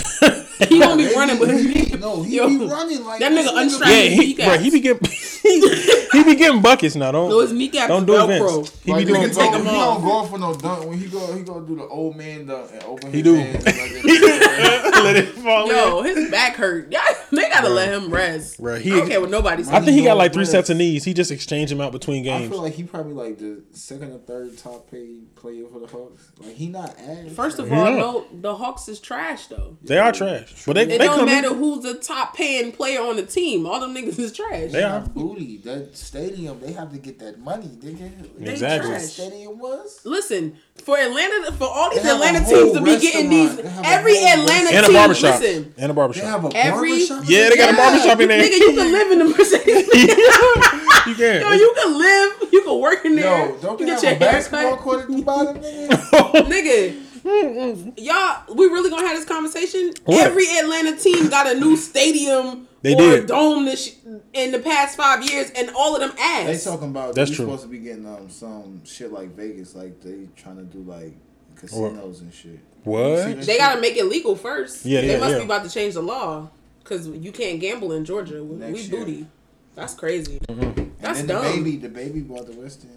[SPEAKER 3] he gonna be running with his knee.
[SPEAKER 4] No, he
[SPEAKER 3] Yo.
[SPEAKER 4] be running like
[SPEAKER 3] That nigga
[SPEAKER 4] this
[SPEAKER 3] unstrapped-
[SPEAKER 2] Yeah, he,
[SPEAKER 3] Kneecaps.
[SPEAKER 2] bro, he be getting [laughs] he be getting buckets now. Don't
[SPEAKER 3] No, his kneecaps
[SPEAKER 2] don't
[SPEAKER 3] is
[SPEAKER 2] do
[SPEAKER 3] Velcro.
[SPEAKER 2] Vince. He
[SPEAKER 4] Like,
[SPEAKER 2] be
[SPEAKER 4] [laughs] nigga
[SPEAKER 2] doing
[SPEAKER 3] can take
[SPEAKER 4] don't-
[SPEAKER 3] him
[SPEAKER 4] he
[SPEAKER 3] off.
[SPEAKER 4] don't go for no dunk. When he go, he gonna do the old man dunk and open.
[SPEAKER 2] He
[SPEAKER 4] his
[SPEAKER 2] do. [laughs]
[SPEAKER 4] hands like that.
[SPEAKER 2] let it fall in.
[SPEAKER 3] Yo, his back hurt. [laughs] Yeah, they gotta let him rest.
[SPEAKER 2] Oh, Bruh,
[SPEAKER 3] Right,
[SPEAKER 2] he-
[SPEAKER 3] I don't care what nobody says.
[SPEAKER 2] I think he got like three
[SPEAKER 4] Yes.
[SPEAKER 2] sets of knees. He just exchanged them out between
[SPEAKER 4] I
[SPEAKER 2] games.
[SPEAKER 4] feel like he probably like the second or third top paid player for the Hawks. Like he not ass.
[SPEAKER 3] First of
[SPEAKER 2] Yeah.
[SPEAKER 3] all, no, the Hawks is trash though.
[SPEAKER 2] They are trash, but they
[SPEAKER 3] It
[SPEAKER 2] they
[SPEAKER 3] don't
[SPEAKER 2] come in.
[SPEAKER 3] matter who's the top paying player on the team. All them niggas is trash.
[SPEAKER 2] They are.
[SPEAKER 4] That booty, that stadium, they have to get that money, nigga.
[SPEAKER 3] They
[SPEAKER 2] Exactly.
[SPEAKER 4] That
[SPEAKER 3] trash.
[SPEAKER 4] stadium was.
[SPEAKER 3] Listen, for Atlanta, for all these
[SPEAKER 4] They have
[SPEAKER 3] Atlanta
[SPEAKER 4] a
[SPEAKER 3] teams
[SPEAKER 4] whole
[SPEAKER 3] to be getting these,
[SPEAKER 4] restaurant. They have a
[SPEAKER 3] every
[SPEAKER 4] whole
[SPEAKER 3] Atlanta
[SPEAKER 4] restaurant.
[SPEAKER 2] And a
[SPEAKER 3] team.
[SPEAKER 2] barbershop.
[SPEAKER 3] Listen,
[SPEAKER 2] And a
[SPEAKER 4] They
[SPEAKER 2] barbershop.
[SPEAKER 4] have a
[SPEAKER 3] Every-
[SPEAKER 4] barbershop.
[SPEAKER 2] Yeah, they got a barbershop in there.
[SPEAKER 3] Nigga, you can live in the [laughs] Mercedes.
[SPEAKER 2] [laughs] You
[SPEAKER 3] Yo,
[SPEAKER 2] can.
[SPEAKER 3] you can live, you can work in there.
[SPEAKER 4] Yo, don't
[SPEAKER 3] you
[SPEAKER 4] they
[SPEAKER 3] get
[SPEAKER 4] have
[SPEAKER 3] your
[SPEAKER 4] a
[SPEAKER 3] hair
[SPEAKER 4] basketball
[SPEAKER 3] cut,
[SPEAKER 4] court at the bottom,
[SPEAKER 2] [laughs]
[SPEAKER 4] nigga?
[SPEAKER 3] nigga. Y'all, we really gonna have this conversation?
[SPEAKER 2] What?
[SPEAKER 3] Every Atlanta team got a new stadium
[SPEAKER 2] They
[SPEAKER 3] or
[SPEAKER 2] did.
[SPEAKER 3] dome this in the past five years, and all of them
[SPEAKER 4] They
[SPEAKER 3] ass.
[SPEAKER 4] talking about
[SPEAKER 2] That's
[SPEAKER 4] we
[SPEAKER 2] true.
[SPEAKER 4] supposed to be getting um some shit like Vegas, like they trying to do like casinos and shit.
[SPEAKER 2] What?
[SPEAKER 3] They gotta make it legal first.
[SPEAKER 2] Yeah,
[SPEAKER 3] they
[SPEAKER 2] yeah,
[SPEAKER 3] must
[SPEAKER 2] yeah.
[SPEAKER 3] be about to change the law because you can't gamble in Georgia. We,
[SPEAKER 4] Next
[SPEAKER 3] we
[SPEAKER 4] year.
[SPEAKER 3] booty. That's crazy.
[SPEAKER 2] Mm-hmm.
[SPEAKER 4] And
[SPEAKER 3] That's
[SPEAKER 4] then
[SPEAKER 3] dumb.
[SPEAKER 4] the baby, the baby bought the West
[SPEAKER 3] I
[SPEAKER 4] End.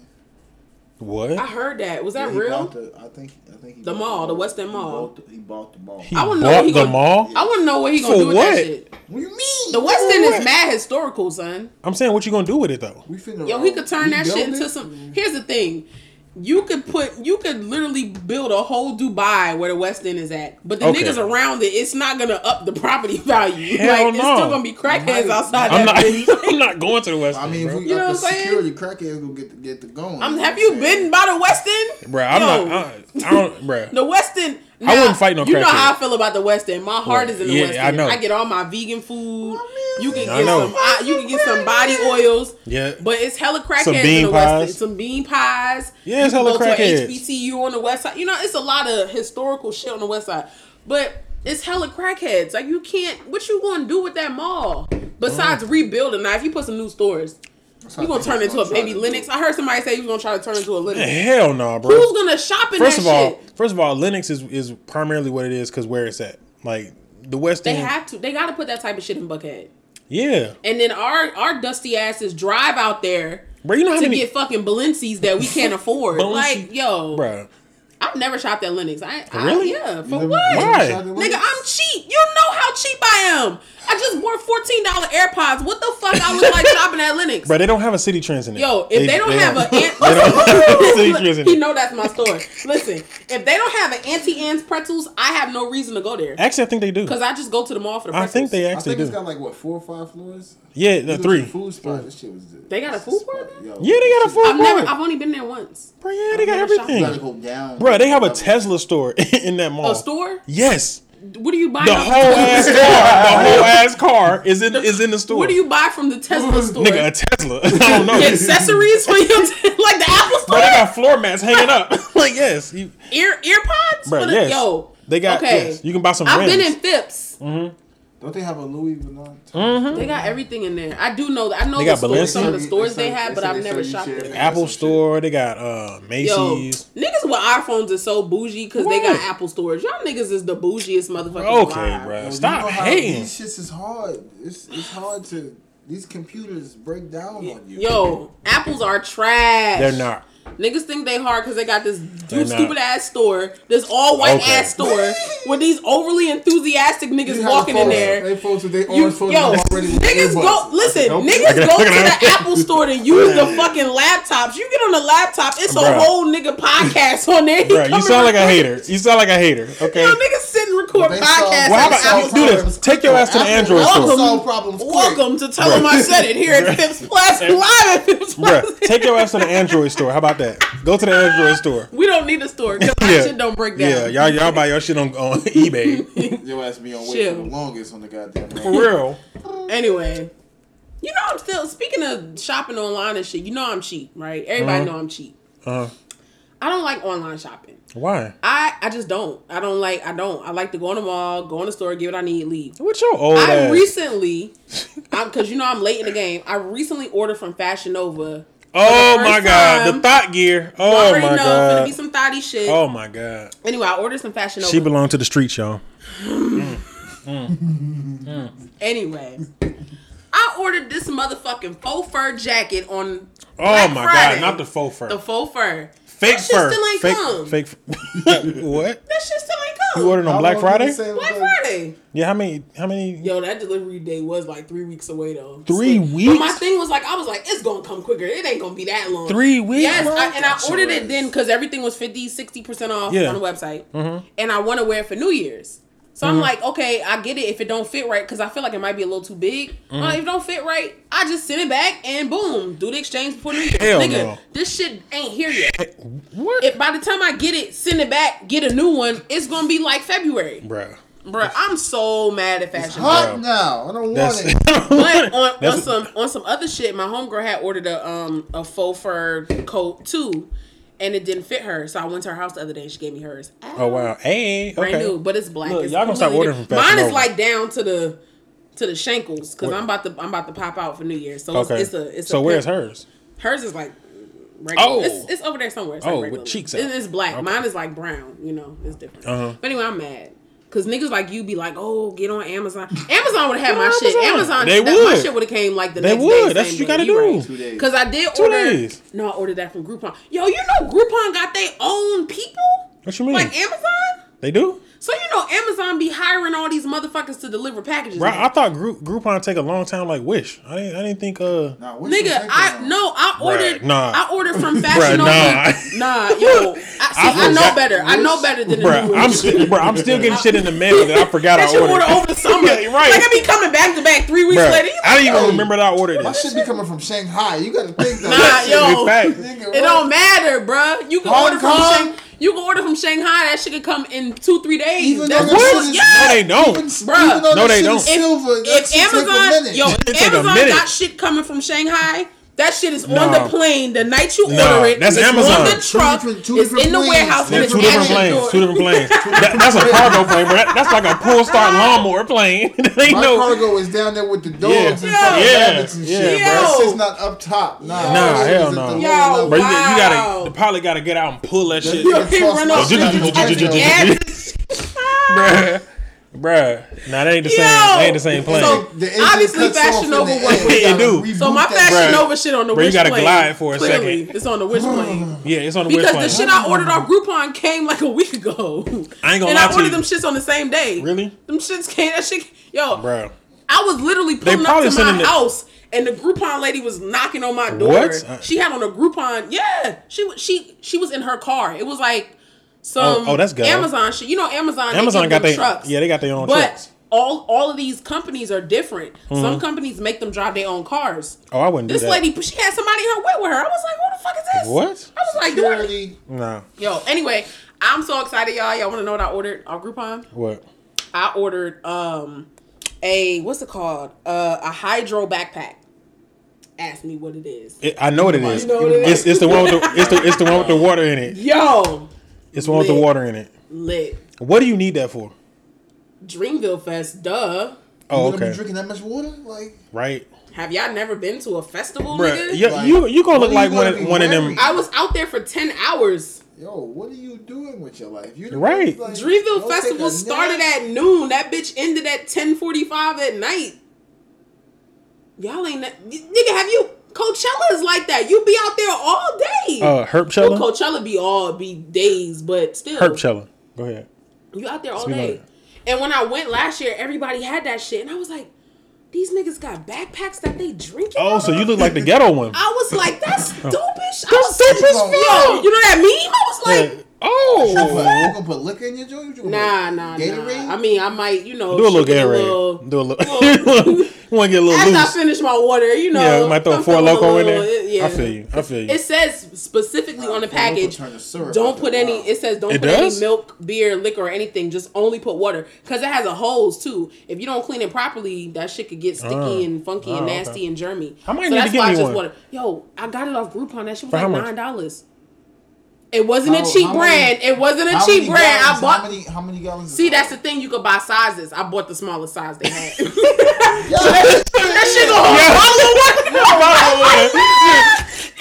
[SPEAKER 2] What?
[SPEAKER 3] heard that. Was
[SPEAKER 4] Yeah,
[SPEAKER 3] that
[SPEAKER 4] he
[SPEAKER 3] real?
[SPEAKER 4] bought the- I think I think he
[SPEAKER 3] The
[SPEAKER 4] bought
[SPEAKER 3] mall, the West End
[SPEAKER 4] He
[SPEAKER 3] Mall.
[SPEAKER 4] bought the- He bought the mall.
[SPEAKER 2] He
[SPEAKER 3] I
[SPEAKER 2] bought
[SPEAKER 3] wouldn't know what he
[SPEAKER 2] the
[SPEAKER 3] gonna-
[SPEAKER 2] mall.
[SPEAKER 3] I want to know what he
[SPEAKER 2] For
[SPEAKER 3] gonna do with
[SPEAKER 2] what?
[SPEAKER 3] that shit.
[SPEAKER 4] What do you mean?
[SPEAKER 3] The West End
[SPEAKER 2] what?
[SPEAKER 3] is mad historical, son.
[SPEAKER 2] I'm saying, what you gonna do with it though?
[SPEAKER 4] We finna
[SPEAKER 3] Yo,
[SPEAKER 4] um,
[SPEAKER 3] he could turn that shit
[SPEAKER 4] rebuild
[SPEAKER 3] into
[SPEAKER 4] it?
[SPEAKER 3] some. Here's the thing. You could put, you could literally build a whole Dubai where the West End is at, but the
[SPEAKER 2] Okay.
[SPEAKER 3] niggas around it, it's not gonna up the [laughs] property value.
[SPEAKER 2] Hell
[SPEAKER 3] like, it's
[SPEAKER 2] no.
[SPEAKER 3] still gonna be crackheads
[SPEAKER 4] Right.
[SPEAKER 3] outside
[SPEAKER 2] I'm
[SPEAKER 3] that
[SPEAKER 2] not.
[SPEAKER 3] bitch.
[SPEAKER 2] [laughs] I'm not going to the West.
[SPEAKER 4] I mean, if we
[SPEAKER 3] You know
[SPEAKER 4] got the
[SPEAKER 3] what I'm saying?
[SPEAKER 4] security crackheads gonna get the, get the going.
[SPEAKER 3] I'm,
[SPEAKER 4] know
[SPEAKER 3] have
[SPEAKER 4] what
[SPEAKER 3] you
[SPEAKER 4] I'm
[SPEAKER 3] been by the West End?
[SPEAKER 2] bro, I'm
[SPEAKER 3] Yo,
[SPEAKER 2] not. uh, I, I don't, bro.
[SPEAKER 3] The West End.
[SPEAKER 2] I wouldn't fight no
[SPEAKER 3] You know
[SPEAKER 2] crackhead.
[SPEAKER 3] how I feel about the West End. My heart
[SPEAKER 2] Right.
[SPEAKER 3] is in the
[SPEAKER 2] Yeah,
[SPEAKER 3] West
[SPEAKER 2] I
[SPEAKER 3] End.
[SPEAKER 2] know.
[SPEAKER 3] I, get all my vegan food. You can
[SPEAKER 2] I
[SPEAKER 3] get
[SPEAKER 2] know.
[SPEAKER 3] some. I, you can get some body oils.
[SPEAKER 2] Yeah.
[SPEAKER 3] But it's hella crackheads
[SPEAKER 2] Some
[SPEAKER 3] in
[SPEAKER 2] bean
[SPEAKER 3] the West
[SPEAKER 2] pies.
[SPEAKER 3] End. Some bean pies.
[SPEAKER 2] Yeah,
[SPEAKER 3] You
[SPEAKER 2] it's
[SPEAKER 3] can
[SPEAKER 2] hella
[SPEAKER 3] go to a
[SPEAKER 2] crackheads.
[SPEAKER 3] HBCU on the West Side. You know, it's a lot of historical shit on the West Side. But it's hella crackheads. Like you can't. What you gonna do with that mall
[SPEAKER 2] Mm.
[SPEAKER 3] besides rebuilding? Now, if you put some new stores,
[SPEAKER 4] saying?
[SPEAKER 3] you gonna turn it into a baby Linux. I heard somebody say you was gonna try to turn it into a Linux.
[SPEAKER 2] Hell no, nah, bro.
[SPEAKER 3] Who's gonna shop in
[SPEAKER 2] first
[SPEAKER 3] that
[SPEAKER 2] of all,
[SPEAKER 3] shit?
[SPEAKER 2] first of all, Linux is is primarily what it is because where it's at. Like the West
[SPEAKER 3] They
[SPEAKER 2] End.
[SPEAKER 3] have to. They got to put that type of shit in Buckhead.
[SPEAKER 2] yeah,
[SPEAKER 3] And then our our dusty asses drive out there
[SPEAKER 2] bro. You know how
[SPEAKER 3] to
[SPEAKER 2] many,
[SPEAKER 3] get fucking Balenci's that we can't
[SPEAKER 2] [laughs]
[SPEAKER 3] afford.
[SPEAKER 2] Balenci-
[SPEAKER 3] like yo,
[SPEAKER 2] bro.
[SPEAKER 3] I've never shopped at Lennox. I, I
[SPEAKER 2] Really?
[SPEAKER 3] yeah. For
[SPEAKER 4] You never-
[SPEAKER 3] what?
[SPEAKER 4] you never
[SPEAKER 2] Why?
[SPEAKER 4] shot the
[SPEAKER 3] Nigga,
[SPEAKER 4] Linux?
[SPEAKER 3] I'm cheap. You know how cheap I am. I just wore fourteen dollar AirPods. What the fuck?
[SPEAKER 2] [laughs]
[SPEAKER 3] I look like shopping at Lennox.
[SPEAKER 2] Bro, they don't have a city trends in it.
[SPEAKER 3] Yo, if they, don't
[SPEAKER 2] [laughs]
[SPEAKER 3] have an
[SPEAKER 2] They
[SPEAKER 3] aunt,
[SPEAKER 2] don't have a
[SPEAKER 3] [laughs]
[SPEAKER 2] city trends in
[SPEAKER 3] you
[SPEAKER 2] it.
[SPEAKER 3] know that's my store. Listen, if they don't have an Auntie Anne's pretzels, I have no reason to go there
[SPEAKER 2] Actually, I think they do.
[SPEAKER 3] because I just go to the mall for the
[SPEAKER 2] I
[SPEAKER 3] pretzels.
[SPEAKER 2] think they
[SPEAKER 4] I
[SPEAKER 2] actually
[SPEAKER 4] think
[SPEAKER 2] do.
[SPEAKER 4] it's got like what four or five floors.
[SPEAKER 2] yeah, the
[SPEAKER 4] It was
[SPEAKER 2] three.
[SPEAKER 4] a Food spot. This shit was.
[SPEAKER 3] They got a food spot
[SPEAKER 4] Yo,
[SPEAKER 2] Yeah, they got a full
[SPEAKER 3] I've never.
[SPEAKER 2] board.
[SPEAKER 3] I've only been there once.
[SPEAKER 2] Bro, yeah, they
[SPEAKER 3] I've
[SPEAKER 2] got
[SPEAKER 3] never shopped
[SPEAKER 4] You gotta
[SPEAKER 2] everything.
[SPEAKER 4] go down.
[SPEAKER 2] Bro, they have a
[SPEAKER 4] Level.
[SPEAKER 2] Tesla store [laughs] in that mall.
[SPEAKER 3] A store?
[SPEAKER 2] Yes,
[SPEAKER 3] What do you buy?
[SPEAKER 2] the
[SPEAKER 3] from-
[SPEAKER 2] whole ass car, the whole ass car is in is in the store.
[SPEAKER 3] What do you buy from the Tesla store?
[SPEAKER 2] nigga? A Tesla? [laughs] I don't know.
[SPEAKER 3] The accessories for your te- [laughs] like the Apple
[SPEAKER 2] Bro, they
[SPEAKER 3] store.
[SPEAKER 2] got floor mats hanging up. [laughs] like yes, you,
[SPEAKER 3] Ear earpods.
[SPEAKER 2] bro,
[SPEAKER 3] For the-
[SPEAKER 2] yes.
[SPEAKER 3] Yo,
[SPEAKER 2] they got
[SPEAKER 3] Okay.
[SPEAKER 2] yes. You can buy some
[SPEAKER 3] I've
[SPEAKER 2] rims.
[SPEAKER 3] been in Phipps.
[SPEAKER 4] Mm-hmm. Don't they have a Louis Vuitton?
[SPEAKER 2] Mm-hmm.
[SPEAKER 3] They got everything in there. I do know. that. I know
[SPEAKER 2] They
[SPEAKER 3] the
[SPEAKER 2] got
[SPEAKER 3] store, some of the
[SPEAKER 4] Balenciaga-
[SPEAKER 3] stores they
[SPEAKER 4] it's
[SPEAKER 3] have,
[SPEAKER 4] like-
[SPEAKER 3] but
[SPEAKER 4] it's
[SPEAKER 3] I've
[SPEAKER 4] like
[SPEAKER 3] never
[SPEAKER 4] some
[SPEAKER 3] shopped
[SPEAKER 4] shit.
[SPEAKER 3] there.
[SPEAKER 2] Apple
[SPEAKER 4] Some shit.
[SPEAKER 2] store. They got uh
[SPEAKER 3] Yo,
[SPEAKER 2] Macy's.
[SPEAKER 3] niggas with iPhones is so bougie because they got
[SPEAKER 2] What?
[SPEAKER 3] Apple stores. Y'all niggas is the bougiest motherfuckers.
[SPEAKER 2] Okay,
[SPEAKER 3] alive.
[SPEAKER 2] bro.
[SPEAKER 4] Yo, you
[SPEAKER 2] Stop
[SPEAKER 4] know how
[SPEAKER 2] hating.
[SPEAKER 4] These shits is hard. It's it's hard to. These computers break down on you.
[SPEAKER 3] Yo, apples are trash.
[SPEAKER 2] They're not.
[SPEAKER 3] Niggas think they hard because they got this
[SPEAKER 2] They're not.
[SPEAKER 3] stupid ass store, this all white
[SPEAKER 2] Okay.
[SPEAKER 3] ass store with these overly enthusiastic
[SPEAKER 4] They
[SPEAKER 3] niggas
[SPEAKER 4] have
[SPEAKER 3] walking in
[SPEAKER 4] phones.
[SPEAKER 3] there.
[SPEAKER 4] They folks with their
[SPEAKER 3] You, yo,
[SPEAKER 4] orange phones already with
[SPEAKER 3] niggas go
[SPEAKER 4] earbuds.
[SPEAKER 3] listen.
[SPEAKER 4] Nope.
[SPEAKER 3] Niggas
[SPEAKER 2] Okay,
[SPEAKER 3] go
[SPEAKER 2] okay.
[SPEAKER 3] to the Apple store to use
[SPEAKER 2] [laughs]
[SPEAKER 3] the fucking laptops. You get on the laptop, it's a
[SPEAKER 2] Bruh.
[SPEAKER 3] whole nigga podcast on there. He
[SPEAKER 2] Bro,
[SPEAKER 3] come
[SPEAKER 2] you
[SPEAKER 3] and
[SPEAKER 2] sound like a
[SPEAKER 3] record-
[SPEAKER 2] hater. You sound like a hater. Okay.
[SPEAKER 3] Yo, niggas sit and record
[SPEAKER 4] They solve-
[SPEAKER 3] podcasts.
[SPEAKER 2] Well, how
[SPEAKER 3] on
[SPEAKER 2] about
[SPEAKER 3] Apple
[SPEAKER 2] you do this? Take your ass to the
[SPEAKER 4] Apple
[SPEAKER 2] Android
[SPEAKER 4] solve
[SPEAKER 2] store.
[SPEAKER 4] solve problems quick.
[SPEAKER 3] Welcome to Tell 'em I Said It here at Phipps Plaza Live at Phipps Plaza.
[SPEAKER 2] Bruh, take your ass to the Android store. How about that? Go to the Android store.
[SPEAKER 3] We don't need
[SPEAKER 2] [laughs]
[SPEAKER 3] a store because
[SPEAKER 2] Yeah.
[SPEAKER 3] shit don't break down.
[SPEAKER 2] Yeah, y'all y'all buy your shit on,
[SPEAKER 3] [laughs]
[SPEAKER 2] on eBay.
[SPEAKER 4] Your ass be on wait
[SPEAKER 3] Chill.
[SPEAKER 4] for the longest on the goddamn.
[SPEAKER 2] For real.
[SPEAKER 3] Anyway, you know I'm still speaking of shopping online and shit. You know I'm cheap, right? Everybody know I'm cheap.
[SPEAKER 2] Uh-huh.
[SPEAKER 3] I don't like online shopping.
[SPEAKER 2] Why?
[SPEAKER 3] I, I just don't. I don't like. I don't. I like to go in the mall, go in the store, get what I need, leave.
[SPEAKER 2] What your old
[SPEAKER 3] I
[SPEAKER 2] ass?
[SPEAKER 3] recently, I'm because you know I'm late in the game. I recently ordered from Fashion
[SPEAKER 2] oh
[SPEAKER 3] Nova. for the
[SPEAKER 2] my
[SPEAKER 3] first
[SPEAKER 2] god,
[SPEAKER 3] time.
[SPEAKER 2] the thought gear.
[SPEAKER 3] You
[SPEAKER 2] Oh my
[SPEAKER 3] already know it's gonna
[SPEAKER 2] god.
[SPEAKER 3] be some thotty shit.
[SPEAKER 2] oh my god.
[SPEAKER 3] Anyway, I ordered some Fashion Nova.
[SPEAKER 2] She belonged to the streets, y'all.
[SPEAKER 3] anyway, I ordered this motherfucking faux fur jacket on.
[SPEAKER 2] Oh
[SPEAKER 3] Black
[SPEAKER 2] my god,
[SPEAKER 3] Friday.
[SPEAKER 2] not the faux fur.
[SPEAKER 3] the faux fur.
[SPEAKER 2] fake
[SPEAKER 3] that shit
[SPEAKER 2] fur.
[SPEAKER 3] still ain't
[SPEAKER 2] fake,
[SPEAKER 3] come.
[SPEAKER 2] fake fur. [laughs] what?
[SPEAKER 3] That shit still ain't come.
[SPEAKER 2] You ordered on
[SPEAKER 4] How
[SPEAKER 2] Black
[SPEAKER 4] long did
[SPEAKER 2] Friday?
[SPEAKER 4] it say it was
[SPEAKER 3] Black
[SPEAKER 4] like-
[SPEAKER 3] Friday.
[SPEAKER 2] Yeah, how many how many
[SPEAKER 3] Yo, that delivery day was like three weeks away though.
[SPEAKER 2] Three
[SPEAKER 3] But
[SPEAKER 2] weeks?
[SPEAKER 3] my thing was like, I was like, it's gonna come quicker. It ain't gonna be that long.
[SPEAKER 2] Three weeks?
[SPEAKER 3] Yes,
[SPEAKER 2] bro?
[SPEAKER 3] I, and I ordered it then because everything was 50, 60 percent off
[SPEAKER 2] Yeah. Mm-hmm.
[SPEAKER 3] on the website, and I want to wear it for New Year's. So I'm like, okay, I get it if it don't fit right because I feel like it might be a little too big. I'm
[SPEAKER 2] Mm-hmm.
[SPEAKER 3] like, if it don't fit right, I just send it back and boom, do the exchange before New Year's.
[SPEAKER 2] Hell
[SPEAKER 3] Nigga,
[SPEAKER 2] no.
[SPEAKER 3] this shit ain't here yet.
[SPEAKER 2] what?
[SPEAKER 3] If by the time I get it, send it back, get a new one, it's gonna be like February,
[SPEAKER 2] Bruh.
[SPEAKER 3] Bruh, I'm so mad at fashion.
[SPEAKER 4] Hot now. I don't
[SPEAKER 2] [laughs]
[SPEAKER 4] want
[SPEAKER 2] That's
[SPEAKER 4] it.
[SPEAKER 2] [laughs]
[SPEAKER 3] But on, on
[SPEAKER 2] That's-
[SPEAKER 3] some on some other shit, my homegirl had ordered a um a faux fur coat too, and it didn't fit her. So I went to her house the other day and she gave me hers. Ah,
[SPEAKER 2] Oh wow. Hey,
[SPEAKER 3] brand
[SPEAKER 2] okay.
[SPEAKER 3] new, but it's black.
[SPEAKER 2] Look,
[SPEAKER 3] It's
[SPEAKER 2] y'all gonna start
[SPEAKER 3] completely
[SPEAKER 2] ordering from
[SPEAKER 3] different.
[SPEAKER 2] Fashion
[SPEAKER 3] Mine is
[SPEAKER 2] Nova.
[SPEAKER 3] like down to the to the shankles because I'm about to I'm about to pop out for New Year's. So
[SPEAKER 2] Okay.
[SPEAKER 3] it's, it's a it's
[SPEAKER 2] so
[SPEAKER 3] a
[SPEAKER 2] where's
[SPEAKER 3] pimp.
[SPEAKER 2] hers?
[SPEAKER 3] Hers is like. Regular.
[SPEAKER 2] Oh.
[SPEAKER 3] It's, it's over there somewhere. It's like
[SPEAKER 2] Oh, with
[SPEAKER 3] regular.
[SPEAKER 2] cheeks
[SPEAKER 3] It-
[SPEAKER 2] out.
[SPEAKER 3] It's black.
[SPEAKER 2] Okay.
[SPEAKER 3] Mine is like brown. You know, it's different.
[SPEAKER 2] Uh-huh.
[SPEAKER 3] But anyway, I'm mad because niggas like you be like, oh, get
[SPEAKER 2] [laughs]
[SPEAKER 3] on Amazon. Amazon would have had my shit.
[SPEAKER 2] Amazon.
[SPEAKER 3] Amazon,
[SPEAKER 2] They
[SPEAKER 3] that, my
[SPEAKER 2] would.
[SPEAKER 3] shit would have came like the
[SPEAKER 2] They
[SPEAKER 3] next
[SPEAKER 2] would.
[SPEAKER 3] day.
[SPEAKER 2] That's
[SPEAKER 3] same
[SPEAKER 2] what you
[SPEAKER 3] day.
[SPEAKER 2] gotta
[SPEAKER 3] You
[SPEAKER 2] do.
[SPEAKER 3] right.
[SPEAKER 4] Two days.
[SPEAKER 3] Cause I did
[SPEAKER 2] Two
[SPEAKER 3] order.
[SPEAKER 2] days.
[SPEAKER 3] No, I ordered that from Groupon. Yo, you know Groupon got their own people,
[SPEAKER 2] What you mean?
[SPEAKER 3] like Amazon.
[SPEAKER 2] they do?
[SPEAKER 3] So you know Amazon be hiring all these motherfuckers to deliver packages.
[SPEAKER 2] Bro,
[SPEAKER 3] now.
[SPEAKER 2] I thought Group Groupon take a long time like Wish. I didn't I didn't think uh
[SPEAKER 4] Nah, what you
[SPEAKER 3] Nigga,
[SPEAKER 4] thinking
[SPEAKER 3] I
[SPEAKER 4] about?
[SPEAKER 3] no, I ordered.
[SPEAKER 2] nah.
[SPEAKER 3] I ordered
[SPEAKER 2] [laughs]
[SPEAKER 3] from
[SPEAKER 2] Bruh,
[SPEAKER 3] Fashion Nova. Nah,
[SPEAKER 2] [laughs]
[SPEAKER 3] yo, I, see, I,
[SPEAKER 2] forgot-
[SPEAKER 3] know better. I know better than the
[SPEAKER 2] Bruh,
[SPEAKER 3] [laughs] new
[SPEAKER 2] I'm
[SPEAKER 3] ones.
[SPEAKER 2] still, bruh, I'm still getting shit in the mail that I forgot
[SPEAKER 3] that
[SPEAKER 2] I
[SPEAKER 3] you
[SPEAKER 2] ordered.
[SPEAKER 3] order
[SPEAKER 2] [laughs]
[SPEAKER 3] over the summer,
[SPEAKER 2] Yeah, right.
[SPEAKER 3] Like I be coming back to back three weeks
[SPEAKER 2] Bruh,
[SPEAKER 3] later. You
[SPEAKER 2] I
[SPEAKER 3] like,
[SPEAKER 2] didn't
[SPEAKER 3] yo,
[SPEAKER 2] even remember that I ordered
[SPEAKER 4] My
[SPEAKER 2] this.
[SPEAKER 4] shit be coming from Shanghai. You gotta think though.
[SPEAKER 3] Nah, yo,
[SPEAKER 2] Big fact.
[SPEAKER 4] Nigga,
[SPEAKER 3] it don't matter, bruh. You can
[SPEAKER 4] Hong
[SPEAKER 3] order from
[SPEAKER 4] Kong?
[SPEAKER 3] Shang, you can order from Shanghai. That shit could come in two, three days.
[SPEAKER 4] Even though
[SPEAKER 3] That's
[SPEAKER 4] that shit
[SPEAKER 3] what?
[SPEAKER 4] is-
[SPEAKER 3] Yeah.
[SPEAKER 2] No, they don't.
[SPEAKER 4] Even,
[SPEAKER 3] Bruh.
[SPEAKER 4] even
[SPEAKER 2] No,
[SPEAKER 4] though that
[SPEAKER 2] they
[SPEAKER 4] shit
[SPEAKER 2] don't.
[SPEAKER 4] is Silver, that
[SPEAKER 3] if
[SPEAKER 4] shit take a
[SPEAKER 3] Amazon,
[SPEAKER 4] minute.
[SPEAKER 3] yo,
[SPEAKER 2] It
[SPEAKER 3] if
[SPEAKER 2] take a
[SPEAKER 3] Amazon
[SPEAKER 2] minute.
[SPEAKER 3] got shit coming from Shanghai. That shit is on
[SPEAKER 2] Nah.
[SPEAKER 3] the plane the night you
[SPEAKER 2] Nah,
[SPEAKER 3] order it.
[SPEAKER 2] that's
[SPEAKER 3] it's
[SPEAKER 2] Amazon.
[SPEAKER 3] on the truck.
[SPEAKER 4] Two different- two
[SPEAKER 3] it's
[SPEAKER 4] different
[SPEAKER 3] in the
[SPEAKER 4] planes.
[SPEAKER 3] warehouse.
[SPEAKER 4] They're
[SPEAKER 2] Yeah,
[SPEAKER 3] and it's
[SPEAKER 2] two different
[SPEAKER 3] at your
[SPEAKER 2] planes.
[SPEAKER 3] door.
[SPEAKER 2] Two different [laughs] planes. That- that's a cargo plane, bro. That- that's like a pull start lawnmower plane. [laughs] It ain't
[SPEAKER 4] My
[SPEAKER 2] no.
[SPEAKER 4] cargo is down there with the dogs and
[SPEAKER 2] Yeah.
[SPEAKER 4] fucking rabbits and
[SPEAKER 2] Yeah.
[SPEAKER 4] shit.
[SPEAKER 3] Yeah.
[SPEAKER 4] Yeah. That shit's not up top. Nah,
[SPEAKER 2] Nah,
[SPEAKER 4] that shit
[SPEAKER 2] hell
[SPEAKER 4] is at the
[SPEAKER 2] no.
[SPEAKER 4] lower
[SPEAKER 3] Yo,
[SPEAKER 4] level.
[SPEAKER 2] Bro, you, got- you
[SPEAKER 3] Wow.
[SPEAKER 2] gotta, the pilot gotta get out and pull that shit.
[SPEAKER 4] Yeah.
[SPEAKER 3] He run off.
[SPEAKER 2] Yeah. Bruh. Bruh. Nah, that ain't the same. That ain't the same plane.
[SPEAKER 3] So-
[SPEAKER 4] The engine
[SPEAKER 3] Obviously,
[SPEAKER 4] cuts off
[SPEAKER 3] Fashion
[SPEAKER 4] in
[SPEAKER 3] Nova
[SPEAKER 4] the
[SPEAKER 3] works.
[SPEAKER 4] end. You
[SPEAKER 2] It
[SPEAKER 4] gotta
[SPEAKER 2] do.
[SPEAKER 4] reboot
[SPEAKER 3] So my
[SPEAKER 4] that
[SPEAKER 3] Fashion
[SPEAKER 2] Bruh.
[SPEAKER 3] Nova shit on the
[SPEAKER 2] Bruh, you
[SPEAKER 3] wish
[SPEAKER 2] gotta
[SPEAKER 3] plane.
[SPEAKER 2] glide for a
[SPEAKER 3] Clearly,
[SPEAKER 2] second.
[SPEAKER 3] It's on the wish plane.
[SPEAKER 2] yeah, it's on the
[SPEAKER 3] Because
[SPEAKER 2] which
[SPEAKER 3] the
[SPEAKER 2] plane.
[SPEAKER 3] shit I ordered off Groupon came like a week ago.
[SPEAKER 2] I ain't gonna
[SPEAKER 3] and
[SPEAKER 2] lie
[SPEAKER 3] I
[SPEAKER 2] to
[SPEAKER 3] ordered
[SPEAKER 2] you.
[SPEAKER 3] them shits on the same day.
[SPEAKER 2] Really?
[SPEAKER 3] Them shits came. That shit. Yo,
[SPEAKER 2] Bruh.
[SPEAKER 3] I was literally pulling up
[SPEAKER 2] probably
[SPEAKER 3] to my
[SPEAKER 2] sending the-
[SPEAKER 3] house, and the Groupon lady was knocking on my door.
[SPEAKER 2] What? Uh,
[SPEAKER 3] She had on a Groupon. Yeah, she wa- she she was in her car. It was like some
[SPEAKER 2] Oh, oh, that's ghetto.
[SPEAKER 3] Amazon shit. You know, Amazon.
[SPEAKER 2] Amazon
[SPEAKER 3] they
[SPEAKER 2] got
[SPEAKER 3] their
[SPEAKER 2] they-
[SPEAKER 3] trucks.
[SPEAKER 2] yeah, they got their own
[SPEAKER 3] but
[SPEAKER 2] trucks. Mm-hmm.
[SPEAKER 3] All, all of these companies are different. Some companies make them drive their own cars.
[SPEAKER 2] Oh, I wouldn't do
[SPEAKER 3] This
[SPEAKER 2] that.
[SPEAKER 3] lady, she had somebody in her whip with her. I was like, "What the fuck is this?"
[SPEAKER 2] What?
[SPEAKER 3] I was like, "Do it."
[SPEAKER 4] Security.
[SPEAKER 2] Nah.
[SPEAKER 3] Yo, anyway, I'm so excited, y'all. Y'all want to know what I ordered on Groupon?
[SPEAKER 2] What?
[SPEAKER 3] I ordered um a what's it called? Uh, a hydro backpack. Ask me what it is.
[SPEAKER 2] It, I know what it is.
[SPEAKER 3] know what it
[SPEAKER 2] It's, it's the one with the it's the it's the one with the water in it.
[SPEAKER 3] Yo,
[SPEAKER 2] It's the one with the
[SPEAKER 3] Lit.
[SPEAKER 2] water in it.
[SPEAKER 3] lit.
[SPEAKER 2] What do you need that for?
[SPEAKER 3] Dreamville Fest, duh.
[SPEAKER 2] Oh,
[SPEAKER 4] You gonna be
[SPEAKER 2] okay.
[SPEAKER 4] drinking that much water? Like,
[SPEAKER 2] Right.
[SPEAKER 3] Have y'all never been to a festival,
[SPEAKER 2] Bruh,
[SPEAKER 3] Oh, nigga?
[SPEAKER 2] you,
[SPEAKER 4] Like,
[SPEAKER 2] you you gonna look
[SPEAKER 4] what are you
[SPEAKER 2] like
[SPEAKER 4] gonna
[SPEAKER 2] one
[SPEAKER 4] be
[SPEAKER 2] of, one of them.
[SPEAKER 4] wearing?
[SPEAKER 3] I was out there for ten hours.
[SPEAKER 4] yo, what are you doing with your life? You
[SPEAKER 2] Right.
[SPEAKER 4] like,
[SPEAKER 3] Dreamville
[SPEAKER 4] go take a
[SPEAKER 3] Festival
[SPEAKER 4] nap.
[SPEAKER 3] started at noon. That bitch ended at ten forty five at night. Y'all ain't that, nigga. Have you Coachella is like that? You be out there all day.
[SPEAKER 2] Uh,
[SPEAKER 3] Well,
[SPEAKER 2] Herpchella.
[SPEAKER 3] Coachella be all be days, but still,
[SPEAKER 2] Herpchella. Go ahead.
[SPEAKER 3] you out there all
[SPEAKER 2] Speak on
[SPEAKER 3] day.
[SPEAKER 2] it.
[SPEAKER 3] And when I went last year, everybody had that shit, and I was like, these niggas got backpacks that they drinking.
[SPEAKER 2] Oh,
[SPEAKER 3] out
[SPEAKER 2] so
[SPEAKER 3] of?
[SPEAKER 2] you look
[SPEAKER 3] [laughs]
[SPEAKER 2] like the ghetto one.
[SPEAKER 3] I was like,
[SPEAKER 2] [laughs]
[SPEAKER 3] that's stupid. shit. I
[SPEAKER 2] That's
[SPEAKER 3] was
[SPEAKER 2] dope as
[SPEAKER 4] fuck.
[SPEAKER 3] Yo, you know that meme? I was like,
[SPEAKER 2] Yeah. Oh.
[SPEAKER 4] You gonna put liquor in your joint? You gonna
[SPEAKER 3] nah, nah,
[SPEAKER 4] put Gatorade?
[SPEAKER 3] nah. I mean, I might, you know,
[SPEAKER 2] Do a little
[SPEAKER 3] get
[SPEAKER 2] Gatorade.
[SPEAKER 3] little-
[SPEAKER 2] Do a [laughs] little. want to get a
[SPEAKER 3] After
[SPEAKER 2] little
[SPEAKER 3] I
[SPEAKER 2] loose.
[SPEAKER 3] finish my water, you know,
[SPEAKER 2] Yeah, might throw
[SPEAKER 3] I'm
[SPEAKER 2] four
[SPEAKER 3] feeling a
[SPEAKER 2] loco in
[SPEAKER 3] little-
[SPEAKER 2] there.
[SPEAKER 3] yeah.
[SPEAKER 2] I feel you. I feel you. [laughs]
[SPEAKER 3] It says specifically on the
[SPEAKER 4] Four Loko
[SPEAKER 3] package,
[SPEAKER 4] turned to syrup
[SPEAKER 3] don't
[SPEAKER 4] after
[SPEAKER 3] put
[SPEAKER 4] a
[SPEAKER 3] any.
[SPEAKER 4] while.
[SPEAKER 3] It says don't
[SPEAKER 2] It
[SPEAKER 3] put
[SPEAKER 2] does?
[SPEAKER 3] any milk, beer, liquor, or anything. Just only put water because it has a hose too. If you don't clean it properly, that shit could get sticky
[SPEAKER 2] Oh.
[SPEAKER 3] and funky
[SPEAKER 2] Oh,
[SPEAKER 3] and
[SPEAKER 2] okay.
[SPEAKER 3] nasty and germy.
[SPEAKER 2] I might need to
[SPEAKER 3] that's
[SPEAKER 2] get
[SPEAKER 3] why I
[SPEAKER 2] me
[SPEAKER 3] just
[SPEAKER 2] one.
[SPEAKER 3] Yo, I got it off Groupon. That shit was
[SPEAKER 2] For how
[SPEAKER 3] like
[SPEAKER 2] much?
[SPEAKER 3] nine dollars. It wasn't
[SPEAKER 4] How-
[SPEAKER 3] a cheap
[SPEAKER 4] how
[SPEAKER 3] brand.
[SPEAKER 4] many-
[SPEAKER 3] it wasn't a
[SPEAKER 4] How
[SPEAKER 3] cheap
[SPEAKER 4] many
[SPEAKER 3] brand.
[SPEAKER 4] gallons-
[SPEAKER 3] I bought.
[SPEAKER 4] How many, how many gallons? is
[SPEAKER 3] See,
[SPEAKER 4] that?
[SPEAKER 3] that's the thing. You could buy sizes. I bought the smallest size they had. [laughs]
[SPEAKER 4] Yeah,
[SPEAKER 3] that [laughs] shit
[SPEAKER 4] [laughs]
[SPEAKER 3] gonna hold
[SPEAKER 2] [laughs]
[SPEAKER 3] Yo,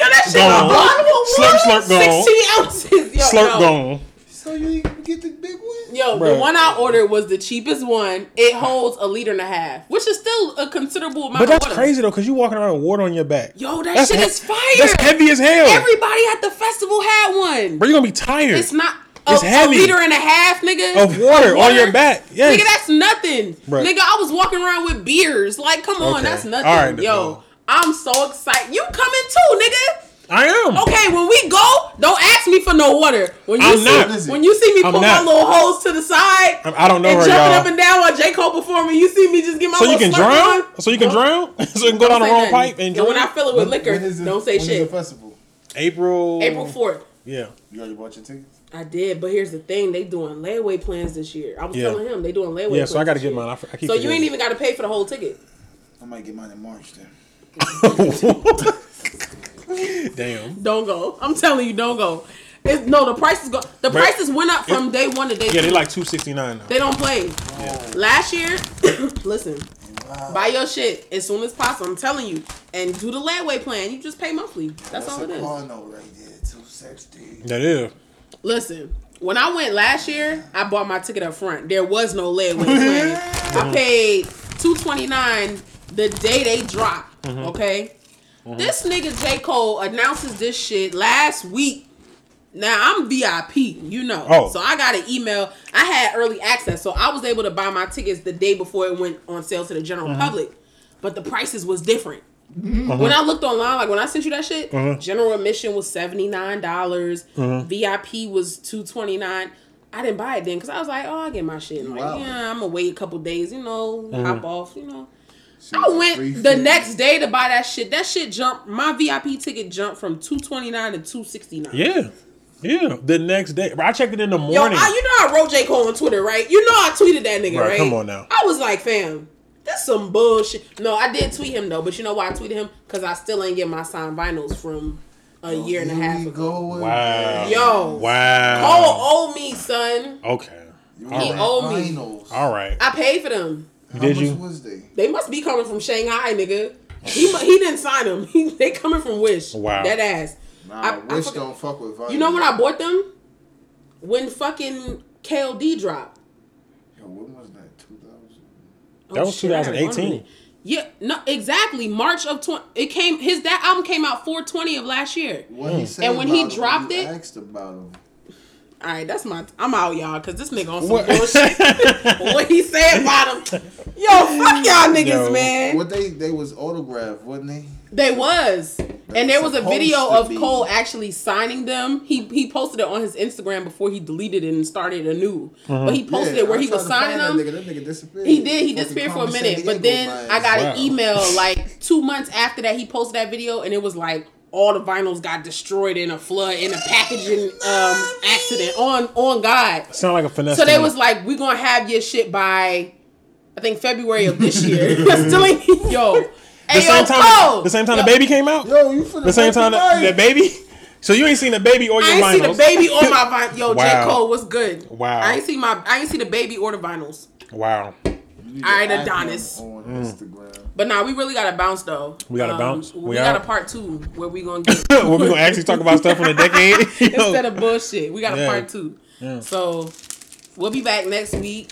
[SPEAKER 3] that shit
[SPEAKER 2] Gone.
[SPEAKER 3] a bottle of
[SPEAKER 2] Slurp, slurp, gone.
[SPEAKER 3] water. 16 ounces. Yo,
[SPEAKER 2] Slurp
[SPEAKER 3] [laughs] no.
[SPEAKER 2] gone.
[SPEAKER 4] So you didn't get the big one?
[SPEAKER 3] Yo, the
[SPEAKER 2] Bruh.
[SPEAKER 3] one I ordered was the cheapest one. It holds a liter and a half, which is still a considerable amount
[SPEAKER 2] But
[SPEAKER 3] of
[SPEAKER 2] that's
[SPEAKER 3] water.
[SPEAKER 2] crazy though, because you walking around with water on your back.
[SPEAKER 3] Yo, that
[SPEAKER 2] That's
[SPEAKER 3] shit
[SPEAKER 2] he-
[SPEAKER 3] is fire.
[SPEAKER 2] That's heavy as hell.
[SPEAKER 3] Everybody at the festival had one.
[SPEAKER 2] Bro, you gonna be tired
[SPEAKER 3] It's not a,
[SPEAKER 2] It's
[SPEAKER 3] a
[SPEAKER 2] heavy.
[SPEAKER 3] liter and a half, nigga.
[SPEAKER 2] of water, on your back. Yes.
[SPEAKER 3] Nigga, that's nothing.
[SPEAKER 2] Bruh.
[SPEAKER 3] Nigga, I was walking around with beers. Like, come on,
[SPEAKER 2] Okay.
[SPEAKER 3] that's nothing.
[SPEAKER 2] All right,
[SPEAKER 3] Yo,
[SPEAKER 2] Nicole.
[SPEAKER 3] I'm so excited. You coming too, nigga?
[SPEAKER 2] I am.
[SPEAKER 3] Okay, when we go, don't ask me for no water. When you
[SPEAKER 2] I'm
[SPEAKER 3] see
[SPEAKER 2] not.
[SPEAKER 3] when you see me
[SPEAKER 2] I'm
[SPEAKER 3] put my
[SPEAKER 2] not.
[SPEAKER 3] little hose to the side
[SPEAKER 2] I'm- I don't know
[SPEAKER 3] and
[SPEAKER 2] her,
[SPEAKER 3] jumping
[SPEAKER 2] y'all.
[SPEAKER 3] up and down while J Cole performing, you see me just get my
[SPEAKER 2] So you
[SPEAKER 3] little
[SPEAKER 2] can
[SPEAKER 3] slurp
[SPEAKER 2] drown?
[SPEAKER 3] on.
[SPEAKER 2] So you can
[SPEAKER 3] Don't-
[SPEAKER 2] drown? [laughs] So you can go
[SPEAKER 3] don't
[SPEAKER 2] down the
[SPEAKER 3] say
[SPEAKER 2] wrong
[SPEAKER 3] nothing.
[SPEAKER 2] pipe and drown?
[SPEAKER 3] when I fill it with liquor,
[SPEAKER 4] When is the-
[SPEAKER 3] don't say
[SPEAKER 4] when is the
[SPEAKER 3] shit.
[SPEAKER 4] festival.
[SPEAKER 2] April.
[SPEAKER 3] April fourth.
[SPEAKER 2] Yeah.
[SPEAKER 4] You already bought your tickets?
[SPEAKER 3] I did, but here's the thing: they doing layaway plans this year. I was
[SPEAKER 2] Yeah.
[SPEAKER 3] telling him they doing layaway.
[SPEAKER 2] Yeah, so I
[SPEAKER 3] plans
[SPEAKER 2] gotta
[SPEAKER 3] this
[SPEAKER 2] get
[SPEAKER 3] year.
[SPEAKER 2] mine. I, f- I keep
[SPEAKER 3] So you
[SPEAKER 2] forgetting.
[SPEAKER 3] ain't even got to pay for the whole ticket.
[SPEAKER 4] I might get mine in March then.
[SPEAKER 2] Damn.
[SPEAKER 3] Don't go. I'm telling you, don't go. It's, no, the prices go. The
[SPEAKER 2] Bruh,
[SPEAKER 3] prices went up from day one to day.
[SPEAKER 2] Yeah,
[SPEAKER 3] two.
[SPEAKER 2] they like 269 now.
[SPEAKER 3] They don't play. Last year, [coughs] listen, buy your shit as soon as possible. I'm telling you, and do the layaway plan. You just pay monthly. That's, all
[SPEAKER 4] a
[SPEAKER 3] it is.
[SPEAKER 4] Carno right there, 260.
[SPEAKER 2] That is.
[SPEAKER 3] Listen, when I went last year, I bought my ticket up front. There was no layaway plan. I paid two twenty nine the day they dropped. Okay, this nigga J Cole announces this shit last week. Now I'm VIP, you know.
[SPEAKER 2] Oh.
[SPEAKER 3] So I got an email. I had early access, so I was able to buy my tickets the day before it went on sale to the general public. But the prices was different. When I looked online, like when I sent you that shit, general admission was seventy nine dollars. VIP was two twenty nine. I didn't buy it then because I was like, oh, I will get my shit. And like,
[SPEAKER 4] Wow.
[SPEAKER 3] yeah, I'm gonna wait a couple days, you know, hop off, you know.
[SPEAKER 4] Shit
[SPEAKER 3] I
[SPEAKER 4] was
[SPEAKER 3] went the
[SPEAKER 4] 350.
[SPEAKER 3] next day to buy that shit. That shit jumped. My VIP ticket jumped from two twenty nine to two sixty nine.
[SPEAKER 2] Yeah. Yeah. The next day. Bro, I checked it in the
[SPEAKER 3] Yo, I,
[SPEAKER 2] morning.
[SPEAKER 3] you know I wrote J Cole on Twitter, right? You know I tweeted that nigga,
[SPEAKER 2] Bruh,
[SPEAKER 3] right?
[SPEAKER 2] come on now.
[SPEAKER 3] I was like, fam, that's some bullshit. No, I did tweet him though, but you know why I tweeted him? Cause I still ain't get my signed vinyls from a year and a
[SPEAKER 4] Here
[SPEAKER 3] half
[SPEAKER 4] we
[SPEAKER 3] ago.
[SPEAKER 4] Oh, go with
[SPEAKER 2] Wow.
[SPEAKER 3] Yo. Cole
[SPEAKER 2] Wow.
[SPEAKER 3] owe oh, me, son.
[SPEAKER 2] Okay.
[SPEAKER 4] You
[SPEAKER 2] All
[SPEAKER 4] want
[SPEAKER 2] right.
[SPEAKER 3] owe me.
[SPEAKER 4] finals.
[SPEAKER 2] All right.
[SPEAKER 3] I paid for them.
[SPEAKER 4] How
[SPEAKER 2] Did
[SPEAKER 4] much
[SPEAKER 2] you?
[SPEAKER 4] was they?
[SPEAKER 3] They must be coming from Shanghai, nigga. He mu- he didn't sign them. [laughs] He, they coming from Wish.
[SPEAKER 2] Wow.
[SPEAKER 3] That ass.
[SPEAKER 4] Nah,
[SPEAKER 3] I- I
[SPEAKER 4] Wish
[SPEAKER 3] forget-
[SPEAKER 4] don't fuck with vinyl.
[SPEAKER 3] You know when I bought them? When fucking KLD dropped.
[SPEAKER 4] Yo, when was that? 2000?
[SPEAKER 3] Oh,
[SPEAKER 2] That was
[SPEAKER 3] shit, I haven't ordered
[SPEAKER 2] 2018.
[SPEAKER 3] it. Yeah, no, exactly. March of twenty. It came. His that album came out four twenty of last year.
[SPEAKER 4] What he said
[SPEAKER 3] And when he
[SPEAKER 4] about 'em,
[SPEAKER 3] dropped
[SPEAKER 4] you
[SPEAKER 3] it-
[SPEAKER 4] asked about him.
[SPEAKER 3] All right, that's my. I'm out, y'all, because this nigga on some
[SPEAKER 2] What- [laughs]
[SPEAKER 3] bullshit. what he said about him? Yo, fuck y'all niggas,
[SPEAKER 2] Yo.
[SPEAKER 3] man.
[SPEAKER 4] What they they was autographed, wasn't they?
[SPEAKER 3] They was. And there was a
[SPEAKER 4] supposed
[SPEAKER 3] video
[SPEAKER 4] to
[SPEAKER 3] of
[SPEAKER 4] be.
[SPEAKER 3] Cole actually signing them. He he posted it on his Instagram before he deleted it and started anew. But he posted
[SPEAKER 4] Yeah,
[SPEAKER 3] it where
[SPEAKER 4] I
[SPEAKER 3] he
[SPEAKER 4] tried
[SPEAKER 3] was
[SPEAKER 4] to find
[SPEAKER 3] signing
[SPEAKER 4] that
[SPEAKER 3] them.
[SPEAKER 4] Nigga. That nigga disappeared.
[SPEAKER 3] He did. He
[SPEAKER 4] Fucking
[SPEAKER 3] disappeared for a
[SPEAKER 4] Carmen
[SPEAKER 3] minute, but
[SPEAKER 4] Sandiego
[SPEAKER 3] then
[SPEAKER 4] vibes.
[SPEAKER 3] I got an
[SPEAKER 2] Wow.
[SPEAKER 3] email
[SPEAKER 2] [laughs]
[SPEAKER 3] like two months after that. He posted that video, and it was like all the vinyls got destroyed in a flood in a packaging um accident. On on God.
[SPEAKER 2] Sound like a finesse.
[SPEAKER 3] So
[SPEAKER 2] to
[SPEAKER 3] they
[SPEAKER 2] me.
[SPEAKER 3] was like, "We gonna have your shit by, I think February of this
[SPEAKER 2] [laughs]
[SPEAKER 3] year." [laughs] Still ain't yo.
[SPEAKER 2] the same time. The same time the baby came out.
[SPEAKER 4] Yo, you for
[SPEAKER 2] The same time that, that baby. [laughs] So you ain't seen the baby or your
[SPEAKER 3] I ain't see the
[SPEAKER 2] vinyls.
[SPEAKER 3] baby
[SPEAKER 2] [laughs]
[SPEAKER 3] or my vinyl. Yo,
[SPEAKER 2] Wow.
[SPEAKER 3] J Cole, what's good?
[SPEAKER 2] Wow.
[SPEAKER 3] I ain't see my. I ain't see the baby or the vinyls.
[SPEAKER 2] Wow.
[SPEAKER 3] All right, Adonis. [laughs]
[SPEAKER 4] On Instagram.
[SPEAKER 3] But now nah, we really gotta bounce though. Um,
[SPEAKER 2] We gotta bounce?
[SPEAKER 3] We,
[SPEAKER 2] We
[SPEAKER 3] got a
[SPEAKER 2] out?
[SPEAKER 3] part two where we gonna get
[SPEAKER 2] [laughs] When we gonna actually talk about stuff in a decade? [laughs] Yo.
[SPEAKER 3] instead of bullshit. We got a
[SPEAKER 2] Yeah.
[SPEAKER 3] part two.
[SPEAKER 2] Yeah.
[SPEAKER 3] So we'll be back next week.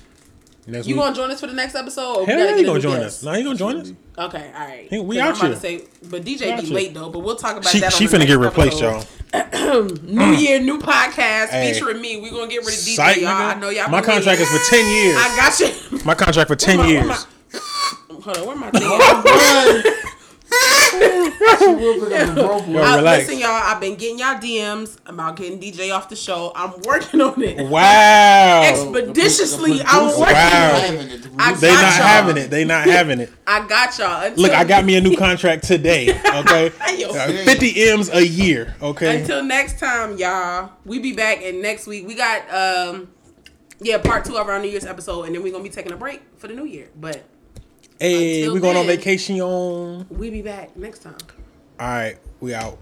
[SPEAKER 2] Next
[SPEAKER 3] You
[SPEAKER 2] week.
[SPEAKER 3] gonna join us for the next episode? Or we
[SPEAKER 2] Hell yeah,
[SPEAKER 3] gotta get
[SPEAKER 2] you
[SPEAKER 3] a
[SPEAKER 2] gonna
[SPEAKER 3] new
[SPEAKER 2] join
[SPEAKER 3] guest?
[SPEAKER 2] us. Nah, you gonna join us.
[SPEAKER 3] Okay, all right.
[SPEAKER 2] Hey, we
[SPEAKER 3] 'Cause
[SPEAKER 2] out
[SPEAKER 3] I'm about
[SPEAKER 2] here.
[SPEAKER 3] to say, but
[SPEAKER 2] We
[SPEAKER 3] DJ
[SPEAKER 2] out
[SPEAKER 3] be
[SPEAKER 2] here.
[SPEAKER 3] late though. But we'll talk about
[SPEAKER 2] She
[SPEAKER 3] that. on
[SPEAKER 2] she
[SPEAKER 3] the
[SPEAKER 2] finna
[SPEAKER 3] next
[SPEAKER 2] get replaced,
[SPEAKER 3] episode.
[SPEAKER 2] y'all.
[SPEAKER 3] [clears throat]
[SPEAKER 2] Mm.
[SPEAKER 3] New year, new podcast
[SPEAKER 2] Hey.
[SPEAKER 3] featuring me. We gonna get rid of DJ.
[SPEAKER 2] Psych,
[SPEAKER 3] y'all.
[SPEAKER 2] nigga.
[SPEAKER 3] I know y'all.
[SPEAKER 2] My
[SPEAKER 3] been waiting.
[SPEAKER 2] contract is for ten years.
[SPEAKER 3] I got you. [laughs]
[SPEAKER 2] My contract for ten
[SPEAKER 3] Where my- where
[SPEAKER 2] years.
[SPEAKER 3] my- Hold on, where
[SPEAKER 2] [laughs]
[SPEAKER 3] my thing?
[SPEAKER 4] We'll pick up the broke one.
[SPEAKER 2] Yo.
[SPEAKER 3] I,
[SPEAKER 2] relax.
[SPEAKER 3] listen, y'all. I've been getting y'all DMs about getting DJ off the show. I'm working on it.
[SPEAKER 2] Wow.
[SPEAKER 3] Expeditiously,
[SPEAKER 4] The
[SPEAKER 3] I'm
[SPEAKER 4] producer-
[SPEAKER 3] working
[SPEAKER 2] Wow.
[SPEAKER 3] on it.
[SPEAKER 4] The producer-
[SPEAKER 3] I
[SPEAKER 2] They not
[SPEAKER 3] got y'all.
[SPEAKER 2] having it. They not having it.
[SPEAKER 3] I got y'all. Until,
[SPEAKER 2] Look, I got me a new contract
[SPEAKER 3] [laughs]
[SPEAKER 2] today. Okay,
[SPEAKER 3] Yo.
[SPEAKER 2] Uh, fifty m's a year. Okay,
[SPEAKER 3] Until next time, y'all. We be back, and next week we got um, yeah, part two of our New Year's episode, and then we're gonna be taking a break for the New Year. But
[SPEAKER 2] hey,
[SPEAKER 3] until
[SPEAKER 2] we going on
[SPEAKER 3] then.
[SPEAKER 2] vacation. All
[SPEAKER 3] we be back next time.
[SPEAKER 2] right, we out.